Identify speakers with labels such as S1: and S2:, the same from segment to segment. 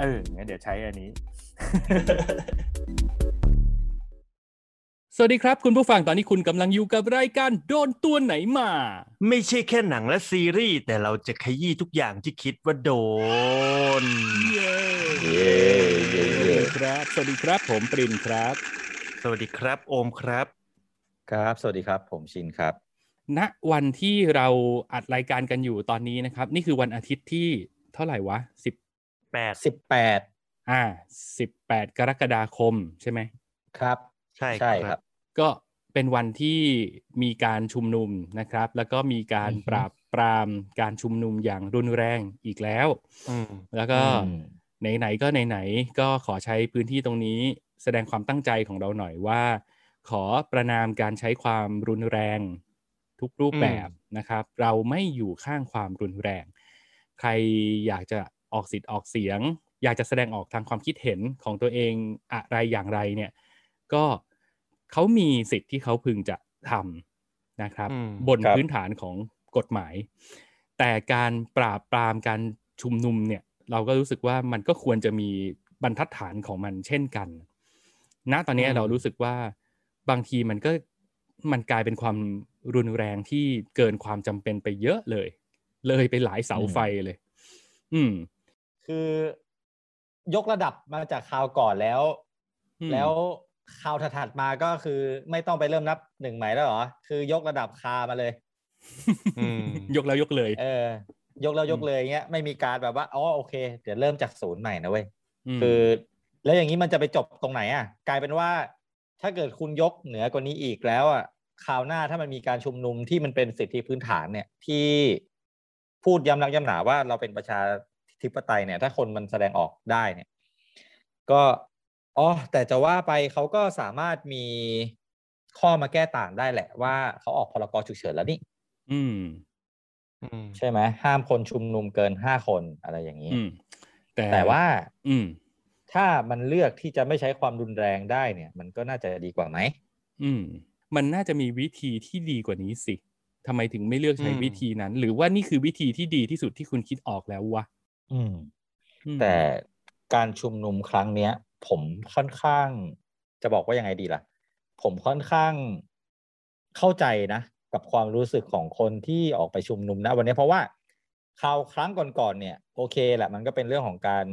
S1: เอองั้นเดี๋ยวใช้อันนี้
S2: สวัสดีครับ คุณผู้ฟังตอนนี้คุณกำลังอยู่กับรายการโดนตัวไหนมา
S3: ไม่ใช่แค่หนังและซีรีส์แต่เราจะขยี้ทุกอย่างที่คิดว่าโดน
S2: เย้
S4: เย่เย่เย่
S2: ครับ สวัสดีครับผมปรินครับ
S3: สวัสดีครับ โอมครับ
S4: ครับ สวัสดีครับ ผมชินครับ
S2: ณวันที่เราอัดรายการกันอยู่ตอนนี้นะครับ นี่คือวันอาทิตย์ที่เท่าไหร่วะสิบ
S3: แปด
S4: สิบแปด
S2: อ่าสิบแปดกรกฎาคมใช่ไหม
S4: ครับ
S3: ใช่
S4: ใช่ครับ
S2: ก็เป็นวันที่มีการชุมนุมนะครับ แล้วก็มีการ
S4: อือฮึ
S2: ปราบปรามการชุมนุมอย่างรุนแรงอีกแล้ว
S3: อืม
S2: แล้วก็
S4: อืม
S2: ไหนๆก็ไหนๆก็ขอใช้พื้นที่ตรงนี้ แสดงความตั้งใจของเราหน่อยว่า ขอประนามการใช้ความรุนแรงทุกรูปแบบนะครับ เราไม่อยู่ข้างความรุนแรง ใครอยากจะออกสิทธิ์ออกเสียง อยากจะแสดงออกทางความคิดเห็นของตัวเองอะไรอย่างไรเนี่ย ก็เขามีสิทธิ์ที่เขาพึงจะทำนะครับ
S3: อืม
S2: บน
S4: ครับ
S2: พื้นฐานของกฎหมาย แต่การปราบปรามการชุมนุมเนี่ย เราก็รู้สึกว่ามันก็ควรจะมีบรรทัดฐานของมันเช่นกัน ณตอนนี้
S3: อืม
S2: เรารู้สึกว่าบางทีมันก็มันกลายเป็นความรุนแรงที่เกินความจำเป็นไปเยอะเลย เลยไปหลายเสาไฟเลย อืม
S5: คือยกระดับมาจากคราวก่อนแล้ว
S2: อืม
S5: แล้วคราวถัดๆมาก็คือไม่ต้องไปเริ่มนับหนึ่งใหม่แล้วเหรอ คือยกระดับคามาเลย
S3: อืม
S2: ยกแล้วยกเลย
S5: เออ ยกแล้วยกเลยเงี้ยไม่มีการแบบว่าอ๋อโอเค เดี๋ยวเริ่มจากศูนย์ใหม่นะเว้ย
S2: ม
S5: คือ แล้วอย่างนี้มันจะไปจบตรงไหนอ่ะ กลายเป็นว่า ถ้าเกิดคุณยกเหนือกว่านี้อีกแล้วอ่ะคราวหน้าถ้ามันมีการชุมนุมที่มันเป็นสิทธิพื้นฐานเนี่ย ที่พูดย้ำนักย้ำหนาว่าเราเป็นประชาธิปไตยเนี่ย ถ้าคนมันแสดงออกได้เนี่ย ก็อ๋อแต่จะว่าไปเขาก็สามารถมีข้อมาแก้ต่างได้แหละ ว่าเขาออกพรกฉุกเฉินแล้วนี่
S2: อืม
S3: อืม
S5: ใช่ไหมห้ามคนชุมนุมเกินห้าคนอะไรอย่างนี้
S2: อืม แต่
S5: แต่ว่า
S2: อืม
S5: ถ้ามันเลือกที่จะไม่ใช้ความรุนแรงได้เนี่ย มันก็น่าจะดีกว่าไหม
S2: อืม มันน่าจะมีวิธีที่ดีกว่านี้สิทำไมถึงไม่เลือกใช้
S3: อืม
S2: วิธีนั้น หรือว่านี่คือวิธีที่ดีที่สุดที่คุณคิดออกแล้ววะ
S5: อืม
S2: อืม
S5: แต่การชุมนุมครั้งเนี้ย ผมค่อนข้าง จะบอกว่ายังไงดีล่ะ ผมค่อนข้างเข้าใจนะ กับความรู้สึกของคนที่ออกไปชุมนุมนะ วันนี้เพราะว่าคราวครั้งก่อนๆเนี่ย โอเคแหละ มันก็เป็นเรื่องของการ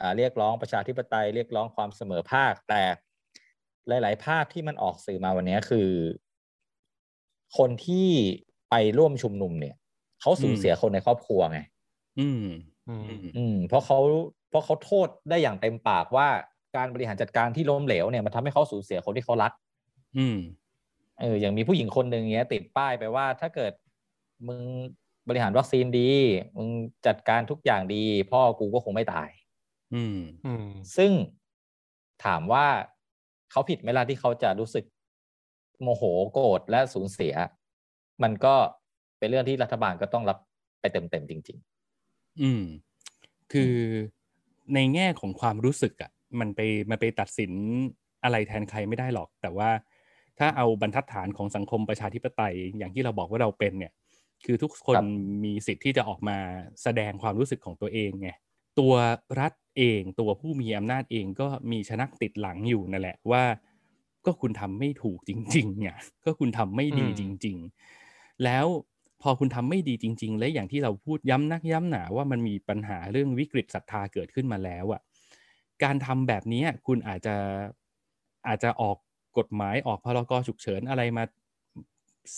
S5: อ่าเรียกร้องประชาธิปไตยเรียกร้องความเสมอภาค แต่หลาย ๆ ภาพที่มันออกสื่อมาวันนี้คือ คนที่ไปร่วมชุมนุมเนี่ยเขาสูญเสียคนในครอบครัวไง
S2: อืม
S3: อืม
S2: อืม
S5: อืมเพราะเขาเพราะเขาโทษได้อย่างเต็มปากว่าการบริหารจัดการที่ล้มเหลวเนี่ยมันทำให้เขาสูญเสียคนที่เขารัก
S2: อืม
S5: เอออย่างมีผู้หญิงคนหนึ่งเงี้ย ติดป้ายไปว่าถ้าเกิดมึงบริหารวัคซีนดี มึงจัดการทุกอย่างดี พ่อกูก็คงไม่ตาย
S2: อืม
S3: อืม
S5: ซึ่งถามว่าเขาผิดไหมล่ะที่เขาจะรู้สึกโมโหโกรธและสูญเสีย มันก็เป็นเรื่องที่รัฐบาลก็ต้องรับไปเต็มๆจริง
S2: อืม คือในแง่ของความรู้สึกอะ่ะ มันไปมันไปตัดสินอะไรแทนใครไม่ได้หรอก แต่ว่าถ้าเอาบรรทัดฐานของสังคมประชาธิปไตยอย่างที่เราบอกว่าเราเป็นเนี่ย คือทุกคน
S5: ครับ
S2: มีสิทธิ์ที่จะออกมาแสดงความรู้สึกของตัวเองไงตัวรัฐเองตัวผู้มีอำนาจเองก็มีชนักติดหลังอยู่นั่นแหละว่า ก็คุณทำไม่ถูกจริงๆไงก็คุณทำไม่ดี
S3: อืม
S2: จริง ๆ แล้วพอคุณทำไม่ดีจริง ๆ และอย่างที่เราพูดย้ำนักย้ำหนาว่ามันมีปัญหาเรื่องวิกฤตศรัทธาเกิดขึ้นมาแล้วอ่ะการทำแบบเนี้ยคุณอาจจะอาจจะออกกฎหมายออกพรกฉุกเฉินอะไรมา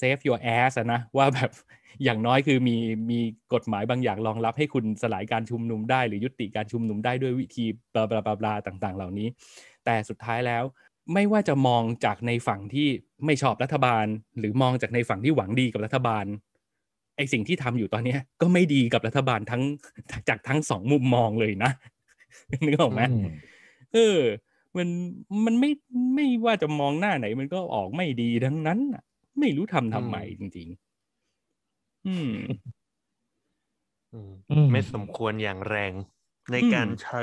S2: save your ass อะนะว่าแบบ อย่างน้อยคือมีมีกฎหมายบางอย่างรองรับให้คุณสลายการชุมนุมได้หรือยุติการชุมนุมได้ด้วยวิธีบลาบลาบลาบลาต่าง ๆ เหล่านี้ แต่สุดท้ายแล้ว ไม่ว่าจะมองจากในฝั่งที่ไม่ชอบรัฐบาล หรือมองจากในฝั่งที่หวังดีกับรัฐบาล ไอสิ่งที่ทำอยู่ตอนเนี้ยก็ไม่ดีกับรัฐบาลทั้งจากทั้งสองมุมมองเลยนะ นึกออกไหม
S5: อืม
S2: เออ มัน มันไม่ ไม่ว่าจะมองหน้าไหน มันก็ออกไม่ดีทั้งนั้นน่ะ ไม่รู้ทำทำไมจริง ๆ อืม
S6: อืม
S3: ไม่สมควรอย่างแรง ใน
S2: อืม
S3: การใช้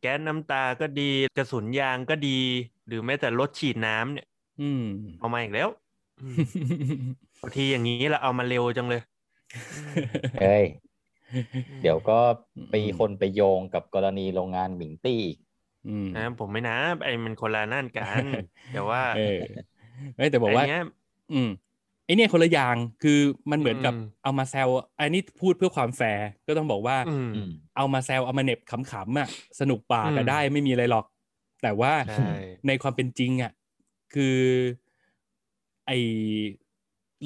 S3: แก๊สน้ำตาก็ดี กระสุนยางก็ดี หรือแม้แต่รถฉีดน้ำเนี่ย
S2: อื ม
S3: เอามาอีกแล้วอืมบางทีอย่างนี้เราเอามาเร็วจังเลย
S5: เอ้ย
S3: อืม
S5: เดี๋ยวก็มี
S2: อืม
S5: คนไปโยงกับกรณีโรงงานหมิงตี้อีก
S2: อื ม
S3: นะผมไม่นะไอ้มันคนละนั่นกัน แต่ว่า
S2: เออเอ้ยแต่บอกว่า
S3: นเนี้ย
S2: อืมไอเนี่ยคนละอย่างคือมันเหมือนกับ
S3: อืม
S2: เอามาแซวอันนี้พูดเพื่อความแฟร์ก็ต้องบอกว่า
S3: อืม
S2: เอามาแซวเอามาเหน็บขำๆอ่ะสนุกปาก
S3: อื
S2: ก็
S3: ม
S2: ได้ไม่มีอะไรหรอก แต่ว่า
S3: ใช่
S2: ในความเป็นจริงอ่ะคือไอ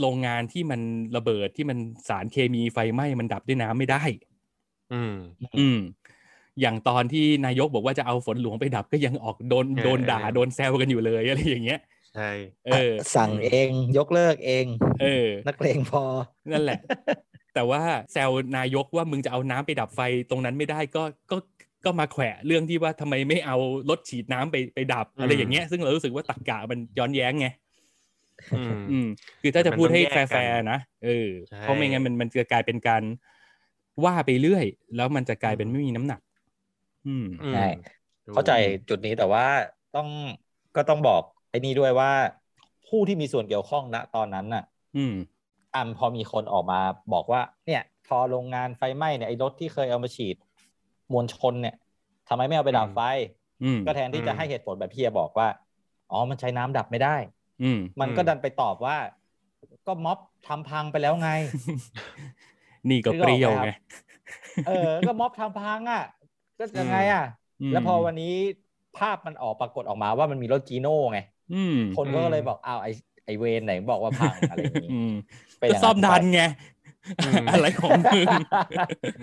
S2: โรงงานที่มันระเบิดที่มันสารเคมีไฟไหม้มันดับด้วยน้ำไม่ได้
S3: อืม
S2: อืม อย่างตอนที่นายกบอกว่าจะเอาฝนหลวงไปดับก็ยังออกโดน
S3: เออ
S2: โดนด่า
S3: เออ
S2: โดนแซวกันอยู่เลยอะไรอย่างเงี้ย
S3: ใช่
S2: เออ
S5: สั่งเองยกเลิกเอง
S2: เออ
S5: นักเลงพอ
S2: นั่นแหละ แต่ว่าแซวนายกว่ามึงจะเอาน้ำไปดับไฟตรงนั้นไม่ได้ก็ก็ก็มาแขวะเรื่องที่ว่าทำไมไม่เอารถฉีดน้ำไปไปดับอะไรอย่างเงี้ย ซึ่งเรารู้สึกว่าตักกะมันย้อนแย้งไง
S3: อืม
S2: อืม คือถ้าจะ
S3: มัน
S2: พูดให้
S3: ต้องแยก
S2: แฟ
S3: กัน
S2: ร์ๆนะเออ
S3: ใช่
S2: เพราะไม่งั้นมันมันจะกลายเป็นการว่าไปเรื่อย แล้วมันจะกลายเป็นไม่มีน้ำหนัก อืม
S3: อืม
S5: ใช่ เข้าใจจุดนี้แต่ว่าต้องก็ต้องบอกไอ้นี่ด้วยว่า ผู้ที่มีส่วนเกี่ยวข้องณตอนนั้นน่ะ
S2: อืม
S5: อ่ะพอมีคนออกมาบอกว่า เนี่ย พอโรงงานไฟไหม้เนี่ยไอ้รถที่เคยเอามาฉีด มวลชนเนี่ยทำไมไม่เอาไปดับไฟ
S2: อืม
S5: ก็แทนที่จะให้เหตุผลแบบพี่บอกว่า อ๋อมันใช้น้ำดับไม่ได้
S2: อืม
S5: มันก็ดันไปตอบว่า ก็ม็อบทำพังไปแล้วไง
S2: นี่ก็เปรี้ยวไง
S5: เออ ก็ม็อบทำพังอ่ะ ก็ยังไงอ่ะ
S2: ม
S5: แล้วพอวันนี้ภาพมันออกปรากฏออกมาว่ามันมีรถจีโน่ไง
S2: อืม
S5: คนก็เลยบอกอ้าวไอไอเวนไหนบอกว่าพังอะไรอย่าง
S2: อื
S5: นี้
S2: ม
S5: เป็น
S2: ก็
S5: ย่าง
S2: ซ่อมดันไง
S3: อืม
S2: อะไรของมึง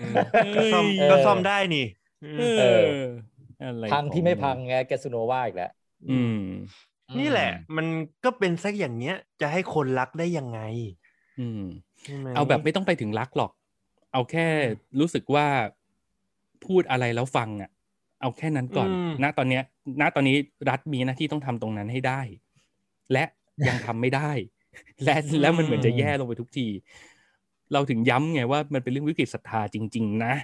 S3: อืมก็ซ่อม
S2: เอ้ย
S3: ก็ซ่อมได้นี่อืม
S2: เอออะไร
S5: พังที่ไม่พัง
S2: ของ
S5: ไงแกสโนว่าอีกแล้ว
S2: อืม
S3: นี่แหละ มันก็เป็นสักอย่างเนี้ย จะให้คนรักได้ยังไง
S2: อืม
S3: ใช่ไหม
S2: เอาแบบไม่ต้องไปถึงรักหรอก เอาแค่รู้สึกว่าพูดอะไรแล้วฟังอ่ะ เอาแค่นั้นก่อน
S3: อืม
S2: ณ ตอนเนี้ย ณ ตอนนี้รัฐมีหน้าที่ต้องทำตรงนั้นให้ได้ และยังทำไม่ได้ และและมันเหมือนจะแย่ลงไปทุกที เราถึงย้ำไงว่ามันเป็นเรื่องวิกฤตศรัทธาจริง ๆ นะ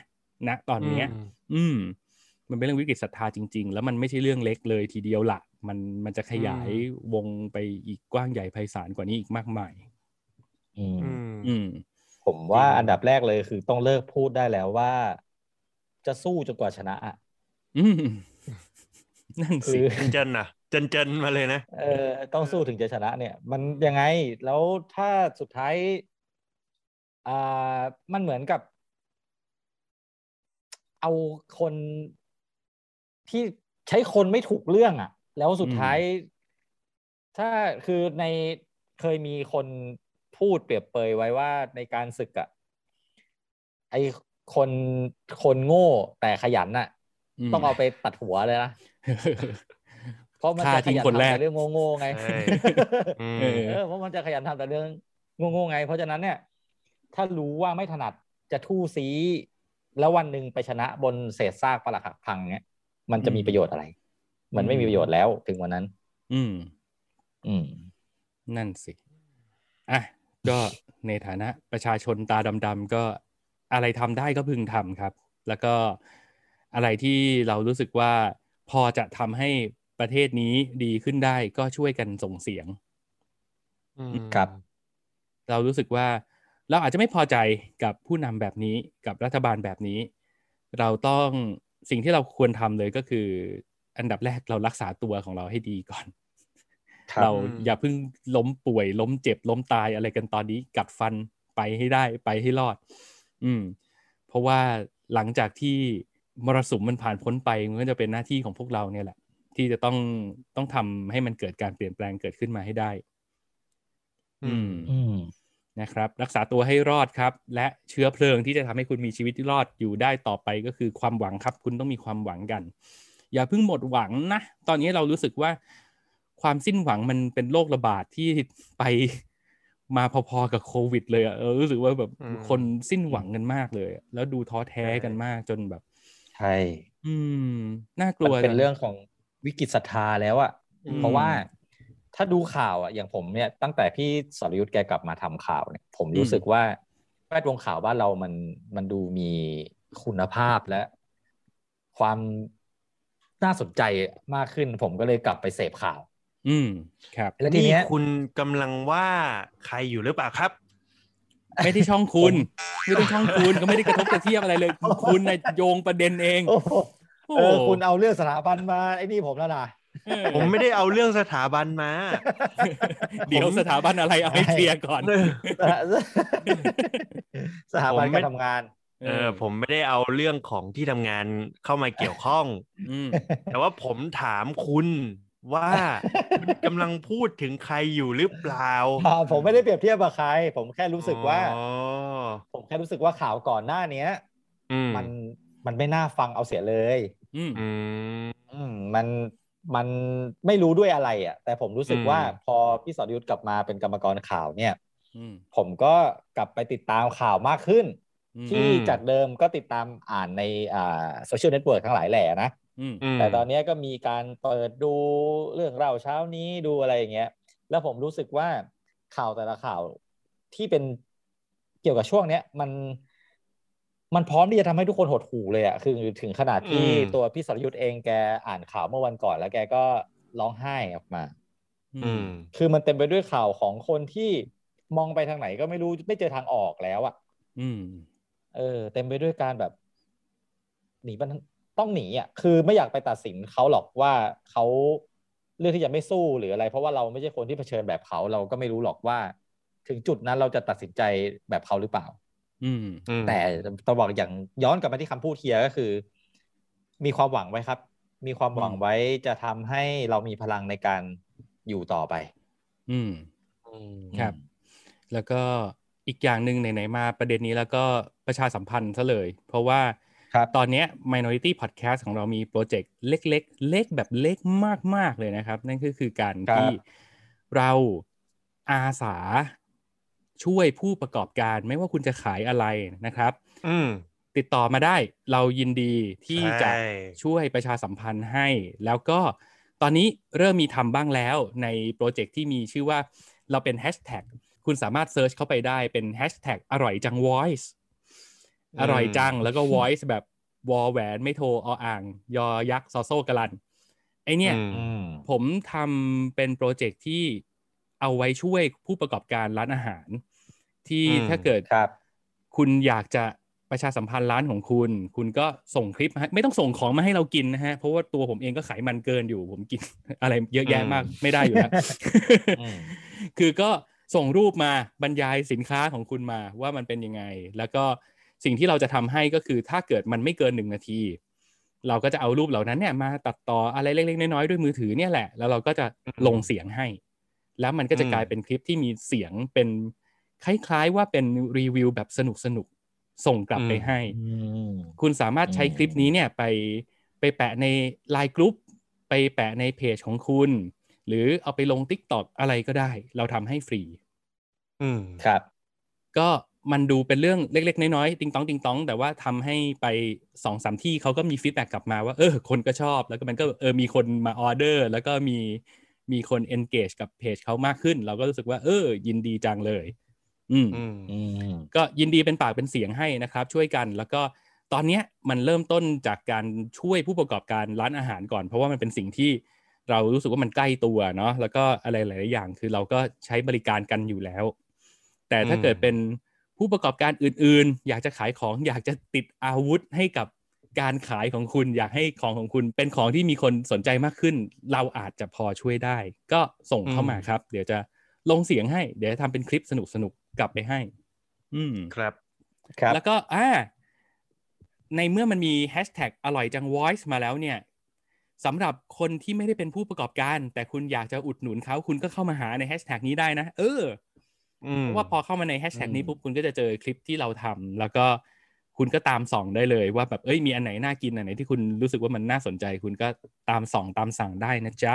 S2: ณ ตอนเนี้ย
S3: อืม
S2: อืม มันเป็นเรื่องวิกฤตศรัทธาจริง ๆ แล้วมันไม่ใช่เรื่องเล็กเลยทีเดียวละมันมันจะขยายวงไปอีกกว้างใหญ่ไพศาลกว่านี้อีกมากมาย
S5: อืม
S3: อืม
S2: อืม
S5: ผมว่า
S3: จริง
S5: อันดับแรกเลยคือต้องเลิกพูดได้แล้วว่า จะสู้จนกว่าชนะอะ
S2: อืม นั่น
S5: คื
S2: สิ
S5: อ
S3: เจนๆนะเจนเจนๆมาเลยนะ
S5: เออ ต้องสู้ถึงจะชนะเนี่ย มันยังไงแล้วถ้าสุดท้ายอ่ามันเหมือนกับ เอาคนที่ใช้คนไม่ถูกเรื่องอะ่ะ แล้วสุดท้าย ถ้าคือในเคยมีคนพูดเปรียบเปรยไว้ว่าในการศึกอะ่ะไอคนคนโง่แต่ขยันน่ะ
S2: ม
S5: ต้องเอาไปตัดหัวเลยนะ เพราะมัน
S2: ฆ่า
S5: จะข
S2: ทิ้ง
S5: ยัน
S2: คน
S5: ทำ
S2: แรก
S5: แต่เรื่องโง่ๆไง
S3: ใช่ อืม
S2: เออ
S5: เออเพราะมันจะขยันทำแต่เรื่องโง่ๆไง เพราะฉะนั้นเนี่ย ถ้ารู้ว่าไม่ถนัดจะทู่ซีแล้ววันหนึ่งไปชนะบนเศษซากปรักหักพังเนี่ยมันจะมีประโยชน์อะไร มันไม่มีประโยชน์แล้วถึงวันนั้น
S2: อืม
S5: อืม
S2: นั่นสิ อ่ะ ก็ในฐานะประชาชนตาดำๆก็อะไรทำได้ก็พึงทำครับ แล้วก็อะไรที่เรารู้สึกว่าพอจะทำให้ประเทศนี้ดีขึ้นได้ก็ช่วยกันส่งเสียง
S3: อืม
S5: ครับ
S2: เรารู้สึกว่าเราอาจจะไม่พอใจกับผู้นำแบบนี้กับรัฐบาลแบบนี้ เราต้องสิ่งที่เราควรทำเลยก็คือ อันดับแรกเรารักษาตัวของเราให้ดีก่อน
S5: ครับ
S2: เราอย่าเพิ่งล้มป่วย ล้มเจ็บ ล้มตายอะไรกันตอนนี้กัดฟันไปให้ได้ไปให้รอด อืม เพราะว่าหลังจากที่มรสุมมันผ่านพ้นไปมันก็จะเป็นหน้าที่ของพวกเราเนี่ยแหละ ที่จะต้องต้องทำให้มันเกิดการเปลี่ยนแปลงเกิดขึ้นมาให้ได้ อืม
S5: อืม
S2: นะครับรักษาตัวให้รอดครับ และเชื้อเพลิงที่จะทำให้คุณมีชีวิตที่รอดอยู่ได้ต่อไปก็คือความหวังครับ คุณต้องมีความหวังกัน อย่าเพิ่งหมดหวังนะ ตอนนี้เรารู้สึกว่า ความสิ้นหวังมันเป็นโรคระบาดที่ไป มาพอๆกับโควิด เลยอะเออรู้สึกว่าแบบ
S3: อืม
S2: คนสิ้นหวังกันมากเลยอะแล้วดูท้อแท้กันมากจนแบบ
S5: ใช่
S2: อืม น่ากลั
S5: มัน
S2: ว
S5: เป็น
S2: จั
S5: เรื่องของวิกฤตศรัทธาแล้วอะ
S2: อืม
S5: เพราะว่าถ้าดูข่าวอะอย่างผมเนี่ยตั้งแต่พี่สรยุทธ์แกกลับมาทำข่าวเนี่ย ผมรู้สึกว่าแวดวงข่าวบ้านเรามันมันดูมีคุณภาพและ ความน่าสนใจมากขึ้น ผมก็เลยกลับไปเสพข่าว
S2: อืม ครับ
S5: แล้วทีเนี้ย
S3: คุณกำลังว่าใครอยู่หรือเปล่าครับ
S2: ไม่ได้ช่อง คุณ ไม่ได้ช่องคุณก็ไม่ได้กระทบกระเทียบอะไรเลย คุณนะโยงประเด็นเอง
S5: โอ้โห
S2: โอ้
S5: เออคุณเอาเรื่องสถาบันมาไอ้นี่ผมแล้วนะ
S2: เออ
S3: ผมไม่ได้เอาเรื่องสถาบันมา
S2: เดี๋ยวสถาบันอะไรเอาให้เคลียร์ก่อน
S5: สถาบั
S3: ผ
S5: น
S3: มไม่
S5: การทำงาน
S3: เออผมไม่ได้เอาเรื่องของที่ทำงานเข้ามาเกี่ยวข้อง
S2: อืม
S3: แต่ว่าผมถามคุณว่าคุณกำลังพูดถึงใครอยู่หรือเปล่า
S5: อ่าผมไม่ได้เปรียบเทียบกับใคร ผมแค่รู้สึกว่า
S3: อ๋อ
S5: ผมแค่รู้สึกว่าข่าวก่อนหน้าเนี้ย
S3: อืม
S5: มันมันไม่น่าฟังเอาเสียเลย
S2: อืม
S3: อืม
S5: อืมมันมันไม่รู้ด้วยอะไรอ่ะ แต่ผมรู้สึก
S3: อืม
S5: ว่าพอพี่สอดยุทธกลับมาเป็นกรรมกรข่าวเนี่ย
S2: อืม
S5: ผมก็กลับไปติดตามข่าวมากขึ้น
S2: อืม
S5: ที่จากเดิมก็ติดตามอ่านในอ่าโซเชียลเน็ตเวิร์กทั้งหลายแหล่นะ
S2: อืม
S3: อืม
S5: แต่ตอนเนี้ยก็มีการเปิดดูเรื่องเล่าเช้านี้ดูอะไรอย่างเงี้ย แล้วผมรู้สึกว่าข่าวแต่ละข่าวที่เป็นเกี่ยวกับช่วงเนี้ยมัน มันพร้อมที่จะทำให้ทุกคนหดหู่เลยอะคือถึงขนาดที่ตัวพี่สรยุทธ์เองแกอ่านข่าวเมื่อวันก่อน แล้วแกก็ร้องไห้ออกมา
S2: อื
S3: อื
S2: ม
S3: ม
S5: คือมันเต็มไปด้วยข่าวของคนที่มองไปทางไหนก็ไม่รู้ไม่เจอทางออกแล้วอะ
S2: อืม
S5: เออเต็มไปด้วยการแบบหนีมันต้องหนีอ่ะคือไม่อยากไปตัดสินเขาหรอกว่าเขาเลือกที่จะไม่สู้หรืออะไร เพราะว่าเราไม่ใช่คนที่เผชิญแบบเขาเราก็ไม่รู้หรอกว่า ถึงจุดนั้นเราจะตัดสินใจแบบเขาหรือเปล่า
S2: อืม
S3: อืม
S5: แต่ต้องบอกอย่างย้อนกลับมาที่คำพูดเฮียก็คือ มีความหวังไว้ครับ มีความหวังไว้จะทำให้เรามีพลังในการอยู่ต่อไป
S2: อืม ครับ แล้วก็อีกอย่างหนึ่งไหนๆมาประเด็นนี้แล้วก็ประชาสัมพันธ์ซะเลย เพราะว่า
S5: ครับ
S2: ตอนเนี้ย Minority Podcast ของเรามีโปรเจกต์เล็กๆ เล็กแบบเล็กมากๆเลยนะครับ นั่นก็คือการ
S5: ครับ
S2: ที่เราอาสาช่วยผู้ประกอบการ ไม่ว่าคุณจะขายอะไรนะครับ
S3: อืม
S2: ติดต่อมาได้เรายินดีที่จะ
S3: ใช่
S2: ช่วยประชาสัมพันธ์ให้ แล้วก็ตอนนี้เริ่มมีทำบ้างแล้วในโปรเจกต์ที่มีชื่อว่าเราเป็นแฮชแท็กคุณสามารถเซิร์ชเข้าไปได้เป็นแฮชแท็กอร่อยจัง voice
S3: อืม
S2: อร่อยจังแล้วก็ voice แบบวอแหวนไม่โทรออ่าง ยอยักษ์ซอโซกะลัน ไอเนี่ย
S3: อืม
S5: อืม
S2: ผมทำเป็นโปรเจกต์ที่เอาไว้ช่วยผู้ประกอบการร้านอาหาร ที่
S3: อืม
S2: ถ้าเกิด
S5: ครับ
S2: คุณอยากจะประชาสัมพันธ์ร้านของคุณ คุณก็ส่งคลิปมาให้ไม่ต้องส่งของมาให้เรากินนะฮะ เพราะว่าตัวผมเองก็ขายมันเกินอยู่ ผมกิน อะไรเยอะแยะมากไม่ได้อยู่แล้ว
S5: อืม
S2: คือก็ส่งรูปมาบรรยายสินค้าของคุณมาว่ามันเป็นยังไง แล้วก็สิ่งที่เราจะทำให้ก็คือถ้าเกิดมันไม่เกินหนึ่งนาที เราก็จะเอารูปเหล่านั้นเนี่ยมาตัดต่ออะไรเล็กๆน้อยๆด้วยมือถือเนี่ยแหละ แล้วเราก็จะลงเสียงให้ แล้วมันก็จะกลายเป็นคลิปที่มีเสียงเป็นคล้ายๆว่าเป็นรีวิวแบบสนุกๆ ส่งกลับไปให้
S5: อืม
S2: คุณสามารถใช้คลิปนี้เนี่ยไปไปแปะใน Line กลุ่มไปแปะในเพจของคุณ หรือเอาไปลง TikTok อะไรก็ได้ เราทำให้ฟรี
S3: อืม
S5: ครับ
S2: ก็มันดูเป็นเรื่องเล็ก ๆ น้อยๆ ติงตองติงตอง แต่ว่าทำให้ไปสองสามที่เขาก็มีฟีดแบ็กกลับมาว่า เออ คนก็ชอบ แล้วก็มันก็เออมีคนมาออเดอร์ แล้วก็มีมีคน engage กับเพจเขามากขึ้น เราก็รู้สึกว่า เออ ยินดีจังเลย อืม
S3: อืม
S5: อืม
S2: ก็ยินดีเป็นปากเป็นเสียงให้นะครับ ช่วยกันแล้วก็ตอนเนี้ยมันเริ่มต้นจากการช่วยผู้ประกอบการร้านอาหารก่อน เพราะว่ามันเป็นสิ่งที่เรารู้สึกว่ามันใกล้ตัวเนาะแล้วก็อะไรหลายๆอย่าง คือเราก็ใช้บริการกันอยู่แล้ว แต่ถ้า
S3: อืม
S2: เกิดเป็นผู้ประกอบการอื่นๆ อยากจะขายของอยากจะติดอาวุธให้กับการขายของคุณ อยากให้ของของคุณ เป็นของที่มีคนสนใจมากขึ้น เราอาจจะพอช่วยได้ ก็ส่งเข้ามาครับ เดี๋ยวจะลงเสียงให้ เดี๋ยวจะทำเป็นคลิปสนุกๆกลับไปให้ อืม
S3: ครับ
S5: ครับ
S2: แล้วก็อ่าในเมื่อมันมีแฮชแท็กอร่อยจัง voice มาแล้วเนี่ยสำหรับคนที่ไม่ได้เป็นผู้ประกอบการ แต่คุณอยากจะอุดหนุนเขาคุณก็เข้ามาหาในแฮชแท็กนี้ได้นะ เออ
S3: อืม
S2: เพราะว่าพอเข้ามาในแฮชแท็กนี้
S5: อืม
S2: ปุ๊บคุณก็จะเจอคลิปที่เราทำแล้วก็คุณก็ตามส่องได้เลยว่าแบบเอ้ยมีอันไหนน่ากินอันไหนที่คุณรู้สึกว่ามันน่าสนใจ คุณก็ตามส่องตามสั่งได้นะจ๊ะ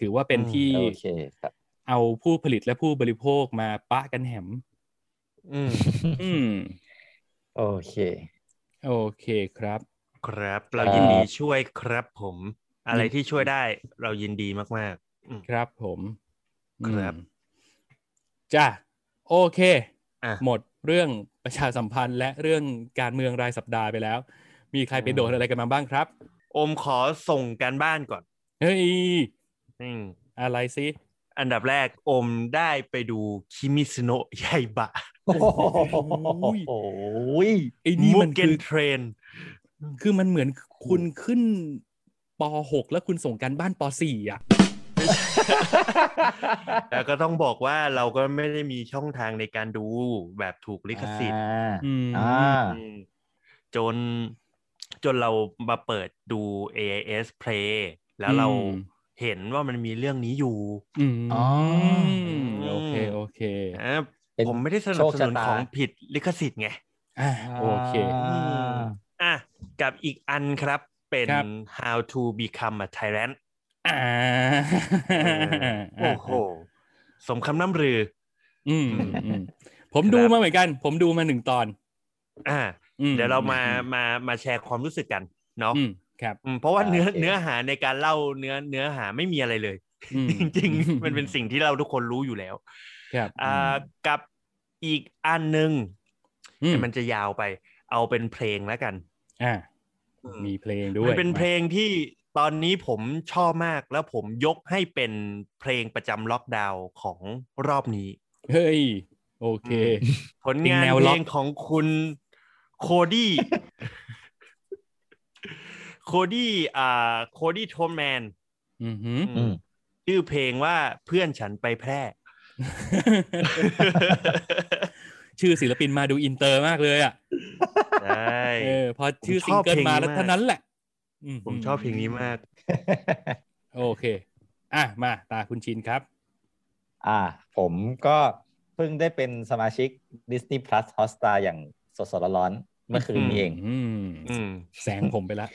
S2: ถือว่าเป็นที่
S5: โอเคครับ
S2: เอาผู้ผลิตและผู้บริโภคมาปะกันแหม
S3: อืม
S2: อืม
S5: โอเค
S2: โอเคครับ
S3: ครับ เรายินดีช่วยครับผม อะไรที่ช่วยได้เรายินดีมาก
S2: ครับผม
S3: ครับ
S2: อืมจ้ะโอเค
S3: ๆ อ่ะ
S2: หมดเรื่องประชาสัมพันธ์และเรื่องการเมืองรายสัปดาห์ไปแล้ว มีใครไปโดนอะไรกันมาบ้างครับ
S3: อมขอส่งการบ้านก่อน
S2: เฮ้ย
S3: อืม
S2: อะไรสิ
S3: อันดับแรกอมได้ไปดูคิมิสโนะ ยายบะ
S5: โอ้โห
S2: ไอ้นี่
S3: มุ
S2: มั
S3: ก
S2: น
S3: เก
S2: คื
S3: น
S2: อ
S3: เทรน
S2: คือมันเหมือนคุณขึ้นป .6 แล้วคุณส่งการบ้านป .4 อ่ะ
S3: แล้วก็ต้องบอกว่าเราก็ไม่ได้มีช่องทางในการดูแบบถูกลิขสิทธิ์
S2: อืม
S5: อ่า
S3: อืมจนจนเรามาเปิดดู AIS Play แล้วเรา
S2: อืม
S3: เห็นว่ามันมีเรื่องนี้อยู่
S2: อืม
S5: อ๋อ
S2: โอเคโอเค
S3: อ่ะ
S5: เป็น
S3: ผมไม่ได้สนับส
S5: โชคชะ
S3: นุน
S5: ตา
S3: ของผิดลิขสิทธิ์ไง
S2: อ่าโอเค
S5: อ่า
S3: อ่ะ กับอีกอันครับเป็น
S2: ครับ
S3: how to become a tyrant
S2: อ่า
S3: โอ้โห สมคำน้ำรือ
S2: อืมอืมอืมผมดูมาเหมือนกัน ผมดูมาหนึ่งตอน
S3: อ่ะ
S2: อื
S3: เดี๋ยวเรามามามาแชร์ความรู้สึกกันเนาะ
S2: อืมครับ
S3: อืมเพราะว่าเนื้อ
S5: โอเค
S3: เนื้อหาในการเล่าเนื้อเนื้อหาไม่มีอะไรเลย
S2: อืม
S3: จริงๆ มันเป็นสิ่งที่เราทุกคนรู้อยู่แล้ว
S2: ครับ
S3: อ่ากับอีกอันหนึ่ง
S2: อืม
S3: แต่มันจะยาวไป เอาเป็นเพลงแล้วกัน
S2: อ่า
S3: อื
S2: มีเพลงด้วย
S3: มันเป็นเพลงที่ตอนนี้ผมชอบมากแล้วผมยกให้เป็นเพลงประจำล็อกดาวน์ของรอบนี้
S2: เฮ้ย โอเค
S3: ผลงาน
S2: เป็นแนว
S3: เพล
S2: ล็อก
S3: งของคุณโค ดี้ โคดี้อ่าโคดี้โทนแมน
S2: อือหือ
S5: อืม
S3: ชื่อเพลงว่าเพื่อนฉันไปแพร่
S2: ชื่อศิลปินมาดูอินเตอร์มากเลยอ่ะ
S3: ใช่
S2: เออพอชื่อ
S3: ผมช
S2: ซิง
S3: อบ
S2: เกิลมาแล้ว
S3: เพลงนี้มาก
S2: เท่านั้นแหละ
S3: ผมชอบเพลงนี้มาก
S2: โอเค อ่ะ มาตาคุณชินครับ
S5: อ่า ผมก็เพิ่งได้เป็นสมาชิก Disney Plus Hotstar อย่างสดๆร้อนๆเมื่อคืนนี้เอง
S2: อืม
S3: อืม
S2: แสงผมไปละ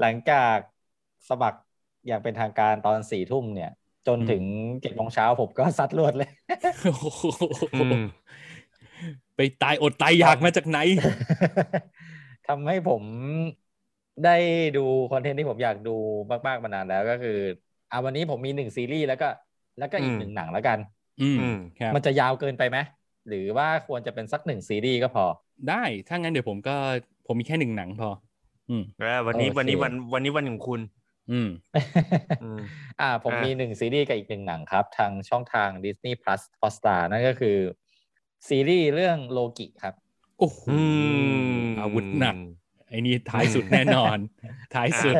S5: หลังจากสมัครอย่างเป็นทางการตอนสี่ทุ่มเนี่ย จน
S2: อืม
S5: ถึงเจ็ดโมงเช้าผมก็ซัดรวดเลย
S2: โอ้โห
S3: อืม
S2: ไปตายอดตายอยากมาจากไหน
S5: ทำให้ผมได้ดูคอนเทนต์ที่ผมอยากดูมากๆมานานแล้วก็คืออ่ะวันนี้ผมมีหนึ่งซีรีส์แล้วก็แล้วก็อีก
S3: อืม
S5: หนึ่งหนังแล้วกัน
S2: อืม
S3: อืม
S2: ครับ
S5: มันจะยาวเกินไปไหมหรือว่าควรจะเป็นสักหนึ่งซีรีส์ก็พอ
S2: ได้ ถ้างั้นเดี๋ยวผมก็ผมมีแค่หนึ่งหนังพอ อืม
S3: อ่าวันนี้
S5: โอเค
S3: วันนี้วันวันนี้วันของคุณ
S2: อืม
S3: อืม
S5: อ่าผม
S3: อ่ะ
S5: มีหนึ่งซีรีส์กับอีกหนึ่งหนังครับ ทางช่องทาง Disney Plus Hotstar นั่นก็คือ ซีรีส์เรื่องโลกิครับ
S2: โอ้โหอาวุธหนัก ไอ้นี่ท้ายสุดแน่นอน ท้ายสุด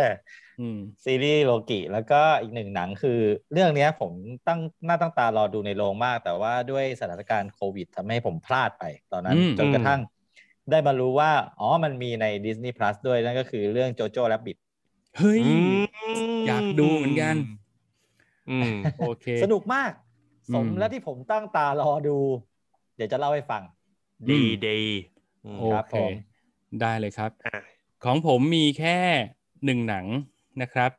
S2: อืม
S5: ซีรีส์โลกิแล้วก็อีกหนึ่งหนังคือ เรื่องเนี้ยผมตั้งหน้าตั้งตารอดูในโรงมาก แต่ว่าด้วยสถานการณ์โควิดทำให้ผมพลาดไปตอนนั้น
S2: อืม
S5: จนกระทั่งได้มารู้ว่า อ๋อมันมีใน Disney Plus ด้วยนั่นก็คือเรื่องโจโจ้และบิด
S2: เฮ้ย
S3: อืม
S2: อยากดูเหมือนกัน
S3: อืม
S2: โอเค
S5: สนุกมาก สม
S2: อืม
S5: และที่ผมตั้งตารอดู เดี๋ยวจะเล่าให้ฟัง
S3: ดีดีอืม
S2: โอ
S5: ครับ
S2: เค
S5: ผม
S2: ได้เลยครับ
S3: อ่ะ
S2: ของผมมีแค่หนึ่งหนังนะครับ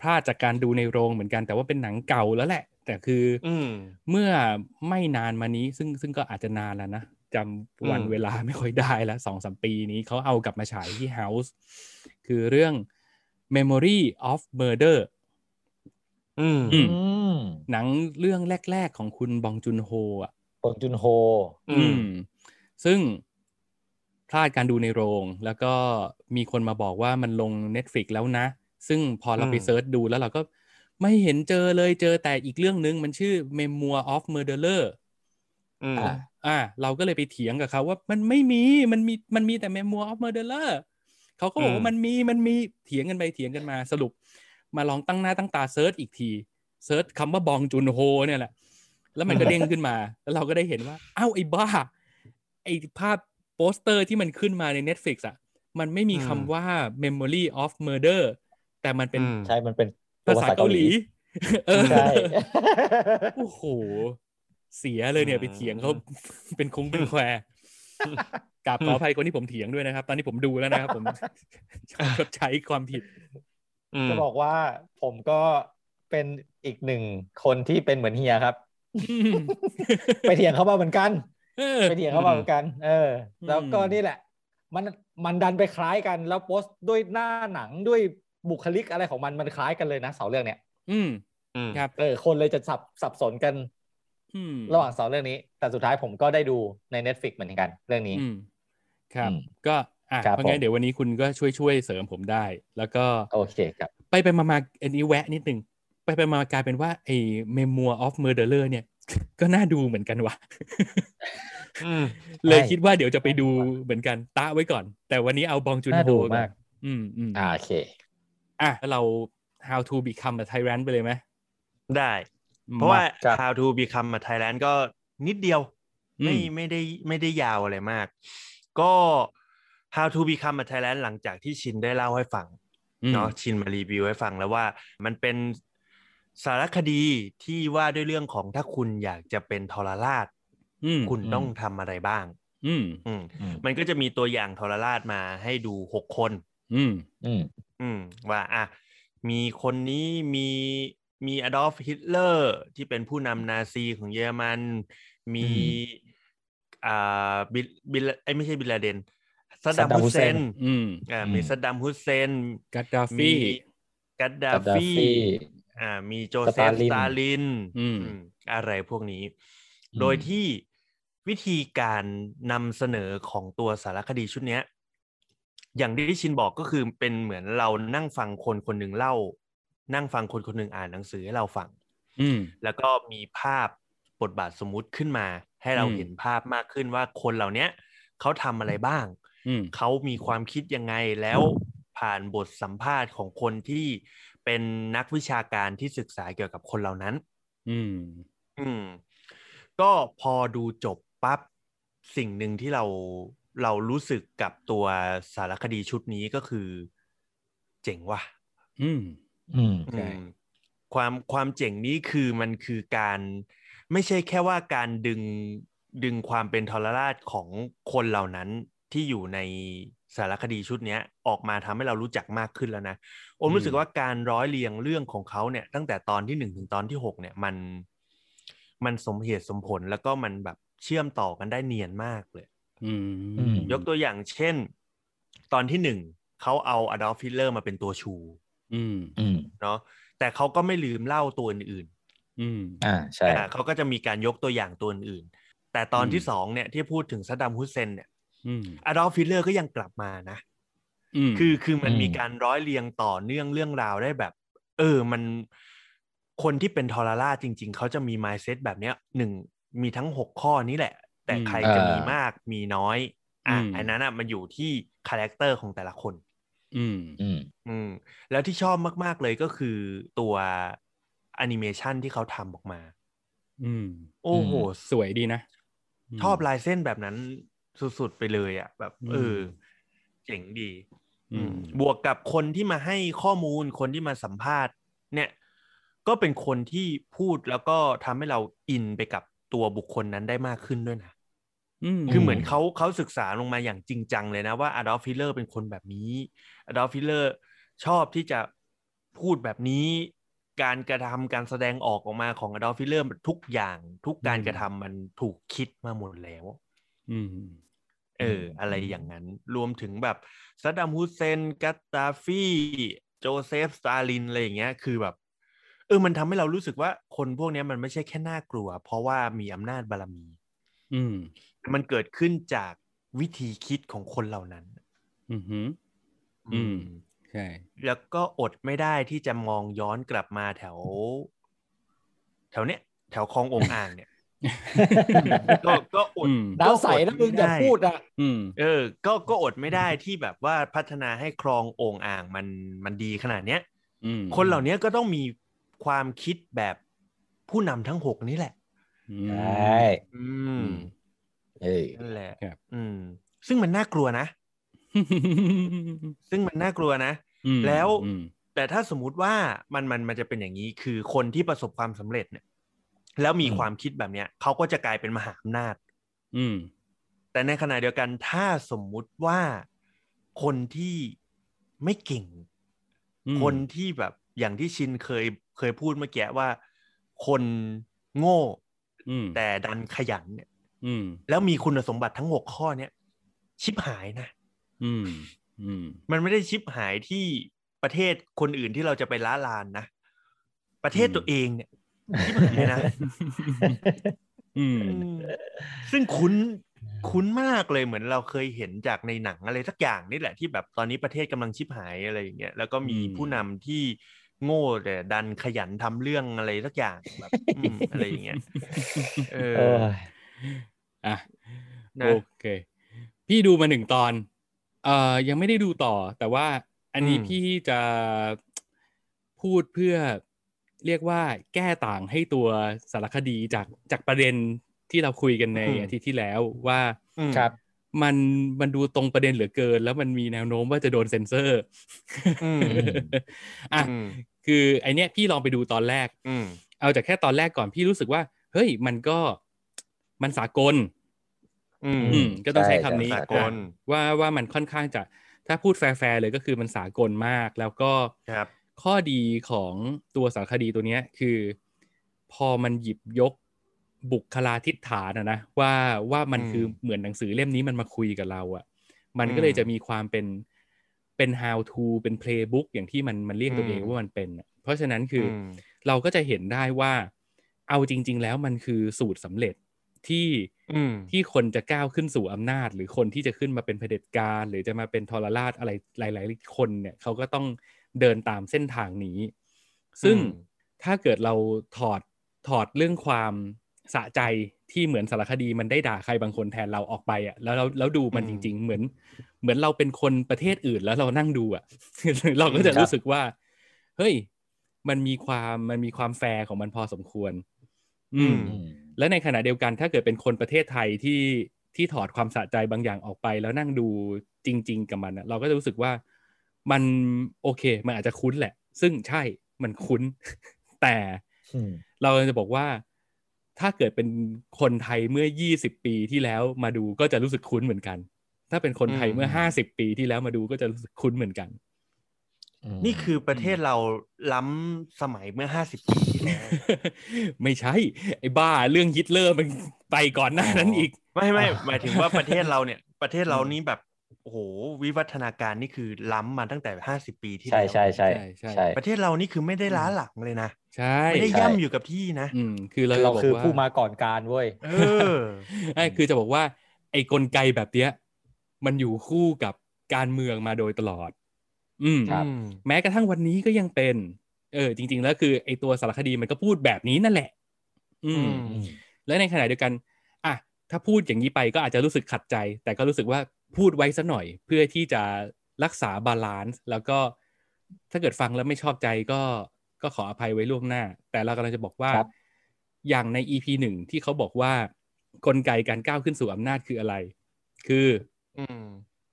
S2: พลาดจากการดูในโรงเหมือนกัน แต่ว่าเป็นหนังเก่าแล้วแหละ แต่คืออ
S3: อืม
S2: เมื่อไม่นานมานี้ซึ่งซึ่งก็อาจจะนานแล้วนะจำวัน
S3: อืม
S2: เวลาไม่ค่อยได้แล้วสองสมปีนี้เขาเอากลับมาฉายที่ House คือเรื่อง Memory of Murder
S3: อืม
S2: อืม
S5: อืม
S2: หนังเรื่องแรก ๆ ของคุณบองจุนโฮอ่ะ
S5: ปงจุนโฮ
S3: อื
S2: อื
S3: ม
S2: ม ซึ่งพลาดการดูในโรง แล้วก็มีคนมาบอกว่ามันลง Netflix แล้วนะ ซึ่งพอเรา
S3: อืม
S2: ไปเซิร์ชดูแล้วเราก็ไม่เห็นเจอเลยเจอแต่อีกเรื่องนึง มันชื่อ Memoir of Murderer
S3: อืม
S5: อ่ะ
S2: อ่า เราก็เลยไปเถียงกับเขาว่ามันไม่มีมันมีมันมีแต่ Memoir of Murderer เขาก็บอก
S3: อื
S2: ว่าม มันมีมันมีเถียงกันไปเถียงกันมาสรุป มาลองตั้งหน้าตั้งตาเซิร์ชอีกทีเซิร์ชคำว่าบองจุนโฮเนี่ยแหละ แล้วมันก็เด้งขึ้นมา แล้วเราก็ได้เห็นว่าอ้าวไอ้บ้า ไอ้ภาพโปสเตอร์ที่มันขึ้นมาใน Netflix อะมันไม่มี
S3: อืม
S2: คำว่า Memory of Murder แต่มันเป็น
S3: อืม
S5: ใช่มันเป็น
S2: ภาษาเกาหลี เออ
S5: ใช่
S2: โอ้โห เสียเลยเนี่ย
S3: อืม
S2: ไปเถียงเขา เป็นคงเป็นแควกรา บขออภัยคนที่ผมเถียงด้วยนะครับ ตอนนี้ผมดูแล้วนะครับ ผม ชดใช้ความผิด
S3: อืม
S5: จะบอกว่าผมก็เป็นอีกหนึ่งคนที่เป็นเหมือนเฮียครับ ไปเถียงเขามาเหมือนกัน
S2: เออ
S5: ไปเถียงเขามาเหมือนกัน เออ แล้วก็นี่แหละ มันมันดันไปคล้ายกันแล้วโพสต์ด้วยหน้าหนังด้วยบุคลิกอะไรของมันมันคล้ายกันเลยนะสองเรื่องเนี้ย
S2: อืม
S3: อืม
S2: ครับ
S5: เออคนเลยจะสับสับสนกัน
S2: อืม
S5: ระหว่างสองเรื่องนี้ แต่สุดท้ายผมก็ได้ดูใน Netflix เหมือนกัน เรื่องนี้
S2: อืมครับ
S5: อืม
S2: ก็อ่ะ
S5: ครับ
S2: เพราะงั้
S5: ผม
S2: นเดี๋ยววันนี้คุณก็ช่วยช่วยเสริมผมได้ แล้วก็
S5: โอเคครับ
S2: ไปไปมามาอันนี้แวะนิดนึง ไปไปมามากลายเป็นว่าไอ้ Memoir of Murderer เนี่ย ก็น่าดูเหมือนกันว่ะ
S3: อืม
S2: เลย
S5: ใช่
S2: คิดว่าเดี๋ยวจะไปดูเหมือนกันตะไว้ก่อน แต่วันนี้เอาบองจุน
S5: น่า
S2: โฮ
S5: ดู
S2: ก่อ
S5: มาน ก
S2: อืมอืม
S5: อ่าโอเค
S2: อ่ะแล้วเรา how to become a tyrant ไปเลยไหม
S3: ได้ เพราะว่า
S2: ม
S5: ครับ
S3: how to become a Thailand ก็นิดเดียว
S2: อื
S3: ไม่
S2: ม
S3: ไม่ได้ไม่ได้ยาวอะไรมาก ก็ how to become a Thailand หลังจากที่ชินได้เล่าให้ฟัง
S2: อืม
S3: เนาะชินมารีวิวให้ฟังแล้วว่ามันเป็นสารคดีที่ว่าด้วยเรื่องของถ้าคุณอยากจะเป็นทรราช
S2: อืม
S3: คุณต้องทำอะไรบ้าง
S2: อืม
S3: อืม
S5: อืม
S3: มันก็จะมีตัวอย่างทรราชมาให้ดูหกคน
S2: อืม
S5: อืม
S3: อืมว่าอ่ะมีคนนี้มีมีอดอล์ฟฮิตเลอร์ที่เป็นผู้นำนาซีของเยอรมัน มี
S5: อื
S3: อ่าบิลบิลไอยไม่ใช่บิลลาเดนซัดดัม
S5: Saddam
S3: ฮุสเซน
S5: Hussein
S2: อืม
S3: อ่ามี
S5: อืม
S3: ซัดดัมฮุสเซน
S2: กัดดาฟี
S3: มีกัดดา
S5: กัดดา
S3: ฟี
S5: ฟี
S3: อ่ามีโจเซ
S5: สตา
S3: ฟ
S5: ลิ
S3: ส
S5: น
S3: ตาลิน
S2: อืม
S3: อืมอะไรพวกนี้ โดยที่วิธีการนำเสนอของตัวสารคดีชุดเนี้ย อย่างที่ชินบอกก็คือเป็นเหมือนเรานั่งฟังคนคนหนึ่งเล่า นั่งฟังคนคนหนึ่งอ่านหนังสือให้เราฟัง
S2: อืม
S3: แล้วก็มีภาพบทบาทสมมุติขึ้นมา ให้เรา
S2: อืม
S3: เห็นภาพมากขึ้นว่าคนเหล่าเนี้ยเขาทำอะไรบ้าง
S2: อืม
S3: เขามีความคิดยังไงแล้วผ่านบทสัมภาษณ์ของคนที่เป็นนักวิชาการที่ศึกษาเกี่ยวกับคนเหล่านั้น
S2: อืม
S3: อืม ก็พอดูจบปั๊บสิ่งหนึ่งที่เราเรารู้สึกกับตัวสารคดีชุดนี้ก็คือ เจ๋งว่ะ
S2: อืม
S5: อืม
S3: อืมความความเจ๋งนี้คือมันคือการไม่ใช่แค่ว่าการดึงดึงความเป็นทรราชของคนเหล่านั้นที่อยู่ในสารคดีชุดเนี้ย ออกมาทำให้เรารู้จักมากขึ้นแล้วนะอมรู้สึกว่าการร้อยเรียงเรื่องของเขาเนี่ย ตั้งแต่ตอนที่หนึ่งถึงตอนที่หกเนี่ยมัน มันสมเหตุสมผลแล้วก็มันแบบเชื่อมต่อกันได้เนียนมากเลย
S2: อืม
S5: อืม
S3: ยกตัวอย่างเช่น ตอนที่หนึ่งเขาเอาอดอล์ฟฮิตเลอร์มาเป็นตัวชู
S2: อืม
S5: อืม
S3: เนาะแต่เขาก็ไม่ลืมเล่าตัวอื่น
S2: อืม
S5: อ่าใช่
S3: ๆอ่าเขาก็จะมีการยกตัวอย่างตัวอื่นๆแต่ตอน
S2: อืม
S3: ที่สองเนี่ยที่พูดถึงซัดดัมฮุสเซนเนี่ย
S2: อืม
S3: อดอล์ฟฟิลเลอร์ก็ยังกลับมานะ
S2: อืม
S3: คือคือมัน
S5: อืม
S3: มีการร้อยเรียงต่อเนื่องเรื่องราวได้แบบ เออมันคนที่เป็นทอราราชจริง ๆ เขาจะมีม n ยเซตแบบเนี้ยหนึ่งมีทั้งหกข้อนี้แหละ แต่ใครจะมีมากมีน้อยอ่ะอันนั้นอ่ะมันอยู่ที่คาแรคเตอร์ของแต่ละคน
S2: อืม
S5: อืม
S3: อืมแล้วที่ชอบมาก ๆ เลยก็คือตัวแอนิเมชันที่เขาทำออกมา
S2: อืม
S3: โอ้โห
S2: สวยดีนะม
S3: ชอบลายเส้นแบบนั้นสุด ๆ ไปเลยอ่ะ แบบ เออ
S2: ม
S3: เจ๋งดี
S2: อืม
S3: บวกกับคนที่มาให้ข้อมูลคนที่มาสัมภาษณ์ เนี่ย ก็เป็นคนที่พูดแล้วก็ทำให้เราอินไปกับตัวบุคคลนั้นได้มากขึ้นด้วยนะ
S2: อืม
S3: คือเหมือนเขาเขาศึกษาลงมาอย่างจริงจังเลยนะว่าอดอล์ฟฟิลเลอร์เป็นคนแบบนี้อดอล์ฟฟิลเลอร์ชอบที่จะพูดแบบนี้ การกระทำการแสดงออกออกมาของอดอล์ฟฟิลเลอร์ทุกอย่างทุกการ
S2: อืม
S3: กระทำมันถูกคิดมาหมดแล้ว
S2: อืม
S3: เออออะไรอย่างนั้น รวมถึงแบบซัดดัมฮุสเซนกัตตาฟีโจเซฟสตาลินอะไรอย่างเงี้ย คือแบบ เออมันทำให้เรารู้สึกว่าคนพวกเนี้ยมันไม่ใช่แค่น่ากลัว เพราะว่ามีอำนาจบารมี
S2: อืม
S3: มันเกิดขึ้นจากวิธีคิดของคนเหล่านั้น
S2: อืมหือ อืม ใช่
S3: แล้วก็อดไม่ได้ที่จะมองย้อนกลับมาแถว แถวเนี้ยแถวคลององอ่างเนี่ย ก็ก็อด
S2: อืม
S5: ดาวใสนะมึงอย่าพูดอ่ะ
S2: อืม
S3: เออ ก็ก็อดไม่ได้ที่แบบว่าพัฒนาให้คลององอ่างมันมันดีขนาดเนี้ย
S2: อืม
S3: คนเหล่านี้ก็ต้องมีความคิดแบบผู้นำทั้งหกนี่แหละ
S2: อืม
S5: ใช่
S3: อืม
S5: เอ้ย
S3: นั่นแหละ
S2: ครับ
S3: อืม ซึ่งมันน่ากลัวนะ ซึ่งมันน่ากลัวนะ
S2: อืม
S3: แล้ว
S2: อืม
S3: แต่ถ้าสมมุติว่ามันมันมันจะเป็นอย่างนี้คือคนที่ประสบความสำเร็จเนี่ย แล้วมี
S5: อืม
S3: ความคิดแบบเนี้ยเขาก็จะกลายเป็นมหาอำนาจ
S2: อืม
S3: แต่ในขณะเดียวกันถ้าสมมุติว่าคนที่ไม่เก่ง
S2: อืม
S3: คนที่แบบอย่างที่ชินเคยเคยพูดเมื่อกี้ว่า คนโง่
S2: อืม
S3: แต่ดันขยันเนี่ย
S2: อืม
S3: แล้วมีคุณสมบัติทั้งหกข้อเนี้ยชิบหายนะ
S2: อืม อืม
S3: มันไม่ได้ชิปหายที่ประเทศคนอื่นที่เราจะไปล้าลานนะ ประเทศ
S2: อืม
S3: ตัวเองเนี่ยชิปหายเลยนะ
S2: อืม
S3: อืมซึ่งคุ้นคุ้นมากเลยเหมือนเราเคยเห็นจากในหนังอะไรสักอย่างนี่แหละที่แบบตอนนี้ประเทศกำลังชิบหายอะไรอย่างเงี้ยแล้วก็มี
S2: อืม
S3: ผู้นำที่โง่แต่ดันขยันทำเรื่องอะไรสักอย่างแบบอืมอะไรอย่างเงี้ยเอ
S5: เอ
S3: อ
S5: อ
S2: อ่ะ
S3: นะ
S2: โอเค พี่ดูมาหนึ่งตอน เอ่อยังไม่ได้ดูต่อ แต่ว่าอันนี้
S3: อืม
S2: พี่จะพูดเพื่อเรียกว่าแก้ต่างให้ตัวสารคดีจากจากประเด็นที่เราคุยกันในอาทิตย์ที่แล้วว่า
S3: อืม
S5: ครับ
S2: มันมันดูตรงประเด็นเหลือเกิน แล้วมันมีแนวโน้มว่าจะโดนเซ็นเซอร์
S3: อืม
S2: อ่ะ
S3: อืม
S2: คือไอเนี้ยพี่ลองไปดูตอนแรก
S3: อืม
S2: เอาจากแค่ตอนแรกก่อนพี่รู้สึกว่า เฮ้ยมันก็มันสากล
S3: อืม
S2: อืมก็ต้องใช้คำนี้
S3: ใช่สากล
S2: อ่ะว่าว่ามันค่อนข้างจะถ้าพูดแฟร์ๆเลยก็คือมันสากลมาก แล้วก็
S3: ครับ
S2: ข้อดีของตัวสารคดีตัวเนี้ยคือ พอมันหยิบยกบุคลาธิฐานอะนะว่าว่ามัน
S3: อืม
S2: คือเหมือนหนังสือเล่มนี้มันมาคุยกับเราอะมันก็
S3: อืม
S2: เลยจะมีความเป็นเป็น how to เป็น playbook อย่างที่มันมันเรียกตัวเอง
S3: อืม
S2: ว่ามันเป็นอะเพราะฉะนั้นคืออ
S3: ม
S2: เราก็จะเห็นได้ว่า เอาจริง ๆ แล้วมันคือสูตรสำเร็จที่
S3: อืม
S2: ที่คนจะก้าวขึ้นสู่อำนาจ หรือคนที่จะขึ้นมาเป็นเผด็จการ หรือจะมาเป็นทรราชอะไรหลาย ๆ คนเนี่ยเขาก็ต้องเดินตามเส้นทางนี้ ซึ่งถ้าเกิดเราถอดถอดเรื่องความสะใจที่เหมือนสารคดีมันได้ด่าใครบางคนแทนเราออกไปอ่ะแล้วเราแล้วดูมัน
S3: อื
S2: จ
S3: ม
S2: ริง ๆ เหมือน เหมือนเราเป็นคนประเทศอื่นแล้วเรานั่งดูอ่ะ เราก็จะรู้สึกว่า เฮ้ย มันมีความมันมีความแฟร์ของมันพอสมควร อืม
S5: อืม
S2: และในขณะเดียวกันถ้าเกิดเป็นคนประเทศไทยที่ที่ถอดความสะใจบางอย่างออกไปแล้วนั่งดูจริง ๆ กับมันอะเราก็จะรู้สึกว่ามันโอเค มันอาจจะคุ้นแหละ ซึ่งใช่มันคุ้น แต่
S5: อืม
S2: เราจะบอกว่าถ้าเกิดเป็นคนไทยเมื่อ 20 ปีที่แล้วมาดูก็จะรู้สึกคุ้นเหมือนกัน ถ้าเป็นคนไทยเมื่อ
S3: อืม
S2: 50 ปีที่แล้วมาดูก็จะรู้สึกคุ้นเหมือนกัน
S3: นี่คือประเทศเราล้ำสมัยเมื่อห้าสิบปีที่แล้ว
S2: ไม่ใช่ ไอ้บ้าเรื่องฮิตเลอร์มันไปก่อนหน้านั้นอีก
S3: ไม่ไม่
S5: อ่า
S3: หมายถึงว่าประเทศเราเนี่ย ประเทศเรานี่แบบโอ้โหวิวัฒนาการนี่คือล้ำมาตั้งแต่ห้าสิบปีที่
S5: ใช่
S3: แล้ว
S5: ใช่ใช่
S2: ใช่ใช่
S5: ใช่
S3: ประเทศเรานี่คือไม่ได้ล้าหลังเลยนะ
S2: ใช่
S3: ไม่ได้
S5: ใช่
S3: ย่ำอยู่กับที่นะ
S2: อืมคือเรา
S5: เรา
S2: จะบก
S5: คือ
S2: ว่
S5: ผู้มาก่อนการเว้ย
S3: เออ
S2: ไอ้คือจะบอกว่าไอ้กลไกแบบเนี้ยมันอยู่คู่กับการเมืองมาโดยตลอด อืม
S5: ครับ
S2: แม้กระทั่งวันนี้ก็ยังเป็น เออ จริง ๆ แล้วคือไอ้ตัวสารคดีมันก็พูดแบบนี้นั่นแหละ อืม
S3: อืม
S2: และในขณะเดียวกัน อ่ะ ถ้าพูดอย่างนี้ไปก็อาจจะรู้สึกขัดใจ แต่ก็รู้สึกว่าพูดไว้ซะหน่อย เพื่อที่จะรักษาบาลานซ์ แล้วก็ถ้าเกิดฟังแล้วไม่ชอบใจก็ก็ขออภัยไว้ล่วงหน้า แต่เรากำลังจะบอกว่า
S5: ครับ
S2: อย่างใน EP หนึ่งที่เขาบอกว่ากลไกการก้าวขึ้นสู่อำนาจคืออะไร คือ
S3: อืม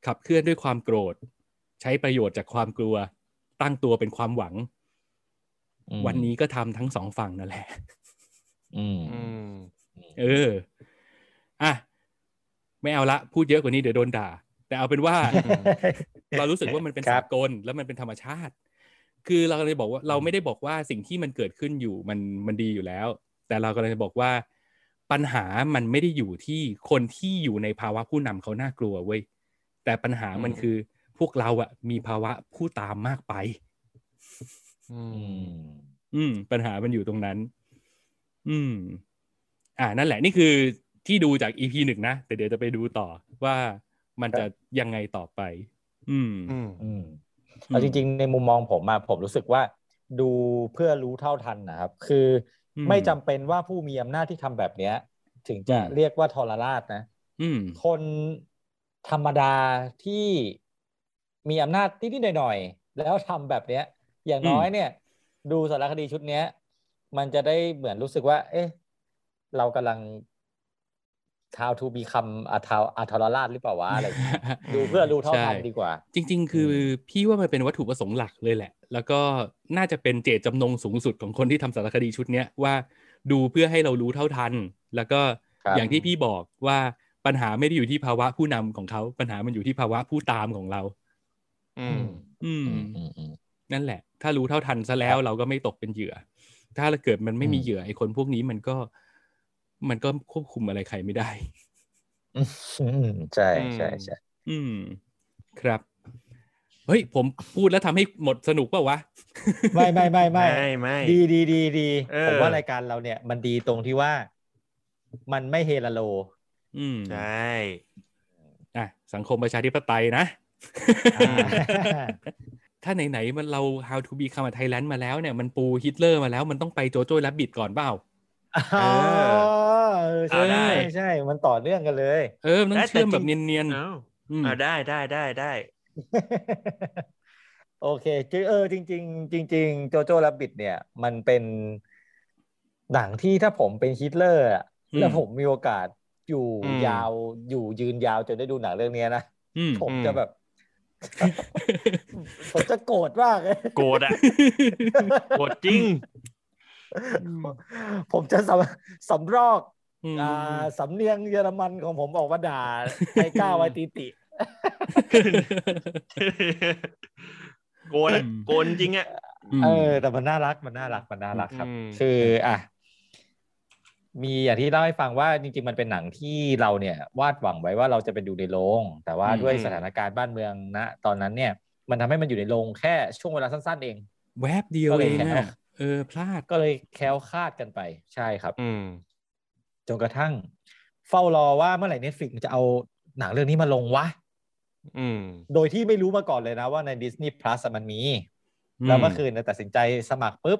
S2: ขับเคลื่อนด้วยความโกรธ ใช้ประโยชน์จากความกลัว ตั้งตัวเป็นความหวัง
S5: อืม
S2: วันนี้ก็ทำทั้งสองฝั่งนั่นแหละ
S5: อืม
S3: อืม
S2: เออ อ่ะ ไม่เอาละ พูดเยอะกว่านี้เดี๋ยวโดนด่า แต่เอาเป็น ว่า เรารู้สึกว่ามันเป็น
S5: ค
S2: สา
S5: รับ
S2: กลแล้วมันเป็นธรรมชาติ คือเราเลยบอกว่าเราไม่ได้บอกว่าสิ่งที่มันเกิดขึ้นอยู่มันมันดีอยู่แล้ว แต่เรากำลังจะบอกว่า ปัญหามันไม่ได้อยู่ที่คนที่อยู่ในภาวะผู้นำเขาน่ากลัวเว้ยแต่ปัญหามันคือพวกเราอะมีภาวะผู้ตามมากไป
S3: อื
S5: อื
S3: ม
S5: ม
S2: อืม ปัญหามันอยู่ตรงนั้น อืม อ่านั่นแหละ นี่คือที่ดูจากอีพีหนึ่งนะ แต่เดี๋ยวจะไปดูต่อว่ามันจะยังไงต่อไป อืม
S3: อืม
S5: อืม เอาจริงๆ ในมุมมองผมอะผมรู้สึกว่า ดูเพื่อรู้เท่าทันนะครับ คืออ
S2: ม
S5: ไม่จำเป็นว่าผู้มีอำนาจที่ทำแบบเนี้ย ถึงจะ
S2: อืม
S5: เรียกว่าทรราชนะ
S2: ๆอืม
S5: คนธรรมดาที่มีอำนาจนิดๆหน่อยๆแล้วทำแบบเนี้ย อย่างน้อยเนี่ย ดูสารคดีชุดเนี้ย มันจะได้เหมือนรู้สึกว่า เอ๊ะ เรากำลัง how to become a ทาวอาทรราชหรือเปล่าวะอะไรอย่างเงี้ยดูเพื่อรู้เท่าทัน
S2: ใช่
S5: ดีกว่า
S2: จริง ๆ คืออพี่ว่ามันเป็นวัตถุประสงค์หลักเลยแหละ แล้วก็น่าจะเป็นเจตจำนงสูงสุดของคนที่ทำสารคดีชุดเนี้ยว่าดูเพื่อให้เรารู้เท่าทัน แล้วก็
S5: ครับ
S2: อย่างที่พี่บอกว่าปัญหาไม่ได้อยู่ที่ภาวะผู้นำของเขา ปัญหามันอยู่ที่ภาวะผู้ตามของเรา
S3: อืม
S2: อืม
S5: อืมอืมอืม
S2: นั่นแหละ ถ้ารู้เท่าทันซะแล้วเราก็ไม่ตกเป็นเหยื่อ ถ้าเกิดมันไม่มี
S5: อืม
S2: เหยื่อไอ้คนพวกนี้มันก็ มันก็ควบคุมอะไรใครไม่ได้
S5: อืมใช่ใช่ใช่
S2: อืม ครับ เฮ้ย ผมพูดแล้วทำให้หมดสนุกเปล่าวะ
S5: ไม่ไม่ไม่ไม่
S3: ไม่ไม่
S5: ดีดีดีดี
S3: เออ
S5: ผมว่ารายการเราเนี่ย มันดีตรงที่ว่า มันไม่เฮลาโล
S2: อืม
S3: ใช่
S2: อ่ะสังคมประชาธิปไตยนะ
S5: อ่า
S2: ถ้าไหนๆมันเรา how to become a Thailand มาแล้วเนี่ยมันปูฮิตเลอร์มาแล้วมันต้องไปโจโจ้แรบบิทก่อนเปล่า
S5: อ๋อเออใช่
S2: เอาได้
S5: ใช่ใช่มันต่อเนื่องกันเลย
S2: เออมันต้องเชื่อมแบบเนียน
S3: เอ้า
S2: ๆอืม
S3: อ่าได้ได้ได้ได้
S5: โอเคจริงเออจริง ๆ จริง ๆ โจโจ้รับบิดเนี่ย มันเป็นหนังที่ถ้าผมเป็นฮิตเลอร์อะแล้วผมมีโอกาสอยู่
S3: อืม
S5: ยาวอยู่ยืนยาวจนได้ดูหนังเรื่องเนี้ยนะ
S2: อืม
S5: ผมจะแบบ ผมจะโกรธมาก เลย
S3: โกรธ อ่ะ โกรธจริง
S5: ผมจะสำสำรอกอ่ าสำเนียงเยอรมันของผมออกมาด่าไอ้ก้าวไอติติ
S3: โกรธอะโกรธจริงอ่ะ
S5: เออแต่มันน่ารักมันน่ารักมันน่ารักครับ
S3: อืม
S5: คืออ่ะมีอย่างที่เล่าให้ฟังว่าจริง ๆ มันเป็นหนังที่เราเนี่ย วาดหวังไว้ว่าเราจะไปดูในโรงแต่ว่า
S2: อืม
S5: ด้วยสถานการณ์บ้านเมืองนะตอนนั้นเนี่ย มันทำให้มันอยู่ในโรงแค่ช่วงเวลาสั้นๆเอง
S2: แวบเดียว
S5: ก็เล
S2: เอย ง
S5: แหก
S2: อ่ะเออ พลาด
S5: ก็เลยแคล้วคลาดกันไปใช่ครับ
S3: อืม
S5: จนกระทั่ง เฝ้ารอว่าเมื่อไหร่เน็ตฟิกจะเอาหนังเรื่องนี้มาลงวะ
S3: อืม
S5: โดยที่ไม่รู้มาก่อนเลยนะว่าใน Disney Plus อะมันมี แล้วเมื่อคืนเนี่ยตัดสินใจสมัครปุ๊บ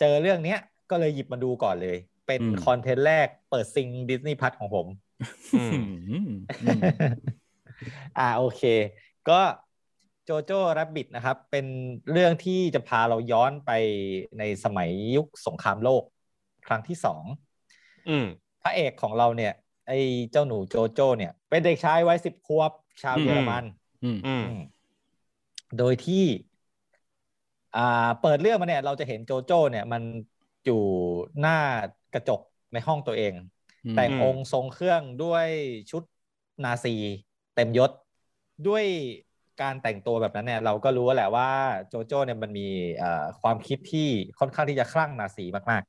S5: เจอเรื่องเนี้ยก็เลยหยิบมาดูก่อนเลย เป็น
S2: อืม
S5: คอนเทนต์แรกเปิดซิง Disney Plus ของผม
S3: อืม
S2: อืม
S5: อ่าโอเค ก็โจโจ้รับบิดนะครับ เป็นเรื่องที่จะพาเราย้อนไปในสมัยยุคสงครามโลก ครั้งที่สอง
S3: อืม
S5: พระเอกของเราเนี่ย ไอ้เจ้าหนูโจโจ้เนี่ย เป็นเด็กชายวัยสิบขวบ ชาวเยอรมัน
S2: อืม
S3: อืม
S5: อืมโดยที่ อ่า เปิดเรื่องมาเนี่ย เราจะเห็นโจโจ้เนี่ย มันอยู่หน้ากระจกในห้องตัวเอง แต่งองค์ทรงเครื่องด้วยชุดนาซี เต็มยศ ด้วยการแต่งตัวแบบนั้นเนี่ย เราก็รู้แหละว่าโจโจ้เนี่ยมันมีเอ่อความคิดที่ค่อนข้างที่จะคลั่งนาซีมาก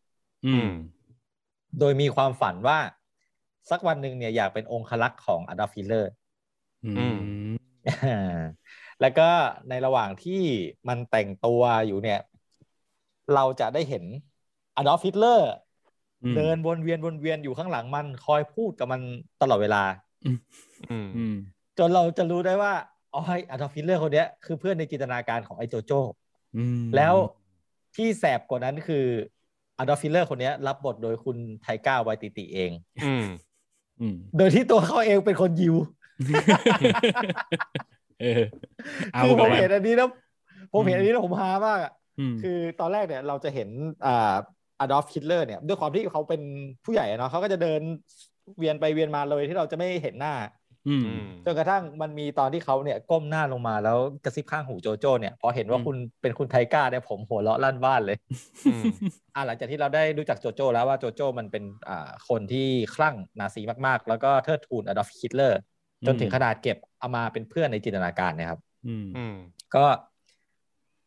S2: อืม
S5: ๆ โดยมีความฝันว่า สักวันหนึ่งเนี่ยอยากเป็นองคลักษ์ของอดอล์ฟฮิตเลอร์
S2: อืม
S5: อ่า แล้วก็ในระหว่างที่มันแต่งตัวอยู่เนี่ย เราจะได้เห็นอดอล์ฟฮิตเลอร์
S2: อืม
S5: เดินวนเวียนวนเวียนอยู่ข้างหลังมันคอยพูดกับมันตลอดเวลา
S3: อืม
S2: อืม
S5: จนเราจะรู้ได้ว่าอ๋อไออดอล์ฟฮิตเลอร์คนเนี้ยคือเพื่อนในจินตนาการของไอโจโจ้
S2: อืม
S5: แล้วที่แสบกว่านั้นคืออดอล์ฟฮิตเลอร์คนเนี้ยรับบทโดยคุณไทก้าไวติติเอง
S3: อืม
S2: อืม
S5: โดยที่ตัวเขาเองเป็นคนยิว
S2: เออ เอา
S5: คือ
S2: ไป
S5: ผมเห็นอันนี้แล้วผมเห็นอันนี้แล้วผมฮามากอะ
S2: อืม
S5: คือตอนแรกเนี่ยเราจะเห็นอ่าอดอล์ฟฮิตเลอร์เนี่ยด้วยความที่เขาเป็นผู้ใหญ่อะเนาะเขาก็จะเดินเวียนไปเวียนมาเลยที่เราจะไม่เห็นหน้า
S2: อืม
S3: อืม
S5: จนกระทั่งมันมีตอนที่เขาเนี่ยก้มหน้าลงมาแล้วกระซิบข้างหูโจโจ้เนี่ยพอเห็นว่า
S2: อืม
S5: คุณเป็นคุณไทก้าเนี่ยผมหัวเราะลั่นบ้านเลย
S3: อืม
S5: อ่ะหลังจากที่เราได้รู้จักโจโจ้แล้วว่าโจโจ้มันเป็นอ่าคนที่คลั่งนาซีมากๆ แล้วก็เทิดทูนอดอล์ฟฮิตเลอร์จนถึงขนาดเก็บเอามาเป็นเพื่อนในจินตนาการเนะครับ
S2: อืม
S3: อืม
S5: ก็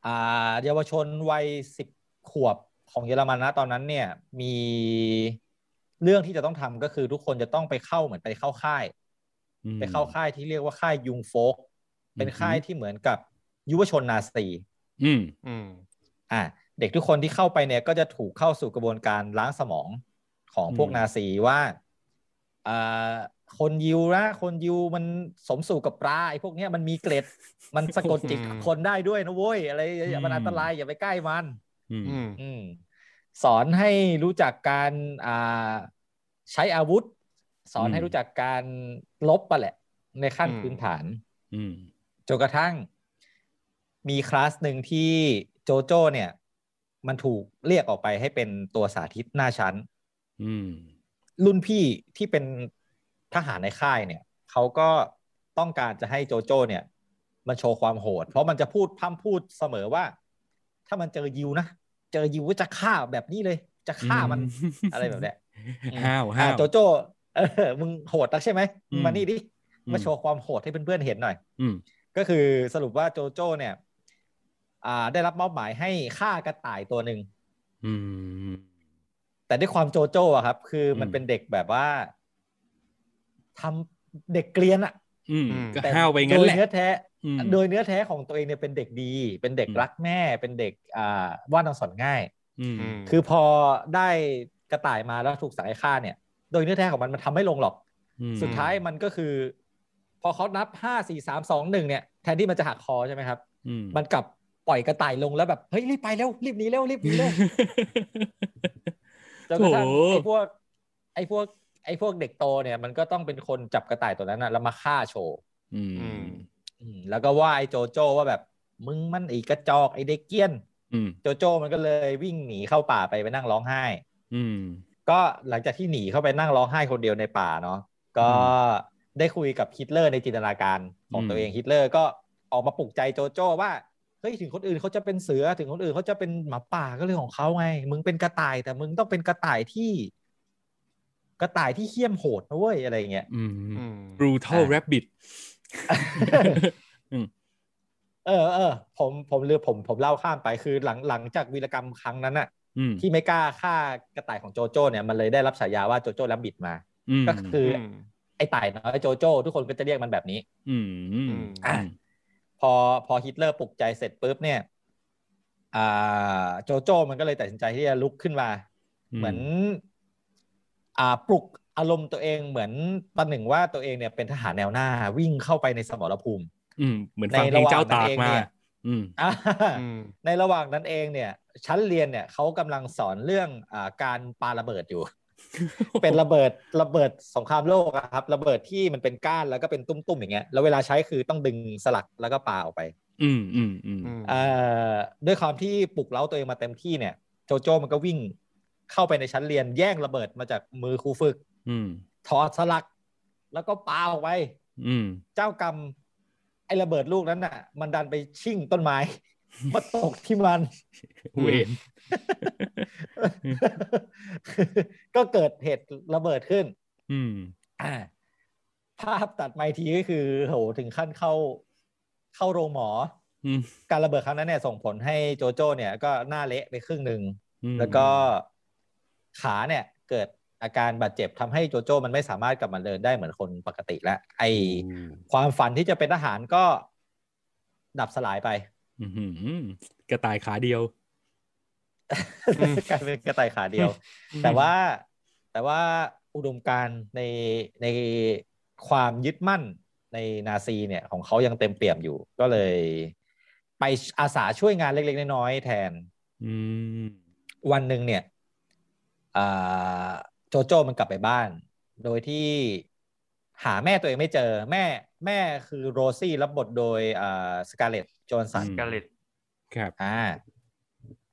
S5: อ่าเยาวชนวัยสิบขวบของเยอรมันนะตอนนั้นเนี่ย มีเรื่องที่จะต้องทำก็คือทุกคนจะต้องไปเข้าเหมือนไปเข้าค่าย ไปเข้าค่ายที่เรียกว่าค่ายยุงโฟก เป็น
S2: อือฮึ
S5: ค่ายที่เหมือนกับยุวชนนาซี
S2: อืม
S3: อืม
S5: อ่าเด็กทุกคนที่เข้าไปเนี่ย ก็จะถูกเข้าสู่กระบวนการล้างสมองของพวก
S2: อืม
S5: นาซีว่าอ่าคนยิวนะคนยิวมันสมสู่กับปลาไอ้พวกเนี้ยมันมีเกล็ด มันสะกด จิต
S3: อืม
S5: คนได้ด้วยนะเว้ยอะไรอย่างเงี้ย
S2: อืม
S5: มันอันตรายอย่าไปใกล้มัน
S2: อืม
S3: อืม
S5: อืมสอนให้รู้จักการอ่าใช้อาวุธ สอนให้
S2: อืม
S5: รู้จักการลบปะแหละ ในขั้น
S3: อืม
S5: พื้นฐาน
S2: อืม
S5: จนกระทั่ง มีคลาสหนึ่งที่โจโจ้เนี่ย มันถูกเรียกออกไปให้เป็นตัวสาธิตหน้าชั้น
S2: อืม
S5: รุ่นพี่ที่เป็นทหารในค่ายเนี่ย เขาก็ต้องการจะให้โจโจ้เนี่ยมันโชว์ความโหด เพราะมันจะพูดพร่ำพูดเสมอว่า ถ้ามันเจอยิวนะ เจอยิวก็จะฆ่าแบบนี้เลย จะฆ่ามัน
S2: อืม
S5: อะไรแบบเนี้ยอืม
S2: ห้าว
S5: อ่ะ
S2: ห้าว
S5: โจโจ้เออมึงโหดนักใช่ไหม
S2: อืม
S5: มานี่ดิมาโชว์ความโหดให้เพื่อนๆเห็นหน่อย
S2: อืม
S5: ก็คือสรุปว่าโจโจ้เนี่ย อ่าได้รับมอบหมายให้ฆ่ากระต่ายตัวหนึ่ง
S2: อืม
S5: แต่ด้วยความโจโจ้อะครับ คือมัน
S2: อืม
S5: เป็นเด็กแบบว่าทำเด็กเกรียนอะ
S2: อืม
S3: อืม
S2: ก็
S5: แต่
S2: ห้าวไปงั้นแห
S5: โดย
S2: ละ
S5: เนื้อแท้
S2: อืม
S5: โดยเนื้อแท้ของตัวเองเนี่ยเป็นเด็กดี เป็นเด็กรักแม่ เป็นเด็กอ่าว่านอนสอนง่าย
S2: อืม
S3: ม
S5: คือพอได้กระต่ายมาแล้วถูกสั่งให้ฆ่าเนี่ย โดยเนื้อแท้ของมันมันทำไม่ลงหรอก
S2: อืม
S5: สุดท้ายมันก็คือ พอเขานับห้าสี่สามสองหนึ่งเนี่ยแทนที่มันจะหักคอใช่ไหมครับ
S2: อืม
S5: มันกลับปล่อยกระต่ายลงแล้วแบบเฮ้ยรีบไปเร็วรีบหนีเร็วรีบ หนีเร็ว จนกระทั่ง
S2: โถ
S5: ไอ้พวกไอ้พวกไอ้พวกเด็กโตเนี่ยมันก็ต้องเป็นคนจับกระต่ายตัวนั้นนะแล้วมาฆ่าโชว์
S2: อืม
S3: อืม
S5: อืมแล้วก็ว่าไอ้โจโจ้ว่าแบบ มึงมันไอ้กระจอกไอ้เด็กเกี้ยน
S2: อืม
S5: โจโจ้มันก็เลยวิ่งหนีเข้าป่าไปไปนั่งร้องไห้
S2: อืม
S5: ก็หลังจากที่หนีเข้าไปนั่งร้องไห้คนเดียวในป่าเนาะก็ได้คุยกับฮิตเลอร์ในจินตนาการของ
S2: อืม
S5: ตัวเองฮิตเลอร์ก็ออกมาปลุกใจโจโจ้ว่าเฮ้ยถึงคนอื่นเขาจะเป็นเสือถึงคนอื่นเขาจะเป็นหมาป่าก็เรื่องของเขาไง มึงเป็นกระต่ายแต่มึงต้องเป็นกระต่ายที่ กระต่ายที่เขี้ยมโหดนะเว้ยอะไรอย่างเงี้ย
S2: อืม
S3: อืม
S2: brutal
S5: อ่ะ
S2: rabbit
S5: เออเออผมผมเรือผมผมเล่าข้ามไปคือหลังหลังจากวีรกรรมครั้งนั้นอะ
S2: อืม
S5: ที่ไม่กล้าฆ่ากระต่ายของโจโจ้เนี่ยมันเลยได้รับฉายาว่าโจโจ้แลบบิดมา
S2: ม
S5: ก็คืออ
S3: ม
S5: ไอ้ต่ายน้อยโจโจ้ทุกคนก็จะเรียกมันแบบนี้
S2: มอืม
S5: อ่ะ พอพอฮิตเลอร์ปลุกใจเสร็จปุ๊บเนี่ยอ่าโจโจ้มันก็เลยตัดสินใจที่จะลุกขึ้นมา เหมือน อ่าปลุกอารมณ์ตัวเองเหมือนประหนึ่งว่าตัวเองเนี่ยเป็นทหารแนวหน้าวิ่งเข้าไปในสมรภูมิ
S2: อืมเหมือนฟังเพ
S5: ใน
S2: ล
S5: ระ
S2: ง
S5: หว่าง
S2: เจ้าตาก
S5: นั้นเอง
S2: มา
S5: เนี่ย
S2: อืม
S5: อ่า
S3: อืม
S5: ในระหว่างนั้นเองเนี่ย ชั้นเรียนเนี่ยเขากำลังสอนเรื่องอ่าการปาระเบิด อยู่ เป็นระเบิดระเบิดสงครามโลกอะครับ ระเบิดที่มันเป็นก้านแล้วก็เป็นตุ้มๆอย่างเงี้ยแล้วเวลาใช้คือต้องดึงสลักแล้วก็ปาออกไป
S2: อืมอืมอืม
S3: อืม
S5: เอ่อด้วยความที่ปลุกเร้าตัวเองมาเต็มที่เนี่ย โจโจ้มันก็วิ่งเข้าไปในชั้นเรียนแย่งระเบิดมาจากมือครูฝึก
S2: อืม
S5: ถอดสลัก แล้วก็ปาออกไป
S2: อืม
S5: เจ้ากรรม ไอ้ระเบิดลูกนั้นน่ะ มันดันไปชิ่งต้นไม้ มาตกที่มัน
S2: เวน
S5: ก็เกิดเหตุระเบิดขึ้น
S2: อืม
S5: อ่าภาพตัดไมาอีกทีก็คือโหถึงขั้นเข้าเข้าโรงหมออ
S2: ม
S5: การระเบิดครั้งนั้นเนี่ยส่งผลให้โจโจ้เนี่ยก็หน้าเละไปครึ่งหนึ่ง
S2: อืม
S5: แล้วก็ขาเนี่ยเกิดอาการบาดเจ็บทำให้โจโจ้มันไม่สามารถกลับมาเดินได้เหมือนคนปกติแล้วไอความฝันที่จะเป็นทหารก็ดับสลายไป
S2: อื้อหือกระต่ายขาเดียว
S5: กลายเป็นกระต่ายขาเดียว แต่ว่าแต่ว่าอุดมการณ์ในในความยึดมั่นในนาซีเนี่ยของเขายังเต็มเปี่ยมอยู่ ก็เลย ไปอาสาช่วยงานเล็ก ๆ น้อยๆแทน
S2: อืม
S5: วันหนึ่งเนี่ยอ่าโจโจ้มันกลับไปบ้าน โดยที่หาแม่ตัวเองไม่เจอ แม่แม่คือโรซี่รับบทโดยอ่าสกาเลตจอห์นสัน
S2: อืม
S3: กาเลต
S2: ครับ
S5: อ่า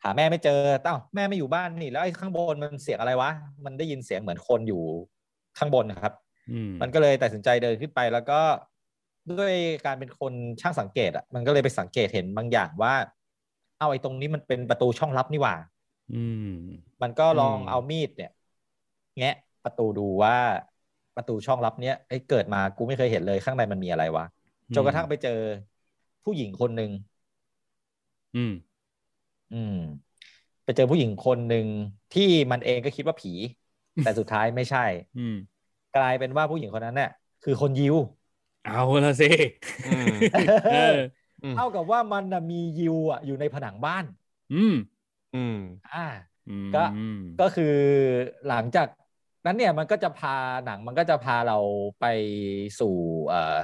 S5: หาแม่ไม่เจอเต้าแม่ไม่อยู่บ้านนี่แล้วไอ้ข้างบนมันเสียงอะไรวะ มันได้ยินเสียงเหมือนคนอยู่ข้างบนนะครับ
S2: อืม
S5: มันก็เลยตัดสินใจเดินขึ้นไปแล้วก็ด้วยการเป็นคนช่างสังเกตอ่ะมันก็เลยไปสังเกตเห็นบางอย่างว่า เอาไอ้ตรงนี้มันเป็นประตูช่องลับนี่หว่า
S2: อืม
S5: มันก็ลองเอามีดเนี่ยแงะประตูดูว่าประตูช่องลับเนี้ยไอ้ยเกิดมากูไม่เคยเห็นเลยข้างในมันมีอะไรวะจนกระทั่งไปเจอผู้หญิงคนหนึ่ง
S2: อืม
S5: อืม ไปเจอผู้หญิงคนหนึ่งที่มันเองก็คิดว่าผี แต่สุดท้ายไม่ใช่
S2: อืม
S5: กลายเป็นว่าผู้หญิงคนนั้นเนี่ยคือคนยิว
S2: เอาละสิ
S3: อืม
S2: เออ
S3: อืม
S5: เท่ากับว่ามันน่ะมียิวอ่ะอยู่ในผนังบ้าน
S2: อืม
S3: อืม
S5: อ่า
S2: อืม
S5: ก็ ก็คือหลังจากนั้นเนี่ยมันก็จะพาหนังมันก็จะพาเราไปสู่เอ่อ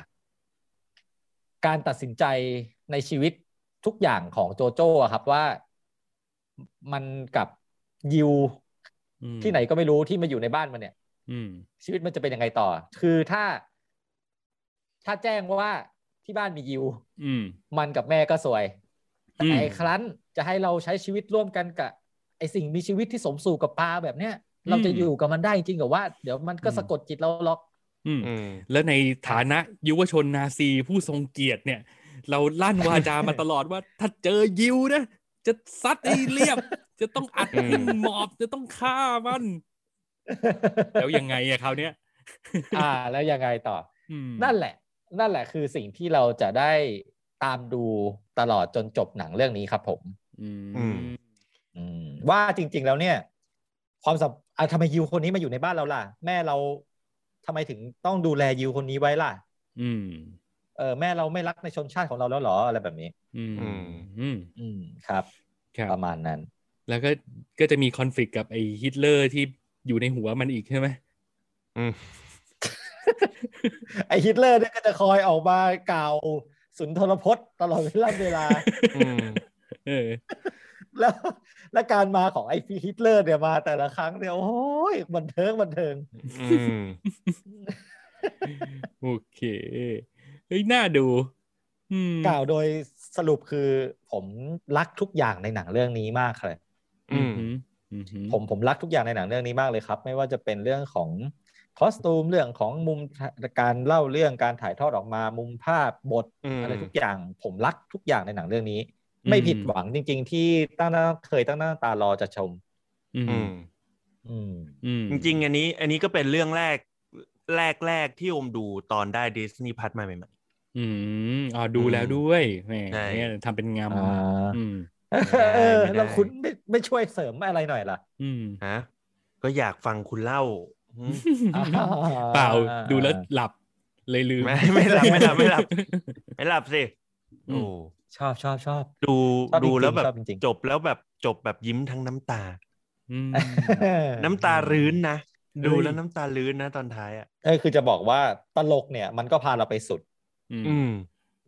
S5: การตัดสินใจในชีวิตทุกอย่างของโจโจ้อะครับว่ามันกับยิว
S2: อืม
S5: ที่ไหนก็ไม่รู้ที่มาอยู่ในบ้านมันเนี่ย
S2: อืม
S5: ชีวิตมันจะเป็นยังไงต่อ คือถ้า ถ้าแจ้งว่าที่บ้านมียิว
S2: อืม
S5: มันกับแม่ก็สวย แต่
S2: อืม
S5: ไอ้ครั้นจะให้เราใช้ชีวิตร่วมกันกับไอ้สิ่งมีชีวิตที่สมสู่กับปลาแบบเนี้ย เราจะอยู่กับมันได้จริงกับว่า เดี๋ยวมันก็สะกดจิตเรา ล็อก
S2: อืม
S3: อืม
S2: แล้วในฐานะยุวชนนาซีผู้ทรงเกียรติเนี่ย เราลั่นวาจามาตลอดว่า ถ้าเจอยิวนะ จะซัดให้เรียบ จะต้องอัดขึ้น
S3: อืม
S2: หมอบจะต้องฆ่ามัน แล้วยังไงอะคราวเนี้ย
S5: อ่า แล้วยังไงต่อ
S2: อืม
S5: อนั่นแหละ นั่นแหละคือสิ่งที่เราจะได้ตามดูตลอดจนจบหนังเรื่องนี้ครับผม
S2: อืม
S3: อืม
S5: อืมว่าจริง ๆ แล้วเนี่ย ความสัมอ่ะทำไมยิวคนนี้มาอยู่ในบ้านเราล่ะ แม่เราทำไมถึงต้องดูแลยิวคนนี้ไว้ล่ะ
S2: อืม
S5: เออแม่เราไม่รักในชนชาติของเราแล้วเหรออะไรแบบนี้
S2: อืม
S3: อืม
S2: อืม
S5: อืมครับ
S2: ครับ
S5: ประมาณนั้น
S2: แล้วก็ก็จะมีคอนฟ lict กับไอ้ฮิตเลอร์ที่อยู่ในหัวมันอีกใช่ไหม
S3: อืม
S5: ไอฮิตเลอร์เนี่ยก็จะคอยออกมากล่าวสุนทรพจน์ตลอดเวลาเวลา
S3: อืม
S2: เออ
S5: แล้วและการมาของไอฟีฮิตเลอร์เนี่ยมาแต่ละครั้งเนี่ยโอ้ยบันเทิงบันเทิง
S3: อืม
S2: โอเค เฮ้ย น่าดู อืม
S5: กล่าวโดยสรุปคือผมรักทุกอย่างในหนังเรื่องนี้มากเลย
S3: อื
S2: อื
S3: ม
S2: มอืม
S5: ผมผมรักทุกอย่างในหนังเรื่องนี้มากเลยครับ ไม่ว่าจะเป็นเรื่องของคอสตูมเรื่องของมุมการเล่าเรื่องการถ่ายทอดออกมามุมภาพบท
S3: อืม
S5: อะไรทุกอย่าง ผมรักทุกอย่างในหนังเรื่องนี้ ไม่ผิดหวังจริง ๆ ที่ตั้งหน้าเคยตั้งหน้าตารอจะชม
S2: อืม
S3: อืม
S5: อืม
S2: อืม
S3: จริงๆ อันนี้ อันนี้ก็เป็นเรื่องแรก แรกแรกที่อมดูตอนได้ดิสนีย์พัทมาใหม่
S2: อืมอ๋อดูแล้วด้วยแหม
S3: ใช่
S2: เนี่ยทำเป็นงาม
S5: อ่า
S2: อืม
S5: เออ
S3: ไม่ได้
S5: แล้วคุณไม่ไม่ช่วยเสริมอะไรหน่อยล่ะ
S2: อืม
S3: ๆฮะก็อยากฟังคุณเล่าอืม
S2: เปล่าดูแล้วหลับ เลยลืม
S3: ไม่ไม่หลับไม่หลับไม่หลับ ไม่หลับสิโอ้
S5: ชอบชอบชอบ
S3: ดู
S5: ชอบจริงๆ
S3: ดูแล้วแบบ
S5: ชอบจริงๆ
S3: จบแล้วแบบจบแบบยิ้มทั้งน้ำตา
S2: อืม
S3: น้ำตารื้นนะ ดู
S2: เฮ้ย
S3: แล้วน้ำตารื้นนะตอนท้ายอ่ะ
S5: เออคือจะบอกว่าตลกเนี่ยมันก็พาเราไปสุด
S2: อื
S3: อื
S2: ม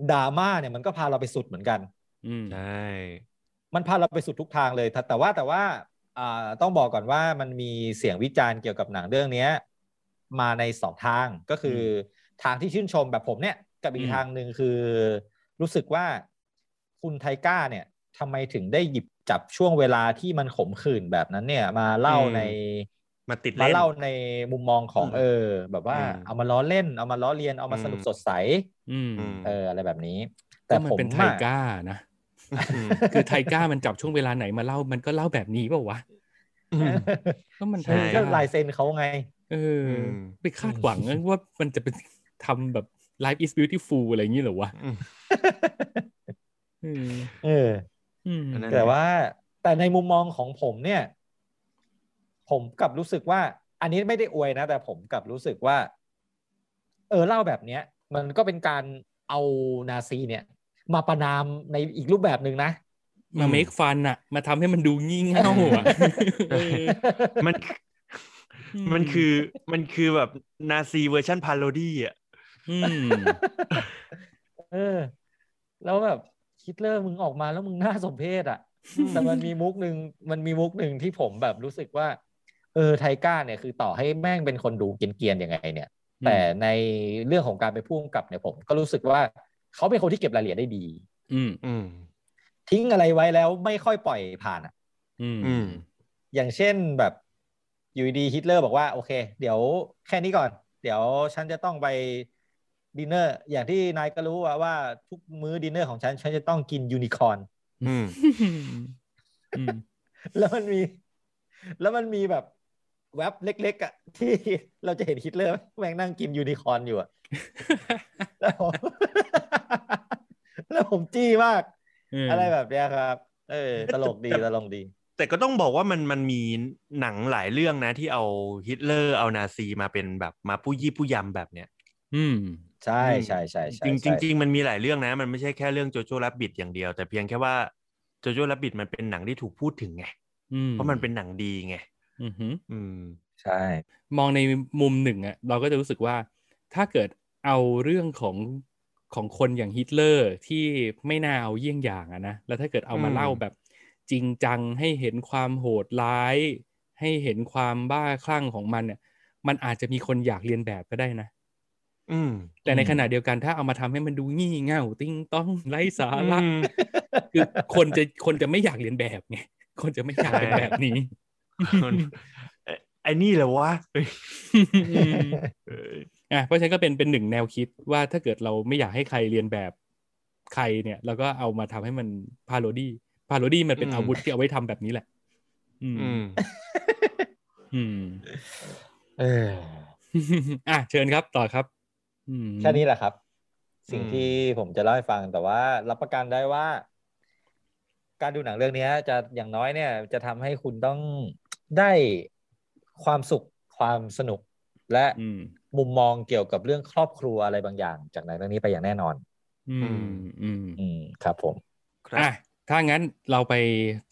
S3: ม
S5: ดราม่าเนี่ยมันก็พาเราไปสุดเหมือนกัน
S2: อืม
S3: ใช่
S5: มันพาเราไปสุดทุกทางเลยแต่แต่ว่าแต่ว่าอ่าต้องบอกก่อนว่ามันมีเสียงวิจารณ์เกี่ยวกับหนังเรื่องเนี้ยมาในสองทางก็คืออทางที่ชื่นชมแบบผมเนี่ยกับอีกทางหนึ่งคือ รู้สึกว่าคุณไทก้าเนี่ยทำไมถึงได้หยิบจับช่วงเวลาที่มันขมขื่นแบบนั้นเนี่ยมาเล่าใน
S3: มาติด
S5: มา
S3: เล่น
S5: เล่าในมุมมองของ
S3: อืม
S5: เออ แบบว่า
S3: อืม
S5: เอามาล้อเล่นเอามาล้อเลียนเอามา
S3: อืม
S5: สนุกสดใส
S2: อืม
S3: อืม
S5: เอออะไรแบบนี้ แต่
S2: แต่มัน
S5: ผม
S2: เป็นไท
S5: อะ
S2: ก้านะ
S3: ม
S2: คือไทก้ามันจับช่วงเวลาไหนมาเล่ามันก็เล่าแบบนี้เปล่าวะ
S3: อืม
S2: ก็มันไท
S3: ใช่
S5: ก็
S2: ก้า
S5: ลายเซ็นเขาไง
S2: เอออ
S3: ม
S2: ไปคาดหวังว่ามันจะเป็น ทำแบบ life is beautiful อะไรอย่างนี้เหรอวะ
S3: อืม
S2: อืม
S5: เออ
S2: อืม
S3: อันนั้น
S5: แต่ว่าแต่ในมุมมองของผมเนี่ย ผมกลับรู้สึกว่า อันนี้ไม่ได้อวยนะ แต่ผมกลับรู้สึกว่า เออเล่าแบบเนี้ย มันก็เป็นการเอานาซีเนี่ย มาประนามในอีกรูปแบบหนึ่งนะ
S2: มา make fun อะมาทำให้มันดูงี่เง่าอะเออ
S3: มันมันคือมันคือแบบนาซีเวอร์ชันพาโรดี้อ่ะ
S2: อืม
S5: เออ แล้วแบบฮิตเลอร์มึงออกมาแล้วมึงน่าสมเพชอ่ะ แต่มันมีมุกหนึ่งมันมีมุกหนึ่งที่ผมแบบรู้สึกว่า เออไทก้าเนี่ยคือต่อให้แม่งเป็นคนดูเกรียนๆยังไง เนี่ย
S2: อืม
S5: แต่ในเรื่องของการไปพูดกับเนี่ยผม ก็รู้สึกว่าเขาเป็นคนที่เก็บรายละเอียดได้ดี
S2: อืม
S3: อืม
S5: ทิ้งอะไรไว้แล้วไม่ค่อยปล่อยผ่านอ่ะ
S2: อืม
S3: อืม
S5: อย่างเช่นแบบอยู่ดีฮิตเลอร์บอกว่าโอเค เดี๋ยวแค่นี้ก่อน เดี๋ยวฉันจะต้องไปดินเนอร์ อย่างที่นายก็รู้ว่าว่าทุกมื้อดินเนอร์ของฉัน ฉันจะต้องกินยูนิคอร์น
S3: อืม
S2: อืม
S5: แล้วมันมี แล้วมันมีแบบแว็บเล็ก ๆอ่ะที่เราจะเห็นฮิตเลอร์แม่งนั่งกินยูนิคอร์นอยู่อะแล้วผม แล้วผมจี้มาก อะไรแบบเนี้ยครับ เออ ตลกดีตลกดี
S3: แต่ก็ต้องบอกว่ามันมันมีหนังหลายเรื่องนะที่เอาฮิตเลอร์เอานาซีมาเป็นแบบมาผู้ยี่ผู้ยำแบบเนี้ย
S2: อืม
S5: ใช่ใช่ใช่ใช่
S3: จริง
S5: ใช่
S3: จริงๆมันมีหลายเรื่องนะ มันไม่ใช่แค่เรื่องโจโจ้รับบิดอย่างเดียว แต่เพียงแค่ว่าโจโจ้รับบิดมันเป็นหนังที่ถูกพูดถึงไง
S2: อืม
S3: เพราะมันเป็นหนังดีไง
S2: อือหือ
S3: อืม
S5: ใช่
S2: มองในมุมหนึ่งอะเราก็จะรู้สึกว่าถ้าเกิดเอาเรื่องของของคนอย่างฮิตเลอร์ที่ไม่น่าเอาเยี่ยงอย่างอะนะแล้วถ้าเกิดเอามา
S3: อืม
S2: เล่าแบบจริงจังให้เห็นความโหดร้าย ให้เห็นความบ้าคลั่งของมันเนี่ยมันอาจจะมีคนอยากเรียนแบบก็ได้นะ
S3: อืม
S2: แต่ใน
S5: อืม
S2: ขณะเดียวกันถ้าเอามาทำให้มันดูงี่เง่า ติ้งต้องไร้สาระ
S3: อืม
S2: คือ คนจะคนจะไม่อยากเรียนแบบไงคนจะไม่อยากเป็นแบบนี้
S3: เอ้ยไอ้นี่แหละวะเอ้ยเอ้ย
S2: อ่ะเพราะฉะนั้นก็เป็นเป็นหนึ่งแนวคิดว่าถ้าเกิดเราไม่อยากให้ใครเรียนแบบใครเนี่ยเราก็เอามาทำให้มันพาโรดี้พาโรดี้มันเป็นอาวุธที่เอาไว้ทำแบบนี้แหละ อื
S3: อืม
S2: มอืม
S5: เออ
S2: อ่ะเชิญครับต่อครับ อืม
S5: แค่นี้แหละครับ สิ่ง
S3: อืม
S5: ที่ผมจะเล่าให้ฟังแต่ว่ารับประกันได้ว่า การดูหนังเรื่องเนี้ย จะอย่างน้อยเนี่ย จะทำให้คุณต้องได้ความสุขความสนุกและ
S2: อืม
S5: มุมมองเกี่ยวกับเรื่องครอบครัวอะไรบางอย่าง จากหนังเรื่องนี้ไปอย่างแน่นอน
S2: อืมอืม
S5: อืมครับผม
S3: ครับ
S2: อ่ะถ้างั้นเราไป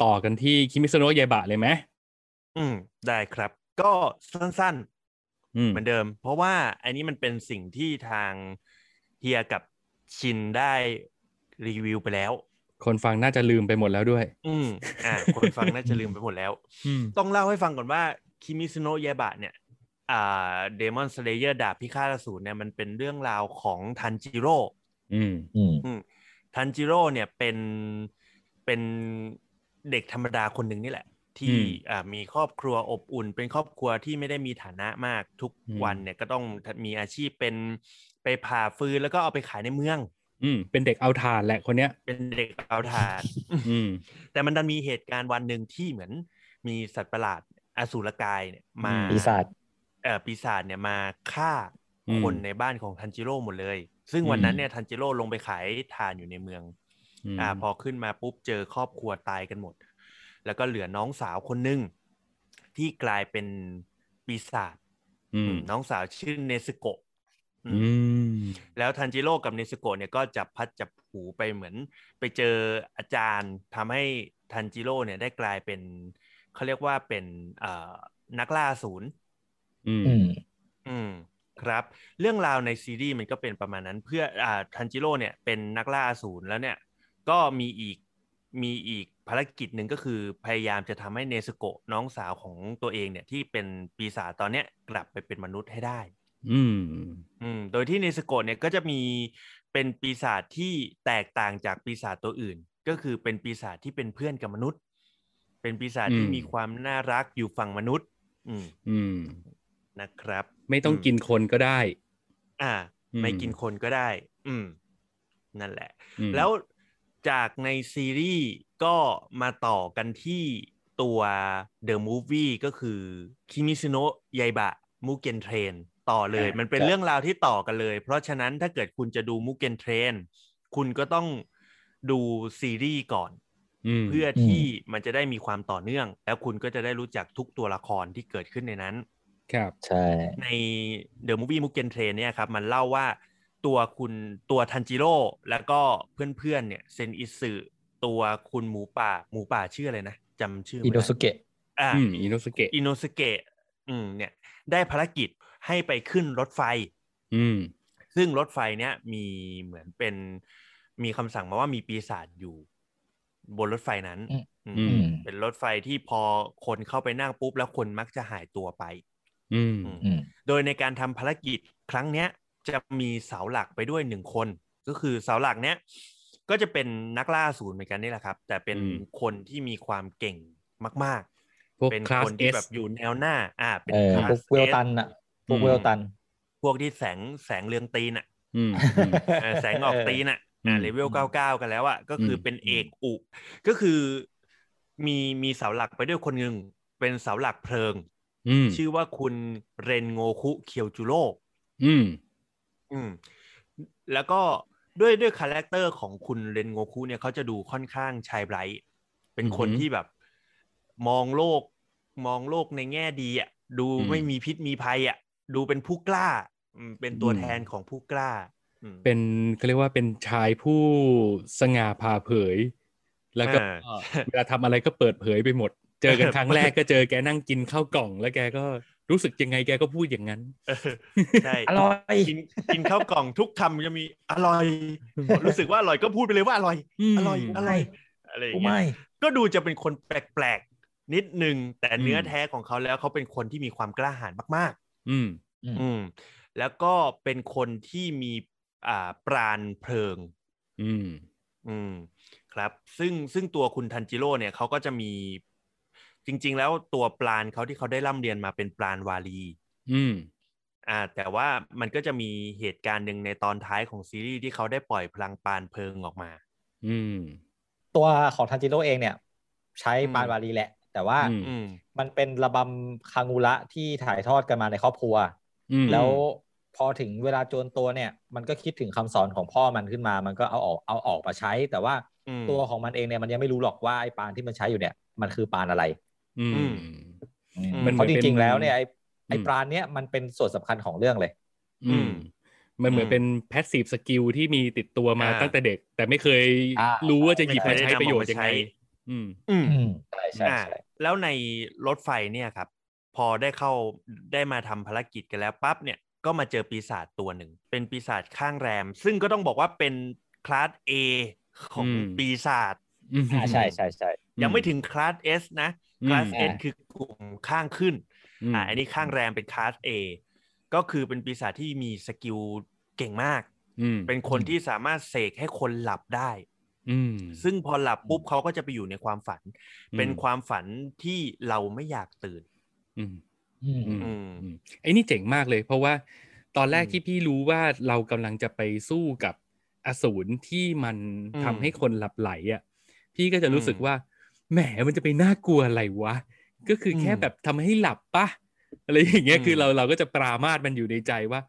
S2: ต่อกันที่คิมิซโนะยายบะเลยไหม
S3: อืมได้ครับ ก็สั้น
S2: อื
S3: ๆ
S2: ม
S3: เหมือนเดิม เพราะว่าอันนี้มันเป็นสิ่งที่ทางเฮียกับชินได้รีวิวไปแล้ว
S2: คนฟังน่าจะลืมไปหมดแล้วด้วย
S3: อืม อ่า คนฟังน่าจะลืมไปหมดแล้ว
S2: อืม
S3: ต้องเล่าให้ฟังก่อนว่าคิมิซุโนะยาบะเนี่ยอ่าเดมอนสเลเยอร์ดาบพิฆาตอสูรเนี่ยมันเป็นเรื่องราวของทันจิโร่
S2: อืม
S5: อืม
S3: ทันจิโร่เนี่ยเป็นเป็นเด็กธรรมดาคนหนึ่งนี่แหละ ที่
S2: อืม
S3: อ่ามีครอบครัวอบอุ่น เป็นครอบครัวที่ไม่ได้มีฐานะมากทุก
S2: อืม
S3: วันเนี่ยก็ต้องมีอาชีพเป็นไปผ่าฟืนแล้วก็เอาไปขายในเมือง
S2: อืมเป็นเด็กเอาทานแหละคนเนี้ย
S3: เป็นเด็กเอาถาน
S2: อืม
S3: แต่มันดันมีเหตุการณ์วันหนึ่งที่เหมือนมีสัตว์ประหลาดอสูรกายเนี่ยมา
S2: อืม
S5: ปีศาจ
S3: เอ่อปีศาจเนี่ยมาฆ่า
S2: อืม
S3: คนในบ้านของทันจิโร่หมดเลย ซึ่ง
S2: อืม
S3: วันนั้นเนี่ยทันจิโร่ลงไปขายทานอยู่ในเมือง
S2: ม
S3: อ่าพอขึ้นมาปุ๊บเจอครอบครัวตายกันหมด แล้วก็เหลือน้องสาวคนหนึ่งที่กลายเป็นปีศาจ
S2: อืม
S3: น้องสาวชื่อเนสโกะอืม
S2: อืม
S3: แล้วทันจิโร่กับเนสโกะเนี่ยก็จับพัดจับผูไปเหมือน ไปเจออาจารย์ทำให้ทันจิโร่เนี่ยได้กลายเป็นเขาเรียกว่าเป็นเอ่อนักล่าศูนย์
S2: อืม
S5: อืม
S3: อืมครับ เรื่องราวในซีรีส์มันก็เป็นประมาณนั้นเพื่ออ่าทันจิโร่เนี่ยเป็นนักล่าอสูรแล้วเนี่ย ก็มีอีกมีอีกภารกิจหนึ่งก็คือพยายามจะทำให้เนสโกะน้องสาวของตัวเองเนี่ยที่เป็นปีศาจตอนเนี้ยกลับไปเป็นมนุษย์ให้ได้
S2: อืม
S3: อืมโดยที่เนสโกะเนี่ยก็จะมีเป็นปีศาจที่แตกต่างจากปีศาจตัวอื่น ก็คือเป็นปีศาจที่เป็นเพื่อนกับมนุษย์ เป็นปีศาจที่
S2: อืม
S3: มีความน่ารักอยู่ฝั่งมนุษย์ อืม
S2: อืม
S3: นะครับ
S2: ไม่ต้องกินคนก็ได้
S3: อ่า
S2: อืม
S3: ไม่กินคนก็ได้ อืม นั่นแหละ
S2: อืม
S3: แล้วจากในซีรีส์ก็มาต่อกันที่ตัว The Movie ก็คือคิมิ s ุโนะยายบะมูเกนเทรนต่อเลย
S5: อ่ามั
S3: มันเป็น
S5: ครับ
S3: เรื่องราวที่ต่อกันเลย เพราะฉะนั้นถ้าเกิดคุณจะดูมูเกนเทรนคุณก็ต้องดูซีรีส์ก่อน
S2: ม
S3: เพื่อที่มันจะได้มีความต่อเนื่อง แล้วคุณก็จะได้รู้จักทุกตัวละครที่เกิดขึ้นในนั้น
S2: ครับ
S5: ใช่
S3: ใน The Movie m u g e n Train เนี่ยครับ มันเล่าว่าตัวคุณตัวทันจิโร่แล้วก็เพื่อนๆเนี่ยเซนอิสึตัวคุณหมูป่าหมูป่าชื่ออะไรนะจำชื่อไม่
S5: อิ
S3: ได้
S5: นโดสุเกะ
S3: อ่า
S2: อืมอินโนสเกะ
S3: อินโนสเกะอืมเนี่ยได้ภารกิจให้ไปขึ้นรถไฟ
S2: อืม
S3: ซึ่งรถไฟเนี่ยมีเหมือนเป็นมีคำสั่งมาว่ามีปีศาจอยู่ บนรถไฟนั้น
S5: อืม
S3: อืม
S2: อืม
S3: เป็นรถไฟที่พอคนเข้าไปนั่งปุ๊บแล้วคนมักจะหายตัวไป
S2: อืม
S3: อืม
S5: อืม
S3: โดยในการทำภารกิจครั้งเนี้ยจะมีเสาหลักไปด้วยหนึ่งคน ก็คือเสาหลักเนี้ยก็จะเป็นนักล่าอสูรเหมือนกันนี่แหละครับ แต่เป็น
S2: อืม
S3: คนที่มีความเก่งมาก
S2: พวก
S3: เป็น
S2: คลา
S3: ค
S2: ส
S3: น
S2: เอ
S3: ที่
S2: ส
S3: แบบอยู่แนวหน้า อ่าเป็น
S5: เออ
S3: Class
S5: พวกเวล
S3: S
S5: ตันอะพวก
S3: อืม
S5: เวลตัน
S3: พวกที่แสงแสงเรืองตีนอ่ะ
S2: อืม
S3: เออแสงออกตีนอ่ะอ่า
S2: อืม
S3: เลเวลเก้าเก้ากันแล้วอ่ะก็คืออ
S2: ม
S3: เป็นเอกอุ ก็คือมีมีเสาหลักไปด้วยคนหนึ่งเป็นเสาหลักเพลิง
S2: อืม
S3: ชื่อว่าคุณเรนโงคุเคียวจูโร่
S2: อืม
S3: อืมแล้วก็ด้วยด้วยคาแรคเตอร์ของคุณเรนโงคุเนี่ยเขาจะดูค่อนข้างชายไบรท์เป็นคน
S2: อือหือ
S3: ที่แบบ มองโลก มองโลกในแง่ดีอ่ะดู
S2: อืม
S3: ไม่มีพิษมีภัยอ่ะดูเป็นผู้กล้าอืมเป็นตัว
S2: อืม
S3: แทนของผู้กล้าอืม
S2: เป็นเขาเรียกว่าเป็นชายผู้สง่าผ่าเผย แล้วก็
S3: อ่า
S2: เวลาทำอะไรก็เปิดเผยไปหมด เจอกันครั้งแรกก็เจอแกนั่งกินข้าวกล่อง แล้วแกก็รู้สึกยังไงแกก็พูดอย่างนั้น
S3: เออ ใช่
S5: อร่อย
S3: กินกินข้าวกล่องทุกคำจะมีอร่อย รู้สึกว่าอร่อยก็พูดไปเลยว่าอร่อยอร่อยอร่อยอะไรอย่าง
S5: กู
S3: เงี้ย
S5: ไม่
S3: ก็ดูจะเป็นคนแปลกๆ นิดนึง แต่เนื้ออ
S2: ม
S3: แท้ของเขาแล้วเขาเป็นคนที่มีความกล้าหาญมาก
S2: อืม
S5: อืม
S3: ๆ อืม แล้วก็เป็นคนที่มีอ่าปราณเพลิง
S2: อืม
S3: อืมครับ ซึ่งซึ่งตัวคุณทันจิโร่เนี่ยเขาก็จะมีจริง ๆ แล้วตัวปราณเขาที่เขาได้ร่ำเรียนมาเป็นปราณวาลี
S2: อืม
S3: อ่าแต่ว่ามันก็จะมีเหตุการณ์หนึ่งในตอนท้ายของซีรีส์ที่เขาได้ปล่อยพลังปราณเพลิงออกมา
S2: อืม
S5: ตัวของทันจิโร่เองเนี่ย ใช้
S3: อืม
S5: ปานวารีแหละ แต่ว่า
S2: อื
S3: อืม
S5: มันเป็นระบำคางูระที่ถ่ายทอดกันมาในครอบครัว
S2: อืม
S5: แล้วพอถึงเวลาโจรตัวเนี่ย มันก็คิดถึงคำสอนของพ่อมันขึ้นมา มันก็เอาออกเอาออกมาใช้ แต่ว่า
S3: อืม
S5: ตัวของมันเองเนี่ยมันยังไม่รู้หรอกว่าไอ้ปานที่มันใช้อยู่เนี่ย มันคือปานอะไร
S2: อืม
S3: อืม
S5: เพราะจริงๆแล้วเนี่ยไอ้ไอ้
S2: อืม
S5: ปราณเนี่ยมันเป็นส่วนสำคัญของเรื่องเลย
S3: อื
S2: อื
S3: ม
S2: ม มันเหมือน
S3: อืม
S2: เป็นแพสซีฟสกิลที่มีติดตัวมา
S3: อ่า
S2: ตั้งแต่เด็ก แต่ไม่เคย
S1: อ่า
S2: รู้ว่าจะหยิบ
S3: ไม่
S2: มา
S3: เค
S2: ใช้
S3: ด้ำออก
S2: ประโยชน์ยังไง
S3: มาใช้
S2: อืม
S3: อืม
S5: อืมใช่ใช่
S3: อ่า
S5: ใช่
S3: แล้วในรถไฟเนี่ยครับ พอได้เข้าได้มาทำภารกิจกันแล้วปั๊บเนี่ยก็มาเจอปีศาจตัวหนึ่ง เป็นปีศาจข้างแรม ซึ่งก็ต้องบอกว่าเป็นคลาส A ของ
S2: อืม
S3: ปีศาจ
S2: อืม
S5: อ่าใช่ใช่ใช่
S3: ยังไม่ถึงคลาส S นะคลาส
S5: อื
S3: S
S5: ม
S3: คือกลุ่มข้างขึ้น
S2: ม
S3: อ่าอันนี้ข้างแรมเป็นคลาส A ก็คือเป็นปีศาจที่มีสกิลเก่งมาก
S2: อืม
S3: เป็นคนที่สามารถเสกให้คนหลับได้
S2: อืม
S3: ซึ่งพอหลับปุ๊บเขาก็จะไปอยู่ในความฝัน
S2: อืม
S3: เป็นความฝันที่เราไม่อยากตื่น
S2: อืม
S5: อืม
S2: อืม
S3: อืม
S2: อืมไอ้นี่เจ๋งมากเลย เพราะว่าตอนแรก
S3: อืม
S2: ที่พี่รู้ว่าเรากำลังจะไปสู้กับอสูรที่มัน
S3: อืม
S2: ทำให้คนหลับไหลอ่ะ พี่ก็จะรู้สึก
S3: อืม
S2: ว่าแหมมันจะไปน่ากลัวอะไรวะ ก็คือแค่
S3: อืม
S2: แบบทำให้หลับปะอะไรอย่างเงี้ย
S3: อืม
S2: คือเราเราก็จะปรามาสมันอยู่ในใจว่า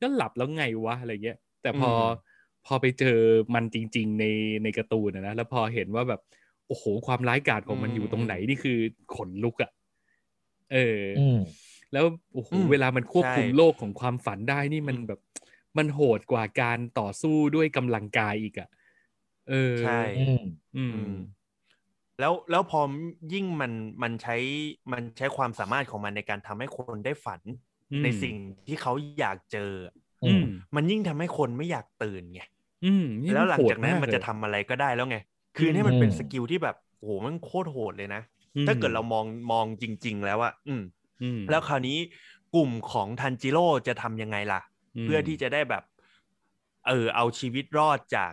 S2: ก็หลับแล้วไงวะอะไรเงี้ย แต่พออ
S3: ม
S2: พอไปเจอมันจริง ๆ ในในการ์ตูนอะนะแล้วพอเห็นว่าแบบโอ้โหความร้ายกาจของมันอยู่ตรงไหนนี่คือขนลุกอ่ะเอออ
S5: อืม
S2: แล้วโอ้โห
S3: อืม
S2: เวลามันควบคุม
S3: ใช่
S2: โลกของความฝันได้นี่มัน
S3: อืม
S2: แบบ มันโหดกว่าการต่อสู้ด้วยกำลังกายอีกอะ่ะ เออ
S3: ใช่
S5: อืม
S2: อืม
S3: อืมแล้วแล้วพอยิ่งมันมันใช้มันใช้ความสามารถของมันในการทำให้คนได้ฝัน
S2: อืม
S3: ในสิ่งที่เขาอยากเจอ
S2: อืม
S3: มันยิ่งทำให้คนไม่อยากตื่นไง
S2: อืมนี่
S3: แล้วหลัง
S2: โด
S3: จากนั้น
S2: ก
S3: มัน
S2: เลย
S3: จะทำอะไรก็ได้แล้วไง คือ
S2: ม
S3: เนี่ยมันเป็นสกิลที่แบบโหมันโคตรโหดเลยนะ
S2: อืม
S3: ถ้าเกิดเรามองมองจริง ๆ แล้วอะอืม
S2: อืม
S3: แล้วคราวนี้กลุ่มของทันจิโร่จะทำยังไงล่ะ
S2: ม
S3: เพื่อที่จะได้แบบเออเอาชีวิตรอดจาก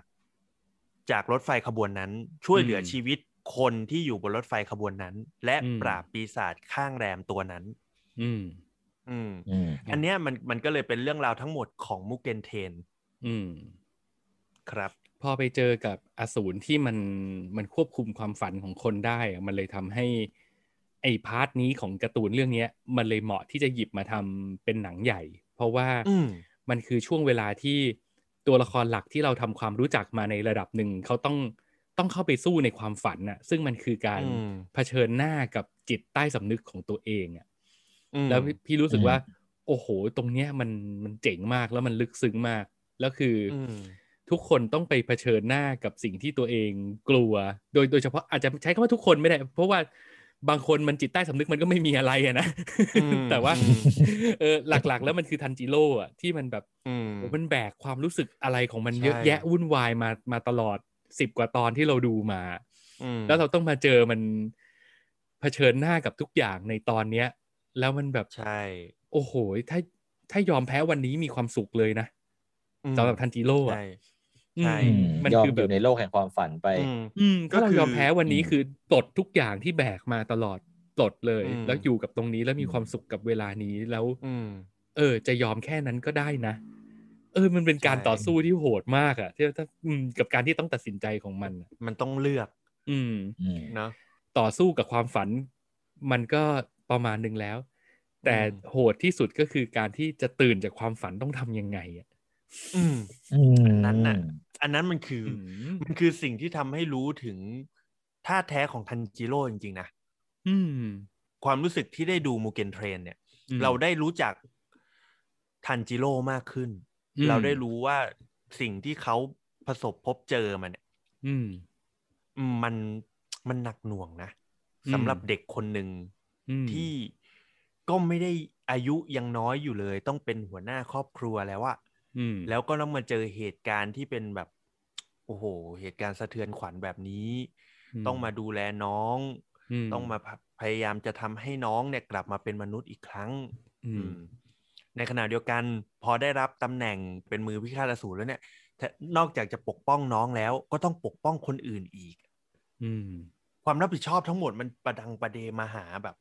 S3: จากรถไฟขบวนนั้น ช่วยเหลือชีวิตคนที่อยู่บนรถไฟขบวนนั้น และปราบปีศาจข้างแรมตัวนั้น
S2: อืม
S3: อืม
S5: อืม
S3: อันเนี้ยมันมันก็เลยเป็นเรื่องราวทั้งหมดของมุกเกนเทน
S2: อืม
S3: ครับ
S2: พอไปเจอกับอสูรที่มันมันควบคุมความฝันของคนได้อะมันเลยทำให้ ไอ้พาร์ทนี้ของการ์ตูนเรื่องเนี้ย มันเลยเหมาะที่จะหยิบมาทำเป็นหนังใหญ่ เพราะว่า
S3: อืม
S2: มันคือช่วงเวลาที่ตัวละครหลักที่เราทำความรู้จักมาในระดับหนึ่งเขาต้องต้องเข้าไปสู้ในความฝันน่ะ ซึ่งมันคือการ
S3: อืม
S2: เผชิญหน้ากับจิตใต้สำนึกของตัวเองอ่ะ
S3: อืม
S2: แล้วพี่พี่รู้สึก
S5: อืม
S2: ว่า โอ้โห ตรงเนี้ยมันมันเจ๋งมากแล้วมันลึกซึ้งมาก แล้วคืออ
S3: ม
S2: ทุกคนต้องไปเผชิญหน้ากับสิ่งที่ตัวเองกลัว โดยโดยเฉพาะอาจจะใช้คำว่าทุกคนไม่ได้ เพราะว่าบางคนมันจิตใต้สำนึกมันก็ไม่มีอะไรอะนะ
S3: อืม
S2: แต่ว่าเออหลักๆ แล้วมันคือทันจิโร่อะที่มันแบบ
S3: อืม
S2: โอ้มันแบกความรู้สึกอะไรของมันเยอะ
S3: ใช่
S2: แยะวุ่นวายมามาตลอดสิบกว่าตอนที่เราดูมา
S3: อืม
S2: แล้วเราต้องมาเจอมันเผชิญหน้ากับทุกอย่างในตอนเนี้ย แล้วมันแบบ
S3: ใช่
S2: โอ้โห ถ้าถ้ายอมแพ้วันนี้มีความสุขเลยนะ
S3: อืม
S2: สำหรับทันจิโร่อะ
S3: ใช่ ใช่
S2: อืม
S5: มั
S2: มัน น
S5: ยอม
S2: คือ
S5: อ
S2: แบบ
S5: ยู่ในโลกแห่งความฝันไป
S3: อืม
S2: อืม
S3: ก็
S2: ถ้าเรา
S3: คือย
S2: อมแพ้วันนี้
S5: อืม
S2: คือปลดทุกอย่างที่แบกมาตลอดปลดเลย
S3: อืม
S2: แล้วอยู่กับตรงนี้แล้วมีความสุขกับเวลานี้แล้ว
S3: อืม
S2: เออ จะยอมแค่นั้นก็ได้นะ เออ มันเป็นการ
S3: ใช่
S2: ต่อสู้ที่โหดมากอะที่ถ้าอืมกับการที่ต้องตัดสินใจของมันอะ
S3: มันต้องเลือก
S2: อืม
S5: อืม
S3: เนาะ
S2: ต่อสู้กับความฝัน มันก็ประมาณหนึ่งแล้ว แต่
S3: อืม
S2: โหดที่สุดก็คือการที่จะตื่นจากความฝันต้องทำยังไงอะ
S3: อืม
S5: อืม
S3: อันนั้นน่ะ อันนั้นมันคืออ
S2: ม
S3: มันคือสิ่งที่ทำให้รู้ถึงท่าแท้ของทันจิโร่จริงๆนะ
S2: อืม
S3: ความรู้สึกที่ได้ดูมูเกนเทรนเนี่ย
S2: อืม
S3: เราได้รู้จักทันจิโร่มากขึ้น
S2: อืม
S3: เราได้รู้ว่าสิ่งที่เขาประสบพบเจอมันเนี่ย
S2: อืม
S3: อืมมันมันหนักหน่วงนะ
S2: อืม
S3: สำหรับเด็กคนหนึ่ง
S2: อืม
S3: ที่ก็ไม่ได้อายุยังน้อยอยู่เลย ต้องเป็นหัวหน้าครอบครัวแล้วอะ
S2: อืม
S3: แล้วก็ต้องมาเจอเหตุการณ์ที่เป็นแบบ โอ้โห เหตุการณ์สะเทือนขวัญแบบนี้ ต้องมาดูแลน้อง
S2: ม
S3: ต้องมาพะพยายามจะทำให้น้องเนี่ยกลับมาเป็นมนุษย์อีกครั้ง
S2: อื
S3: อื
S2: ม
S3: ม ในขณะเดียวกันพอได้รับตำแหน่งเป็นมือพิฆาตอสูรแล้วเนี่ยถ้านอกจากจะปกป้องน้องแล้ว ก็ต้องปกป้องคนอื่นอีก
S2: อืม
S3: ความรับผิดชอบทั้งหมดมันประดังประเดมาหาแบบ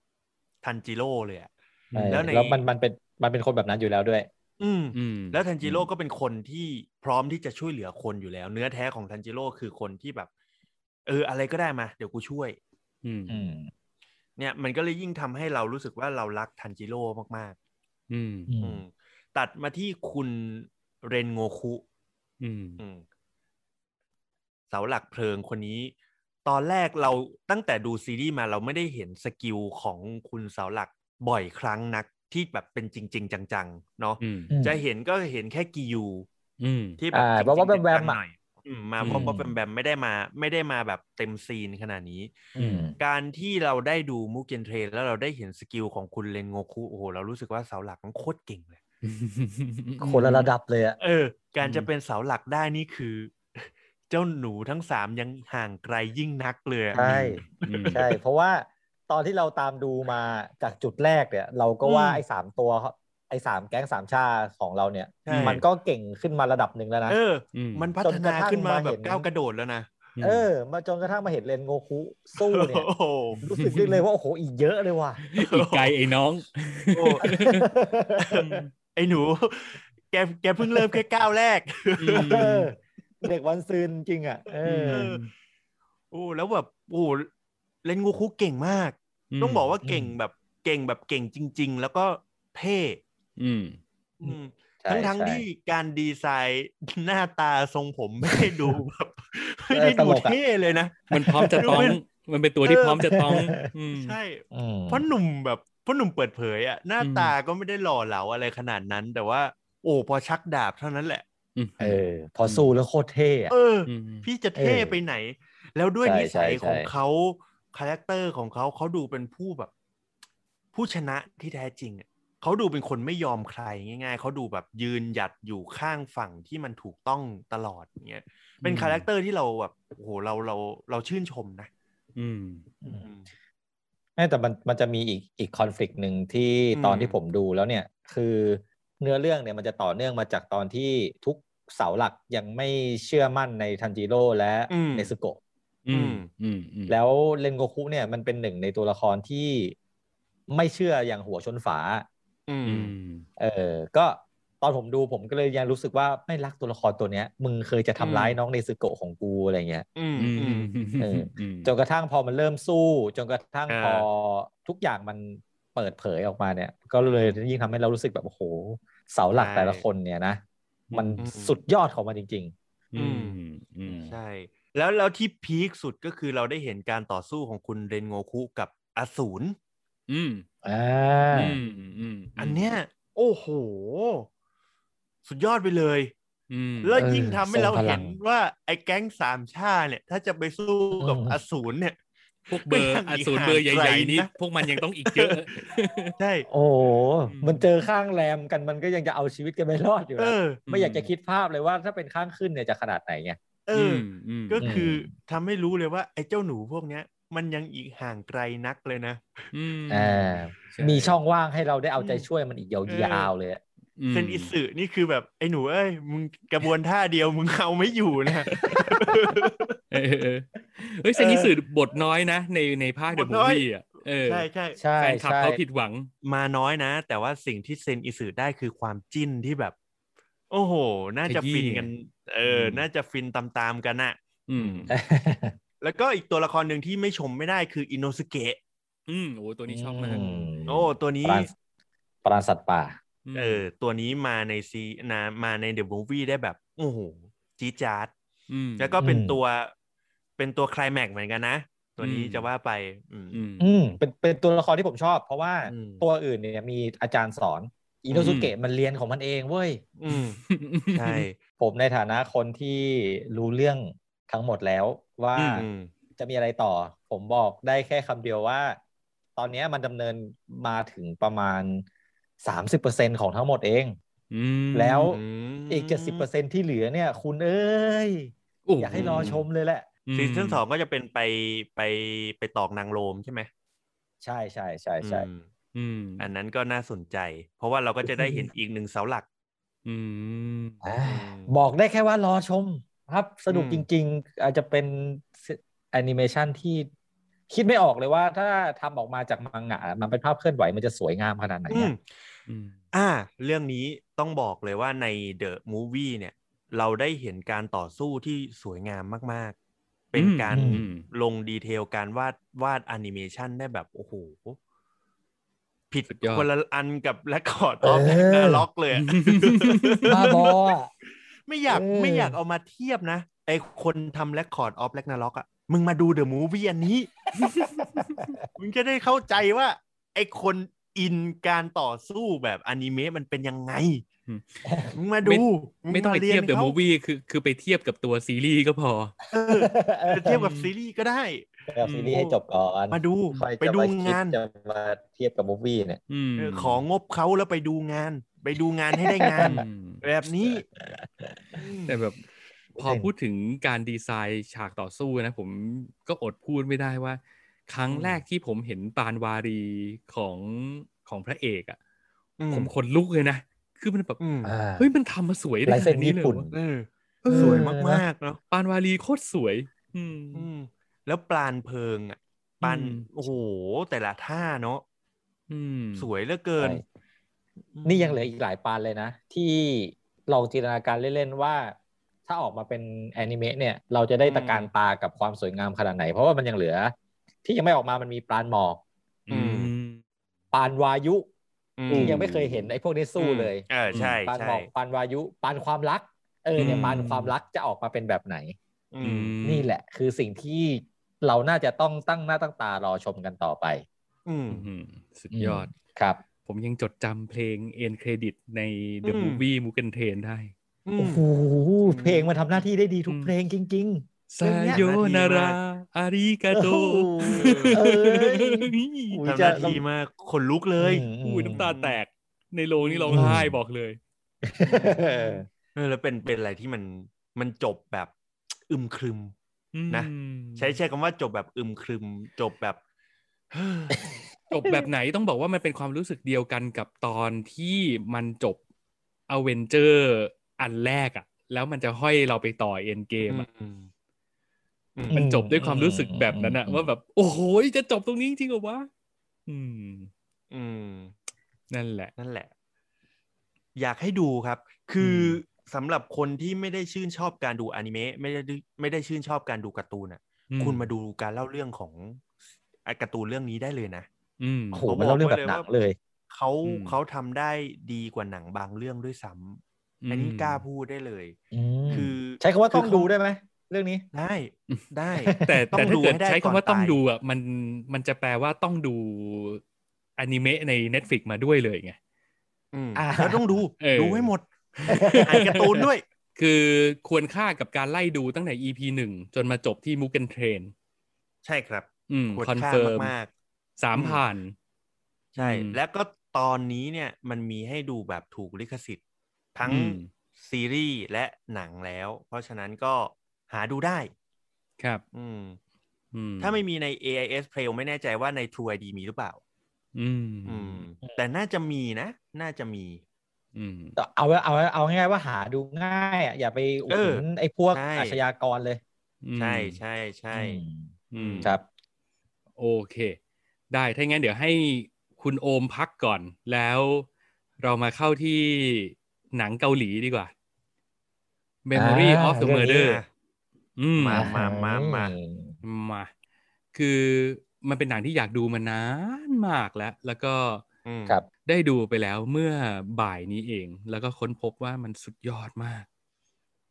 S3: ทันจิโร่เลยอะ
S5: ใช่
S3: แล้
S5: แล้ว ว
S3: ใน
S5: มันมันเป็นมันเป็นคนแบบนั้นอยู่แล้วด้วย
S3: อืม
S2: อืม
S3: แล้วทันจิโร่ก็เป็นคนที่พร้อมที่จะช่วยเหลือคนอยู่แล้ว เนื้อแท้ของทันจิโร่คือคนที่แบบ เออ อะไรก็ได้มา เดี๋ยวกูช่วย
S2: อืม
S5: อืม
S3: เนี่ยมันก็เลยยิ่งทำให้เรารู้สึกว่าเรารักทันจิโร่มาก
S2: อืม
S5: อื
S3: ๆ
S5: ม
S3: อืม ตัดมาที่คุณเรนโงคุ
S2: อืม
S3: อืมเสาหลักเพลิงคนนี้ ตอนแรกเราตั้งแต่ดูซีรีส์มาเราไม่ได้เห็นสกิลของคุณเสาหลักบ่อยครั้งนัก ที่แบบเป็นจริง ๆ จังๆเนาะ
S2: อืม
S5: อืม
S3: จะเห็นก็เห็นแค่กิยู
S2: อืม
S3: ที่แบบ
S5: อ่า
S3: จริงๆ
S5: ว่าว่าแบมแบม
S3: จังๆ
S5: อะ
S3: หน่อยอืมมา
S2: อืม
S3: ว่าว่าแบมแบมไม่ได้มา ไม่ได้มาแบบเต็มซีนขนาดนี้
S5: อืม
S3: การที่เราได้ดูมูเกนเทรนแล้วเราได้เห็นสกิลของคุณเลนโงคุโอ้โหเรารู้สึกว่าเสาหลักมันโคตรเก่งเลย
S5: คนละระดับเลยอะ
S3: เออ การจะเป็นเสาหลักได้นี่คือ เจ้าหนูทั้งสามยังห่างไกลยิ่งนักเลยอะ
S5: ใช่
S2: อืม
S5: ใช่ เพราะว่าตอนที่เราตามดูมาจากจุดแรกเนี่ย เราก็ว่าไอ้สามตัวไอ้สามแก๊งสามชาของเราเนี่ย
S3: ใช่
S5: มันก็เก่งขึ้นมาระดับหนึ่งแล้วนะ
S3: เออ
S2: อืม
S3: มันพัฒนาขึ้นมาแบบก้าวกระโดดแล้วนะ
S5: เออ มาจนกระทั่งมาเห็นเลนโงคุสู้เนี่ย
S3: โอ้โห
S5: รู้สึกได้เลยว่าโอ้โหอีกเยอะเลยว่ะ
S2: อีกไกลไอ้น้อง
S3: โอ้ ไอ้หนู แกแกเพิ่งเริ่มแค่ก้าวแรก
S5: เออเด็กวันซืนจริงอ่ะเอออ
S3: ม โอ้แล้วแบบโอ้เล่นงูคุเก่งมาก ต้องบอกว่าเก่งแบบเก่งแบบเก่งจริง ๆ แล้วก็เท่
S2: อืม
S3: อืม
S4: ใช่
S3: ทั้งทั้ง
S4: ใช่
S3: ที่การดีไซน์หน้าตาทรงผมไม่ได้ดูแบบ ไม่ได้
S5: เออต
S3: ดู
S5: ลกอะ
S3: เท่เลยนะ
S2: มันพร้อมจะต้อง มันเป็นตัวที่พร้อมจะต้องอืม
S3: ใช่
S5: อืม
S3: เพราะหนุ่มแบบเพราะหนุ่มเปิดเผยอะหน้า
S2: อืม
S3: ตาก็ไม่ได้หล่อเหลาอะไรขนาดนั้น แต่ว่า โอ้พอชักดาบเท่านั้นแหละ
S2: อืม
S5: เออ พอสู้แล้วโคตรเท่อะ
S3: เออ
S2: ม
S3: พี่จะเท่
S5: เออ
S3: ไปไหน แล้วด้วยนิสั
S4: ใช่
S3: ย
S4: ใช่
S3: ของเขาคาแรคเตอร์ของเขาเขาดูเป็นผู้แบบ ผู้ชนะที่แท้จริงอะเขาดูเป็นคนไม่ยอมใครง่าย ๆเขาดูแบบยืนหยัดอยู่ข้างฝั่งที่มันถูกต้องตลอดอย่างเงี้ยเป็น
S2: อืม
S3: คาแรคเตอร์ที่เราแบบโอ้โหเราเราเราชื่นชมนะ
S2: อืม
S5: แม้แต่มันมันจะมีอีกอีกคอน FLICT หนึ่งที่ตอนที่ผมดูแล้วเนี่ย คือเนื้อเรื่องเนี่ยมันจะต่อเนื่องมาจากตอนที่ทุกเสาหลักยังไม่เชื่อมั่นในทันจิโร่และเนซึโกะ
S2: อืม อืมอืม
S5: แล้วเลนโกคุเนี่ยมันเป็นหนึ่งในตัวละครที่ไม่เชื่ออย่างหัวชนฝา
S3: อืม
S2: อืม
S5: เออ ก็ตอนผมดูผมก็เลยยังรู้สึกว่าไม่รักตัวละครตัวเนี้ย มึงเคยจะทำร้ายน้องเนซึโกะของกูอะไรเงี้ย
S3: อืม
S2: อืม
S3: อืม
S5: เออ
S2: ม
S5: จนกระทั่งพอมันเริ่มสู้ จนกระทั่ง
S3: อ่า
S5: พอทุกอย่างมันเปิดเผยออกมาเนี่ย ก็เลยยิ่งทำให้เรารู้สึกแบบโอ้โหเสาหลักแต่ละคนเนี่ยนะ มันสุดยอดของมันจริง
S2: อืมอืม
S3: ใช่ แล้วแล้วที่พีคสุดก็คือเราได้เห็นการต่อสู้ของคุณเรนโงคุกับอสูร
S2: อืม
S5: ๆอ่า
S2: อืมอืม
S3: อันเนี้ยโอ้โห สุดยอดไปเลย
S2: อืม
S3: แล้วยิ่งทำให้เราเห็น
S5: ทรงพลัง
S3: ว่า ไอ้แก๊งสามชาเนี่ย ถ้าจะไปสู้กับ
S5: อืม
S3: อสูรเนี่ย
S2: พวกเบอร์อสูรเบอร์ใหญ่ๆนี่พวกมันยังต้องอีกเยอะ
S3: ใช่
S5: โอ้โหมันเจอข้างแรมกันมันก็ยังจะเอาชีวิตกันไม่รอดอยู่
S3: เอ
S5: นะ
S3: อ
S5: ไม่อยากจะคิดภาพเลยว่าถ้าเป็นข้างขึ้นเนี่ยจะขนาดไหนไง
S3: เอออ
S2: ม
S3: ก็คือทำให้รู้เลยว่า ไอ้เจ้าหนูพวกเนี้ย มันยังอีกห่างไกลนักเลยนะ
S2: อืม
S5: อ่า
S2: ใช่
S5: มีช่องว่างให้เราได้เอาใจ
S3: อืม
S5: ช่วยมันอีกยาวๆเลยอะ
S2: อืม
S3: เซนอิสึนี่คือแบบไอ้หนูเอ้ยมึงกระบวนท่าเดียวมึงเอาไม่อยู่นะ
S2: เออเออเฮ้ยเซนอิสึบทน้อยนะ ในในภาคเด
S3: บท
S2: อะมู
S3: น้อย
S2: ฟี่อ่ะเออ
S3: ใช่ใช่
S5: ใช่
S2: แฟนคลับ
S5: ใช่
S2: เขาผิดหวัง
S3: มาน้อยนะ แต่ว่าสิ่งที่เซนอิสึได้คือความจิ้นที่แบบ โอ้โห น่าจะ
S2: ขยี้
S3: ฟินกัน เอออ
S2: ม
S3: น่าจะฟินตามๆกันอะ
S2: อืม
S3: แล้วก็อีกตัวละครหนึ่งที่ไม่ชมไม่ได้คืออินโนสเกะ
S2: อืมโอ้ตัวนี้ชอบมาก
S5: ม
S3: โอ้ตัวนี้
S5: ปราณปราณสัตว์ป่า
S2: ม
S3: เออ ตัวนี้มาในซีนะมาในเดอะมูฟวี่ได้แบบโอ้โหจี๊ดจาร์ด
S2: ม
S3: แล้วก็เป็น
S5: อืม
S3: ตัว เป็นตัวไคลแม็กซ์เหมือนกันนะ ตัวนี้
S2: อืม
S3: จะว่าไป อืม
S2: อืม
S5: อืมเป็นเป็นตัวละครที่ผมชอบ เพราะว่า
S3: อืม
S5: ตัวอื่นเนี่ยมีอาจารย์สอนอินโนสุเกะมันเรียนของมันเองเว้ย
S3: อืมใช่
S5: ผมในฐานะคนที่รู้เรื่องทั้งหมดแล้วว่า
S2: อืม
S3: อืม
S5: จะมีอะไรต่อ ผมบอกได้แค่คำเดียวว่า ตอนเนี้ยมันดำเนินมาถึงประมาณ 30%ของทั้งหมดเอง
S2: อืม
S5: แล้ว
S3: อืม
S5: อีก 70%ที่เหลือเนี่ย คุณเอ้ย
S2: โโ
S5: อยากให้รอชมเลยแหละ
S3: ซีซั่นสองก็จะเป็นไปไปไปตอกนางโรมใช่ไหม
S5: ใช่ใช่ใช่ใช่
S3: อืม
S2: อืม
S3: อันนั้นก็น่าสนใจ เพราะว่าเราก็จะได้เห็นอีกหนึ่งเสาหลัก
S2: อืม
S5: อ่าบอกได้แค่ว่ารอชมครับสนุก
S3: อืม
S5: จริง ๆ อาจจะเป็นแอนิเมชันที่คิดไม่ออกเลยว่าถ้าทำออกมาจากมังงะมันเป็นภาพเคลื่อนไหวมันจะสวยงามขนาดไหน
S3: อื
S5: อะ
S3: ม
S2: อืม
S3: อ่าเรื่องนี้ต้องบอกเลยว่าใน The Movie เนี่ย เราได้เห็นการต่อสู้ที่สวยงามมาก ๆ เป็นการ
S2: อืม
S3: ลงดีเทลการวาดวาดแอนิเมชันได้แบบ โอ้โห ผิด
S2: สุดยอด
S3: คนละอันกับและคอร์ดออฟนาล็อกเลยอะ
S5: บ้าบออะ
S3: ไม่อยาก
S5: เออ
S3: ไม่อยากเอามาเทียบนะ ไอคนทำและคอร์ดออฟแลกนาล็อกอ่ะ มึ งมาดู The Movie อันนี้ มึงจะได้เข้าใจว่า ไอคน อินการต่อสู้แบบอนิเมะมันเป็นยังไง
S2: อืม
S3: มึงมาดู
S2: ไม่ไม่ต้องไป
S3: ารี
S2: เทียบเดอะ
S3: ขา
S2: มูวี่คือคือไปเทียบกับตัวซีรีส์ก็พอ
S3: เออไปเทียบกับซีรีส์ก็ได้
S5: กับซีรีส์ให้จบก่อน
S3: มาดู
S5: ค่อยจะ
S3: ไปดู
S5: มคิ
S3: งาน
S5: จะมาเทียบกับมูฟวี่เนี่ย
S2: อืม
S3: เออของงบเขาแล้วไปดูงาน ไปดูงานให้ได้งาน
S2: อืม
S3: แบบนี้
S2: แต่แบบ พอพูดถึงการดีไซน์ฉากต่อสู้นะผมก็อดพูดไม่ได้ว่า ครั้งแรกที่ผมเห็นปานวารีของของพระเอกอ่ะ
S3: อืม
S2: ผมขนลุกเลยนะ คือมันแบบ
S3: อืม
S2: เฮ้ยมันทำมาสวยได้
S5: ลาย
S2: ข
S5: เส้
S2: นาน ด
S5: ญี่
S2: นี้เลย
S5: ปุ่น
S2: เหรอวะ
S3: เออ
S2: เออ
S3: สวยมากๆเนาะ
S2: ปานวารีโคตรสวย อืม
S3: อืม แล้วปลานเพลิงอ่ะปลาน
S2: อืม
S3: โอ้โห แต่ละท่าเนาะ
S2: อืม
S3: สวยเหลือเกิน
S5: ใช่ นี่ยังเหลืออีกหลายปานเลยนะ ที่ลองจินตนาการเล่นๆว่า ถ้าออกมาเป็นแอนิเมะเนี่ย เราจะได้ตะการตากับความสวยงามขนาดไหน เพราะว่ามันยังเหลือ ที่ยังไม่ออกมามันมีปานหมอก
S3: อืม
S5: ปานวายุ
S3: อื
S5: ที่ยังไม่เคยเห็นไอ้พวกนี้สู้เลย
S3: เออใช่
S5: ปานห
S3: ใช่
S5: มอกปานวายุปานความรัก เออเนี่ยปานความรักจะออกมาเป็นแบบไหน
S3: อื
S2: อื
S3: ม
S2: ม
S5: นี่แหละ คือสิ่งที่เราน่าจะต้องตั้งหน้าตั้งตารอชมกันต่อไป
S3: อืม
S2: อืมสุดยอด
S5: ครับ
S2: ผมยังจดจำเพลงเอ็นเครดิตใน The
S3: อืม
S2: Movie m u g e n t r a i n ได้
S3: อื
S5: โอ้
S3: ม
S5: โหเพลงมันทำหน้าที่ได้ดีทุก
S2: อืม
S5: เพลงจริง
S2: ซาโยนารา อาริกาโต
S5: โอ้โหเอ้ย
S3: ทำหน้าที่มากขนลุก
S5: ๆ
S3: เลย
S5: ม
S2: อุ้ยน้ำตาแตก ในโลงนี่ร้อง
S3: อืม
S2: ไห้บอกเลย
S5: เออ
S3: เออแล้วเป็นเป็นอะไรที่มันมันจบแบบ อึมครึม นะ
S2: อืม
S3: ใช้ใช้คำว่าจบแบบอึมครึม จบแบบ
S2: จบแบบไหนต้องบอกว่ามันเป็นความรู้สึกเดียวกันกับตอนที่มันจบอเวนเจอร์อันแรกอะแล้วมันจะห้อยเราไปต่อเอ็นเกมอะ
S3: อืมอืม
S2: มันจบด้วยความรู้สึกแบบนั้นอะ
S5: อืม
S2: ว่าแบบ โอ้โหจะจบตรงนี้จริงเหรอวะอืม
S3: อืม
S2: นั่นแหละ
S3: นั่นแหละ อยากให้ดูครับ คืออสำหรับคนที่ไม่ได้ชื่นชอบการดูอนิเมะไม่ได้ดูไม่ได้ชื่นชอบการดูการ์ตูนอ่ะ
S2: อืม
S3: คุณมาดูการเล่าเรื่องของอ่ะการ์ตูนเรื่องนี้ได้เลยนะ
S2: อืม
S5: โอ้โห
S3: ผม
S5: มันเล่าเรื่อง
S3: บ
S5: แบอก
S3: ไว้
S5: บหนัง
S3: ว่า
S5: เลย
S3: เขา
S2: อืม
S3: เขาทำได้ดีกว่าหนังบางเรื่องด้วยซ้ำอันนี้
S2: ม
S3: กล้าพูดได้เลย คือ
S5: ใช้คำว่าต้อง
S3: คือเขา
S5: ดูได้ไหมเรื่องนี้
S3: ได้ ได้
S2: แต่
S3: ต้อ
S2: แต่
S3: ง
S2: ถ้า
S3: ดู
S2: เกิด
S3: ให้ได้
S2: ใช้คำ
S3: ก่อน
S2: ว่าต้อง
S3: ตาย
S2: ดูอ่ะมันมันจะแปลว่าต้องดูอนิเมะใน Netflix มาด้วยเลยไง
S3: อืม
S5: อ่า
S3: แล้วต้องดู
S2: เออ
S3: ดูให้หมด อ่านการ์ตูนด้วย
S2: คือควรค่ากับการไล่ดูตั้งแต่ EP หนึ่งจนมาจบที่มูเกนเทรน
S3: ใช่ครับ
S2: อืม
S3: ควร
S2: คอน
S3: ค่า
S2: เฟิร์ม
S3: มาก
S2: สาม
S3: อืม
S2: ผ่าน
S3: ใช่
S2: อืม
S3: แล้วก็ตอนนี้เนี่ยมันมีให้ดูแบบถูกลิขสิทธิ์ ทั้ง
S2: อืม
S3: ซีรีส์และหนังแล้ว เพราะฉะนั้นก็หาดูได้
S2: ครับ
S3: อืม
S2: อืม
S3: ถ้าไม่มีใน AIS Play ไม่แน่ใจว่าใน True ID มีหรือเปล่า
S2: อืม
S3: อืม แต่น่าจะมีนะ น่าจะมี
S2: อืม
S5: เอาเอาเอาง่ายๆว่าหาดูง่ายอ่ะอย่าไปอุดหนุนไอ้พวก
S3: ใช่
S5: อาชญากรเลย
S3: ใช่ใช่ใช่
S5: อืม
S2: อืม
S5: ครับ
S2: โอเค ได้ถ้างั้นเดี๋ยวให้คุณโอมพักก่อน แล้วเรามาเข้าที่หนังเกาหลีดีกว่า Memory
S5: า
S2: of the
S5: เรื่องนี้
S2: Murder
S3: นะ
S2: อืม
S3: มามามามา
S2: มาคือมันเป็นหนังที่อยากดูมานานมากแล้ว แล้วก็
S3: อืม
S5: ครับ
S2: ได้ดูไปแล้วเมื่อบ่ายนี้เอง แล้วก็ค้นพบว่ามันสุดยอดมาก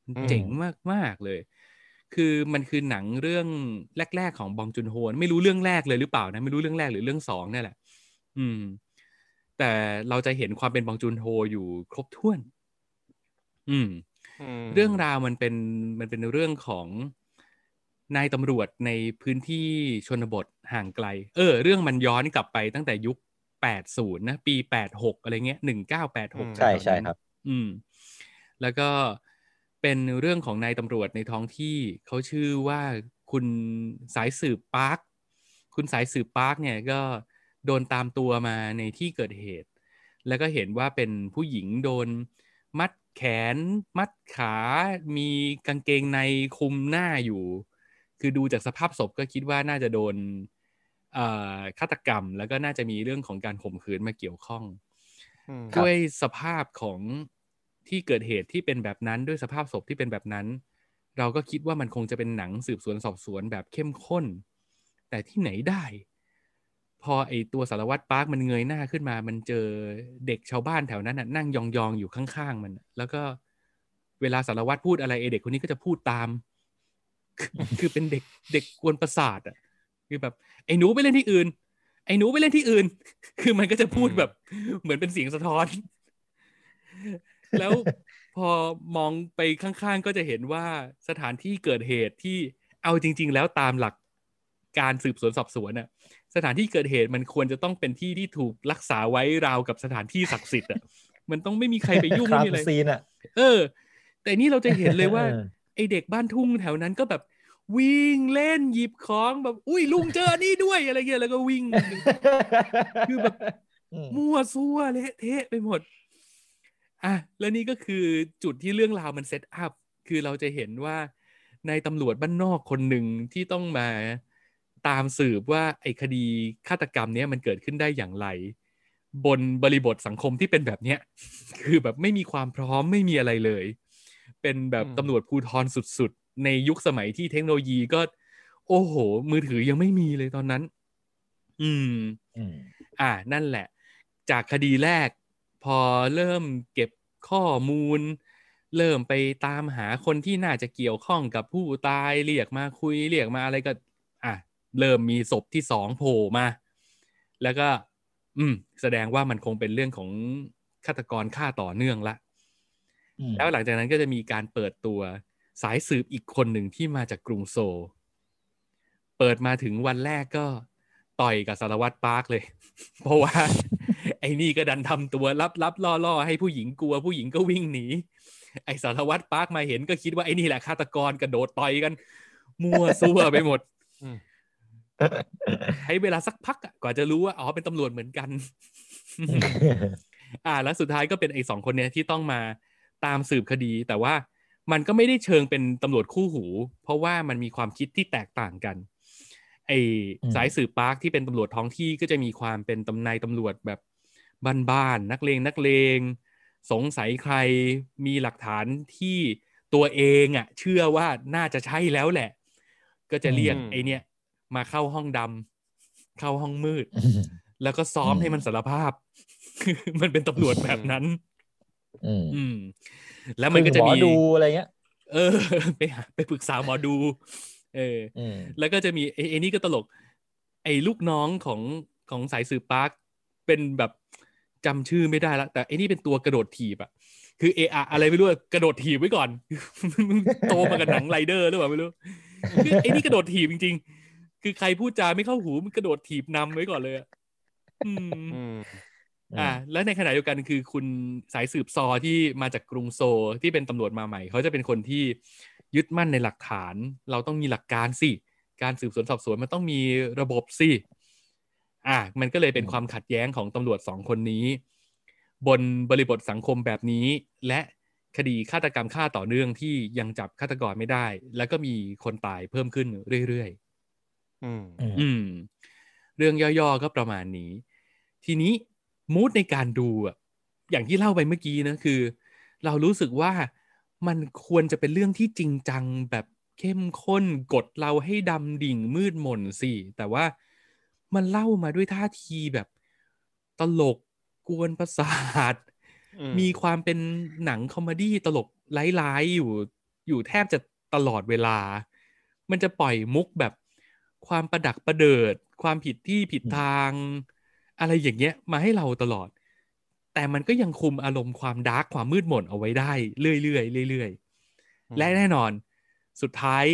S2: มัน
S3: อืม
S2: เจ๋งมากมากๆเลย คือมันคือหนังเรื่องแรก ๆ ของบองจุนโฮนไม่รู้เรื่องแรกเลยหรือเปล่านะ ไม่รู้เรื่องแรกหรือเรื่องสองเนี่ยแหละ อืม แต่เราจะเห็นความเป็นบองจุนโฮอยู่ครบถ้วน อืม
S3: ม
S2: เรื่องราวมันเป็นมันเป็นเรื่องของนายตำรวจในพื้นที่ชนบทห่างไกล เออ เรื่องมันย้อนกลับไปตั้งแต่ยุค 80 นะ ปี 86 อะไรเงี้ย 1986
S5: ใช่ใช่ครับ
S2: อืม แล้วก็เป็นเรื่องของนายตำรวจในท้องที่เขาชื่อว่าคุณสายสืบปาร์ค คุณสายสืบปาร์คเนี่ยก็โดนตามตัวมาในที่เกิดเหตุ แล้วก็เห็นว่าเป็นผู้หญิงโดนมัดแขน มัดขา มีกางเกงในคลุมหน้าอยู่ คือดูจากสภาพศพก็คิดว่าน่าจะโดนเอ่อฆาตกรรม แล้วก็น่าจะมีเรื่องของการข่มขืนมาเกี่ยวข้อง
S3: อืม
S2: ด้วยสภาพของที่เกิดเหตุที่เป็นแบบนั้นด้วยสภาพศพที่เป็นแบบนั้น เราก็คิดว่ามันคงจะเป็นหนังสืบสวนสอบสวนแบบเข้มข้น แต่ที่ไหนได้ พอไอตัวสารวัตรปาร์คมันเงยหน้าขึ้นมา มันเจอเด็กชาวบ้านแถวนั้นน่ะนั่งยองๆอยู่ข้างๆมันน่ะแล้วก็เวลาสารวัตรพูดอะไรไอเด็กคนนี้ก็จะพูดตาม คือคือเป็นเด็กเด็กกวนประสาทอ่ะคือแบบ ไอ้หนูไปเล่นที่อื่น ไอ อ้หนูไปเล่นที่อื่น คือมันก็จะพูดแบบ เหมือนเป็นเสียงสะท้อน แล้วพอมองไปข้างๆก็จะเห็นว่าสถานที่เกิดเหตุที่เอาจริง ๆ แล้วตามหลักการสืบสวนสอบสวนน่ะ สถานที่เกิดเหตุมันควรจะต้องเป็นที่ที่ถูกรักษาไว้ราวกับสถานที่ศักดิ์สิทธิ์อ่ะมันต้องไม่มีใครไปยุ่ง
S5: ค
S2: ไม่
S5: รับ
S2: มีอะไร
S5: ซีนอ่ะ
S2: เออ แต่นี่เราจะเห็นเลยว่า
S5: เออ
S2: ไอเด็กบ้านทุ่งแถวนั้นก็แบบ วิ่งเล่นหยิบของแบบ อุ้ยลุงเจออันนี่ด้วยอะไรเงี้ยแล้วก็วิ่ง คือแบบ
S5: อืม
S2: มั่วซั่วเละเทะไปหมด อ่ะ แล้วนี่ก็คือจุดที่เรื่องราวมันเซตอัพ คือเราจะเห็นว่าในายตำรวจบ้านนอกคนหนึ่งที่ต้องมาตามสืบว่าไอ้คดีฆาตกรรมเนี้ยมันเกิดขึ้นได้อย่างไร บนบริบทสังคมที่เป็นแบบเนี้ย คือแบบไม่มีความพร้อมไม่มีอะไรเลย เป็นแบบ
S3: อืม
S2: ตำรวจภูธรสุดๆ ในยุคสมัยที่เทคโนโลยีก็ โอ้โห มือถือยังไม่มีเลยตอนนั้น อืม
S5: อืม
S2: อ่านั่นแหละ จากคดีแรก พอเริ่มเก็บข้อมูล เริ่มไปตามหาคนที่น่าจะเกี่ยวข้องกับผู้ตายเรียกมาคุยเรียกมาอะไรก็ อ่ะเริ่มมีศพที่สองโผล่มา แล้วก็ อืม แสดงว่ามันคงเป็นเรื่องของฆาตกรฆ่าต่อเนื่องละ
S5: อืม
S2: แล้วหลังจากนั้นก็จะมีการเปิดตัวสายสืบอีกคนหนึ่งที่มาจากกรุงโซลเปิดมาถึงวันแรกก็ต่อยกับสารวัตรปาร์คเลย เพราะว่า ไอ้นี่ก็ดันทำตัวรับรับล่อล่อๆให้ผู้หญิงกลัวผู้หญิงก็วิ่งหนี ไอ้สารวัตรปาร์คมาเห็นก็คิดว่าไอ้นี่แหละฆาตกรกระโดดต่อยกัน มั่วซั่วไปหมด
S3: อืม
S2: ใช้เวลาสักพักอะกว่าจะรู้ว่าอ๋อเป็นตำรวจเหมือนกัน อ่า แล้วสุดท้ายก็เป็นไอ้สองคนเนี้ยที่ต้องมาตามสืบคดี แต่ว่ามันก็ไม่ได้เชิงเป็นตำรวจคู่หู เพราะว่ามันมีความคิดที่แตกต่างกัน ไอ้
S5: อืม
S2: สายสืบปาร์คที่เป็นตำรวจท้องที่ก็จะมีความเป็นตำนายตำรวจแบบบ้านๆนักเลงนักเลง สงสัยใครมีหลักฐานที่ตัวเองอ่ะ เชื่อว่าน่าจะใช่แล้วแหละ ก็จะเรียก
S3: อืม
S2: ไอเนี่ย มาเข้าห้องดำเข้าห้องมืด แล้วก็ซ้อม
S5: อืม
S2: ให้มันสารภาพ คือมันเป็นตำรวจแบบนั้น
S5: อืม
S2: อืม แล้วมันก็จะมี
S5: หอดูอะไรเงี้ย
S2: เออ ไปหาไปปรึกษาหมอดู เออ
S5: อืม
S2: แล้วก็จะมีไอ้ไอ้นี่ก็ตลก ไอ้ลูกน้องของของสายสืบปาร์คเป็นแบบจำชื่อไม่ได้ละแต่ไอ้นี่เป็นตัวกระโดดถีบอะคือเออะอะไรไม่รู้อะกระโดดถีบไว้ก่อน มึงโตมากับหนังไรเดอร์หรือเปล่าไม่รู้คือไอ้นี่กระโดดถีบจริง ๆ คือใครพูดจาไม่เข้าหูมันกระโดดถีบนำไว้ก่อนเลยอะอืม
S3: อืม
S2: อ่าแล้วในขณะเดียวกันคือคุณสายสืบซอที่มาจากกรุงโซลที่เป็นตำรวจมาใหม่ เขาจะเป็นคนที่ยึดมั่นในหลักฐาน เราต้องมีหลักการสิ การสืบสวนสอบสวนมันต้องมีระบบสิอ่ามันก็เลยเป็นความขัดแย้งของตำรวจสองคนนี้ บนบริบทสังคมแบบนี้ และคดีฆาตกรรมฆ่าต่อเนื่องที่ยังจับฆาตกรไม่ได้ แล้วก็มีคนตายเพิ่มขึ้นเรื่อยๆ
S3: อืม
S2: อืม เรื่องย่อๆก็ประมาณนี้ ทีนี้มูดในการดูอะอย่างที่เล่าไปเมื่อกี้นะคือ เรารู้สึกว่ามันควรจะเป็นเรื่องที่จริงจังแบบเข้มข้นกดเราให้ดำดิ่งมืดหม่นสิ แต่ว่ามันเล่ามาด้วยท่าทีแบบตลกกวนประสาท
S3: อืม
S2: มีความเป็นหนังคอมเมดี้ตลกร้ายๆอยู่อยู่แทบจะตลอดเวลา มันจะปล่อยมุกแบบความประดักประเดิด ความผิดที่ผิดทาง อะไรอย่างเงี้ยมาให้เราตลอด แต่มันก็ยังคุมอารมณ์ความดาร์กความมืดหม่นเอาไว้ได้เรื่อยๆเรื่อย
S3: อืม
S2: ๆและแน่นอนสุดท้าย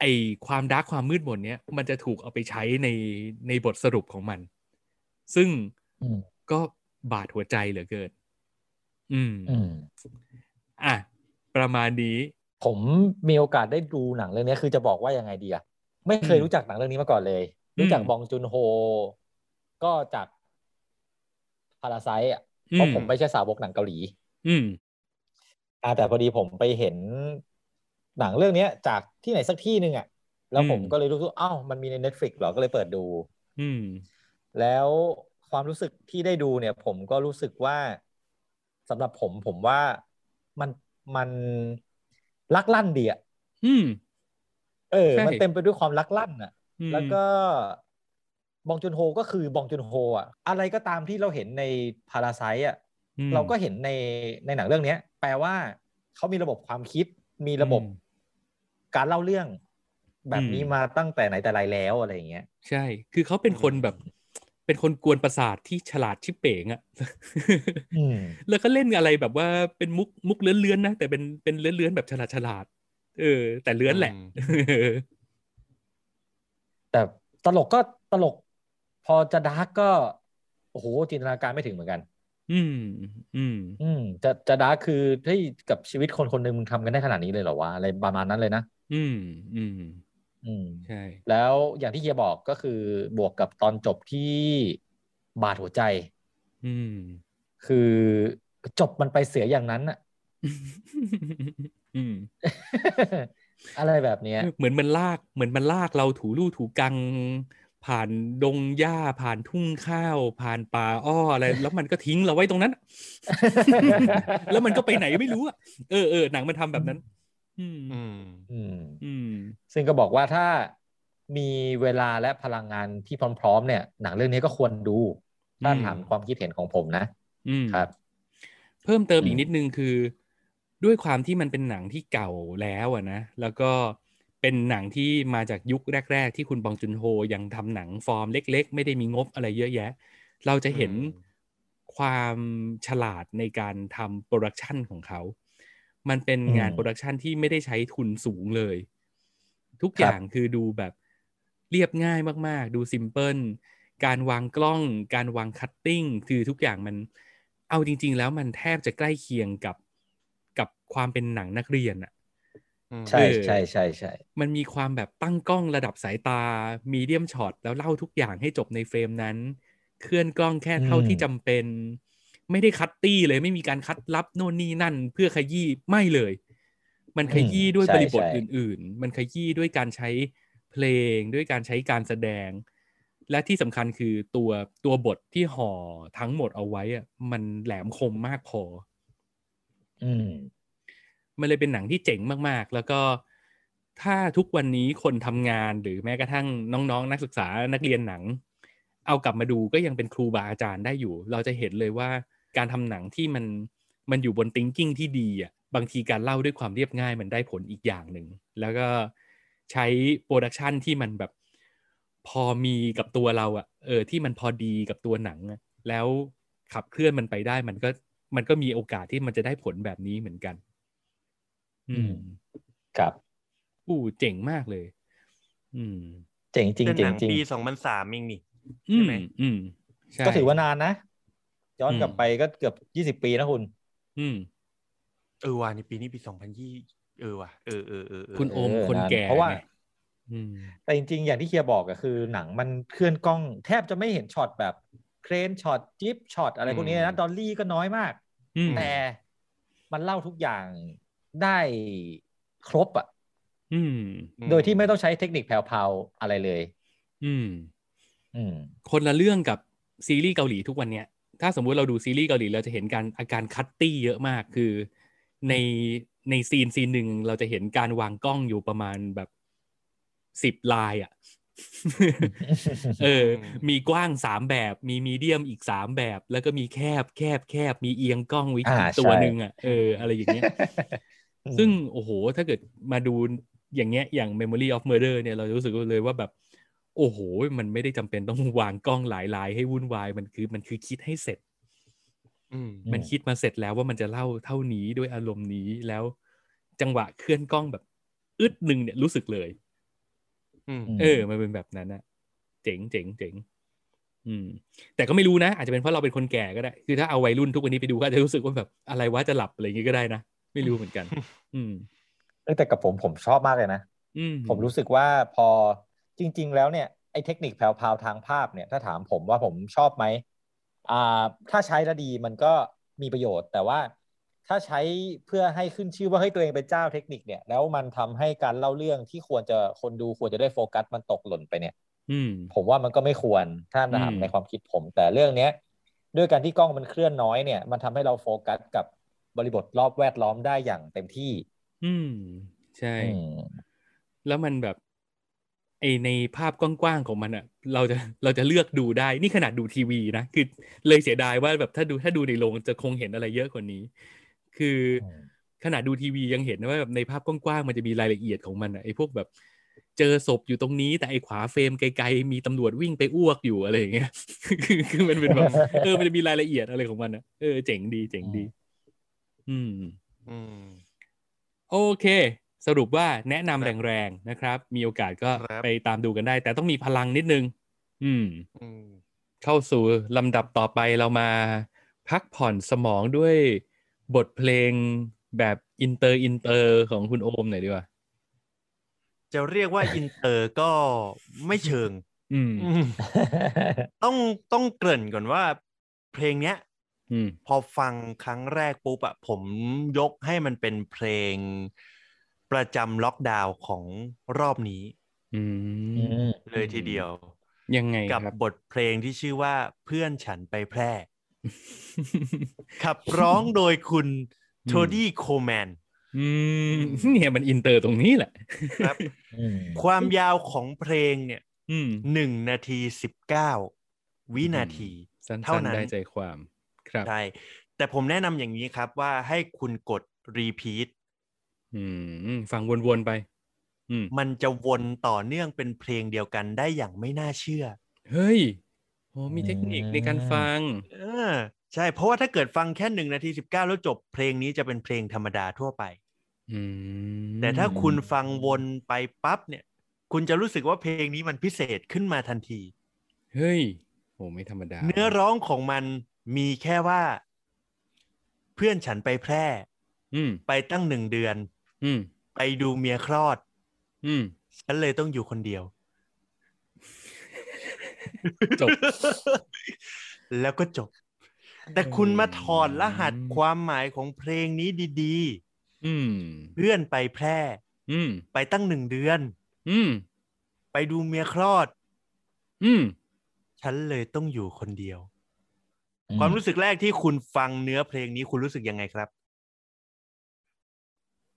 S2: ไอความดาร์กความมืดหม่นเนี้ยมันจะถูกเอาไปใช้ในในบทสรุปของมัน ซึ่ง
S5: อืม
S2: ก็บาดหัวใจเหลือเกิน อืม
S5: อืม
S2: อ่ะ ประมาณนี้
S5: ผมมีโอกาสได้ดูหนังเรื่องนี้คือจะบอกว่ายังไงดีอะไม่เคย
S2: อืม
S5: รู้จักหนังเรื่องนี้มาก่อนเลย รู้จัก
S2: อืม
S5: บองจุนโฮ ก็จากพาราไซอะ
S2: อื
S5: เพราะผมไม่ใช่สาวกหนังเกาหลี
S2: อืม
S5: อ่าแต่พอดีผมไปเห็นหนังเรื่องเนี้ย จากที่ไหนสักที่หนึ่งอะแล้ว
S2: อืม
S5: ผมก็เลยรู้สึกอ้าวมันมีใน Netflix เหรอก็เลยเปิดดู
S2: อืม
S5: แล้วความรู้สึกที่ได้ดูเนี่ย ผมก็รู้สึกว่าสำหรับผมผมว่ามันมันลักลั่นดีอะ
S2: อืม
S5: เออ
S2: ใช่
S5: มันเต็มไปด้วยความลักลั่นอะ
S2: อืม
S5: แล้วก็ บองจุนโฮก็คือบองจุนโฮอะอะไรก็ตามที่เราเห็นในพาราไซอะ
S2: อืม
S5: เราก็เห็นในในหนังเรื่องเนี้ย แปลว่าเขามีระบบความคิด มีระบบ
S2: อืม
S5: การเล่าเรื่อง แบบ
S2: อืม
S5: นี้มาตั้งแต่ไหนแต่ไรแล้วอะไรอย่างเงี้ย
S2: ใช่ คือเขาเป็นคนแบบ เป็นคนกวนประสาทที่ฉลาดชิบเป๋งอะ
S5: อืม
S2: แล้วก็เล่นอะไรแบบว่าเป็นมุกมุกเลื้อนๆนะแต่เป็นเป็นเลื้อนๆแบบฉลาดฉลาดๆเออ แต่เลื้อนแหละ
S3: อืม
S2: เออ
S5: แต่ตลกก็ตลก พอจะดาร์กก็โอ้โหจินตนาการไม่ถึงเหมือนกัน
S2: อืม อืม
S5: อืม จะจะดาร์กคือเฮ้ยกับชีวิตคนคนหนึ่งมึงทำกันได้ขนาดนี้เลยเหรอวะอะไรประมาณนั้นเลยนะ
S2: อืม อืม
S5: อืม
S2: ใช่
S5: แล้วอย่างที่เฮียบอกก็คือบวกกับตอนจบที่บาดหัวใจ
S2: อืม
S5: คือจบมันไปเสียอย่างนั้นอะ
S2: อืม
S5: อะไรแบบเนี้ย
S2: เหมือนมันลากเหมือนมันลากเราถูลู่ถูกัง ผ่านดงหญ้าผ่านทุ่งข้าว ผ่านป่าอ้ออะไร แล้วมันก็ทิ้งเราไว้ตรงนั้น แล้วมันก็ไปไหนไม่รู้อะเออเออหนังมันทำแบบนั้น อืม
S3: อืม
S5: อืม
S2: อืม
S5: ซึ่งก็บอกว่าถ้ามีเวลาและพลังงานที่พร้อม ๆ เนี่ย หนังเรื่องนี้ก็ควรดู ถ้า
S2: อืม
S5: ถามความคิดเห็นของผมนะ
S2: อืม
S5: ครับ
S2: เพิ่มเติมอี
S5: อื
S2: ก
S5: ม
S2: นิดนึงคือ ด้วยความที่มันเป็นหนังที่เก่าแล้วอะนะแล้วก็เป็นหนังที่มาจากยุคแรก ๆ ที่คุณบองจุนโฮยังทำหนังฟอร์มเล็ก ๆ ไม่ได้มีงบอะไรเยอะแยะ เราจะเห็น
S3: อืม
S2: ความฉลาดในการทำโปรดักชันของเขา มันเป็นงาน
S5: อืม
S2: โปรดักชันที่ไม่ได้ใช้ทุนสูงเลย ทุก
S5: ครับ
S2: อย่างคือดูแบบเรียบง่ายมาก ๆ ดูซิมเพิล การวางกล้อง การวางคัตติ้ง คือทุกอย่างมัน เอาจริง ๆ แล้วมันแทบจะใกล้เคียงกับกับความเป็นหนังนักเรียนอะ
S3: อืม
S5: ใช่
S2: เออ
S5: ใช่ใช่ใช่
S2: มันมีความแบบตั้งกล้องระดับสายตา มีเดียมช็อต แล้วเล่าทุกอย่างให้จบในเฟรมนั้น เคลื่อนกล้องแค่เท่า
S5: อืม
S2: ที่จำเป็น ไม่ได้คัตตี้เลย ไม่มีการคัดลับโน่นนี่นั่น เพื่อขยี้ไม่เลย มันขยี้ด้วยบริบทอื่น ๆ มันขยี้ด้วยการใช้เพลง ด้วยการใช้การแสดง และที่สำคัญคือตัวตัวบทที่ห่อทั้งหมดเอาไว้อะมันแหลมคมมากพอ
S5: อืม
S2: มันเลยเป็นหนังที่เจ๋งมาก ๆ แล้วก็ถ้าทุกวันนี้คนทำงานหรือแม้กระทั่งน้อง ๆ นักศึกษานักเรียนหนัง เอากลับมาดูก็ยังเป็นครูบาอาจารย์ได้อยู่ เราจะเห็นเลยว่าการทำหนังที่มันมันอยู่บน thinking ที่ดีอ่ะบางทีการเล่าด้วยความเรียบง่ายมันได้ผลอีกอย่างหนึ่ง แล้วก็ใช้โปรดักชันที่มันแบบพอมีกับตัวเราอ่ะเออที่มันพอดีกับตัวหนังอะแล้วขับเคลื่อนมันไปได้มันก็มันก็มีโอกาสที่มันจะได้ผลแบบนี้เหมือนกัน อื
S5: อื
S2: ม
S5: ม ครับ
S2: อู้เจ๋งมากเลย อืม
S5: เจ๋งจริง
S3: เป็น
S5: เจ๋
S3: หนั
S5: ง
S3: ง
S5: จริง
S3: ปีสองพันสามเองนี่
S2: อื
S3: ใช่
S2: ม
S3: ไหม
S2: อืมใช่
S5: ก็ถือว่านานนะ ย้อน
S2: อืม
S5: กลับไปก็เกือบยี่สิบปีนะคุณ
S2: อืม
S3: เออว่ะในปีนี้ปีสองพันยี่เออว่ะเออเออเออเออ
S2: คุณโอม
S5: เออ
S2: คน
S5: นาน
S2: แก่
S5: เพราะว่า
S2: นี่ยอืม
S5: แต่จริง ๆ อย่างที่เฮียบอกก็คือหนังมันเคลื่อนกล้องแทบจะไม่เห็นช็อตแบบเครนช็อตจิ๊บช็อตอะไรพวกนี้
S3: อื
S5: นะ
S3: ม
S5: ดอลลี่ก็น้อยมาก
S2: อืม
S5: แต่มันเล่าทุกอย่างได้ครบอ่ะ
S2: อืม
S5: โดยที่ไม่ต้องใช้เทคนิคแผ่วๆอะไรเลย
S2: อืม
S5: อืม
S2: คนละเรื่องกับซีรีส์เกาหลีทุกวันเนี้ย ถ้าสมมุติเราดูซีรีส์เกาหลีเราจะเห็นการอาการคัตตี้เยอะมาก คือในในซีนซีนหนึ่งเราจะเห็นการวางกล้องอยู่ประมาณแบบสิบลายอะ่ะ เออ มีกว้างสามแบบ มีมีเดียมอีกสามแบบ แล้วก็มีแคบแคบแคบ มีเอียงกล้องไวิ
S5: อ่า
S2: อีกตัว
S5: ใช่
S2: หนึ่งอะ่ะ เออ อะไรอย่างเงี้ย ซึ่งโอ้โห ถ้าเกิดมาดูอย่างเงี้ย อย่าง Memory of Murder เนี่ย เราจะรู้สึกเลยว่าแบบ โอ้โห มันไม่ได้จำเป็นต้องวางกล้องหลายลายให้วุ่นวาย มันคือมันคือคิดให้เสร็จ
S3: อืม
S2: มันคิดมาเสร็จแล้วว่ามันจะเล่าเท่านี้ด้วยอารมณ์นี้แล้ว จังหวะเคลื่อนกล้องแบบ อึดหนึ่งเนี่ยรู้สึกเลย
S3: อืม
S2: เออ มันเป็นแบบนั้นอะเจ๋งเจ๋งเจ๋งอืม แต่ก็ไม่รู้นะ อาจจะเป็นเพราะเราเป็นคนแก่ก็ได้ คือถ้าเอาวัยรุ่นทุกวันนี้ไปดูก็อาจจะรู้สึกว่าแบบอะไรวะจะหลับอะไรอย่างงี้ก็ได้นะ ไม่รู้เหมือนกัน อืม
S5: เออแต่กับผมผมชอบมากเลยนะ
S2: อืม
S5: ผมรู้สึกว่าพอจริง ๆ แล้วเนี่ยไอ้เทคนิคแผ่วๆทางภาพเนี่ย ถ้าถามผมว่าผมชอบไหมอ่าถ้าใช้แล้วดีมันก็มีประโยชน์ แต่ว่าถ้าใช้เพื่อให้ขึ้นชื่อว่าให้ยตัวเองเป็นเจ้าเทคนิคเนี่ย แล้วมันทำให้การเล่าเรื่องที่ควรจะคนดูควรจะได้โฟกัสมันตกหล่นไปเนี่ย
S2: อืม
S5: ผมว่ามันก็ไม่ควรถ้าถาม
S2: อืม
S5: ในความคิดผม แต่เรื่องเนี้ย ด้วยการที่กล้องมันเคลื่อนน้อยเนี่ย มันทำให้เราโฟกัสกับบริบทรอบแวดล้อมได้อย่างเต็มที่
S2: อืม ใช่
S5: อืม
S2: แล้วมันแบบไอในภาพกว้างๆของมันอะเราจะ เราจะเลือกดูได้ นี่ขนาดดูทีวีนะ คือเลยเสียดายว่าแบบถ้าดูถ้าดูในโรงจะคงเห็นอะไรเยอะกว่านี้ คือ
S5: อืม
S2: ขนาดดูทีวียังเห็นนะว่าแบบในภาพกว้างๆมันจะมีรายละเอียดของมันอะไอพวกแบบ เจอศพอยู่ตรงนี้ แต่ไอ้ขวาเฟรมไกลๆ มีตำรวจวิ่งไปอ้วกอยู่อะไรอย่างเงี้ย คือคือมันเป็นแบบเออมันจะมีรายละเอียดอะไรของมันนะเออเจ๋งดีเจ๋งดี อืม
S3: อืม
S2: โอเค สรุปว่าแนะนำ
S3: ครับ
S2: แรงๆนะครับ มีโอกาสก็
S3: ครับ
S2: ไปตามดูกันได้ แต่ต้องมีพลังนิดนึง อืม
S3: อืม
S2: เข้าสู่ลำดับต่อไปเรามาพักผ่อนสมองด้วยบทเพลงแบบอินเตอร์อินเตอร์ของคุณโอมหน่อยดีกว่า
S3: จะเรียกว่าอินเตอร์ก็ไม่เชิง
S2: อืม
S3: อืมต้องต้องเกริ่นก่อนว่า เพลงเนี้ย
S2: อืม
S3: พอฟังครั้งแรกปุ๊บอะผมยกให้มันเป็นเพลงประจำล็อกดาวน์ของรอบนี้
S2: อื
S5: อื
S2: ม
S5: ม
S3: เลยทีเดียว
S2: ยังไง
S3: กับ
S2: ครับ
S3: บทเพลงที่ชื่อว่าเพื่อนฉันไปแพร่ ขับร้องโดยคุณ
S2: อืม
S3: โทดี้โคแมน
S2: อืมเนี่ยมันอินเตอร์ตรงนี้แหละ
S3: ครับ
S5: อืม
S3: ความยาวของเพลงเนี่ย
S2: อืม
S3: หนึ่งนาทีสิบเก้าวินาที
S2: สั้
S3: เท่าน นั้น
S2: ๆได้ใจความครับ
S3: ใช่แต่ผมแนะนำอย่างนี้ครับว่าให้คุณกดรีพีท
S2: อืม ฟังวนๆไป อืม
S3: มันจะวนต่อเนื่องเป็นเพลงเดียวกันได้อย่างไม่น่าเชื่อ
S2: เฮ้ยโอ้มีเทคนิคในการฟัง
S3: เออ ใช่ เพราะว่าถ้าเกิดฟังแค่หนึ่งนาทีสิบเก้าแล้วจบเพลงนี้จะเป็นเพลงธรรมดาทั่วไป
S2: อืม
S3: แต่ถ้าคุณฟังวนไปปั๊บเนี่ย คุณจะรู้สึกว่าเพลงนี้มันพิเศษขึ้นมาทันที
S2: เฮ้ยโอ้ไม่ธรรมดา
S3: เนื้อร้องของมันมีแค่ว่า เพื่อนฉันไปแพร่
S2: อืม
S3: ไปตั้งหนึ่งเดือน
S2: อืม
S3: ไปดูเมียคลอด
S2: อืม
S3: ฉันเลยต้องอยู่คนเดียว
S2: จบ
S3: แล้วก็จบ แต่คุณมาถอดรหัส
S2: อืม
S3: ความหมายของเพลงนี้ดี
S2: อืม
S3: ๆ เพื่อนไปแพร่
S2: อืม
S3: ไปตั้งหนึ่งเดือน
S2: อืม
S3: ไปดูเมียคลอด
S2: อืม
S3: ฉันเลยต้องอยู่คนเดียว ความรู้สึกแรกที่คุณฟังเนื้อเพลงนี้คุณรู้สึกยังไงครับ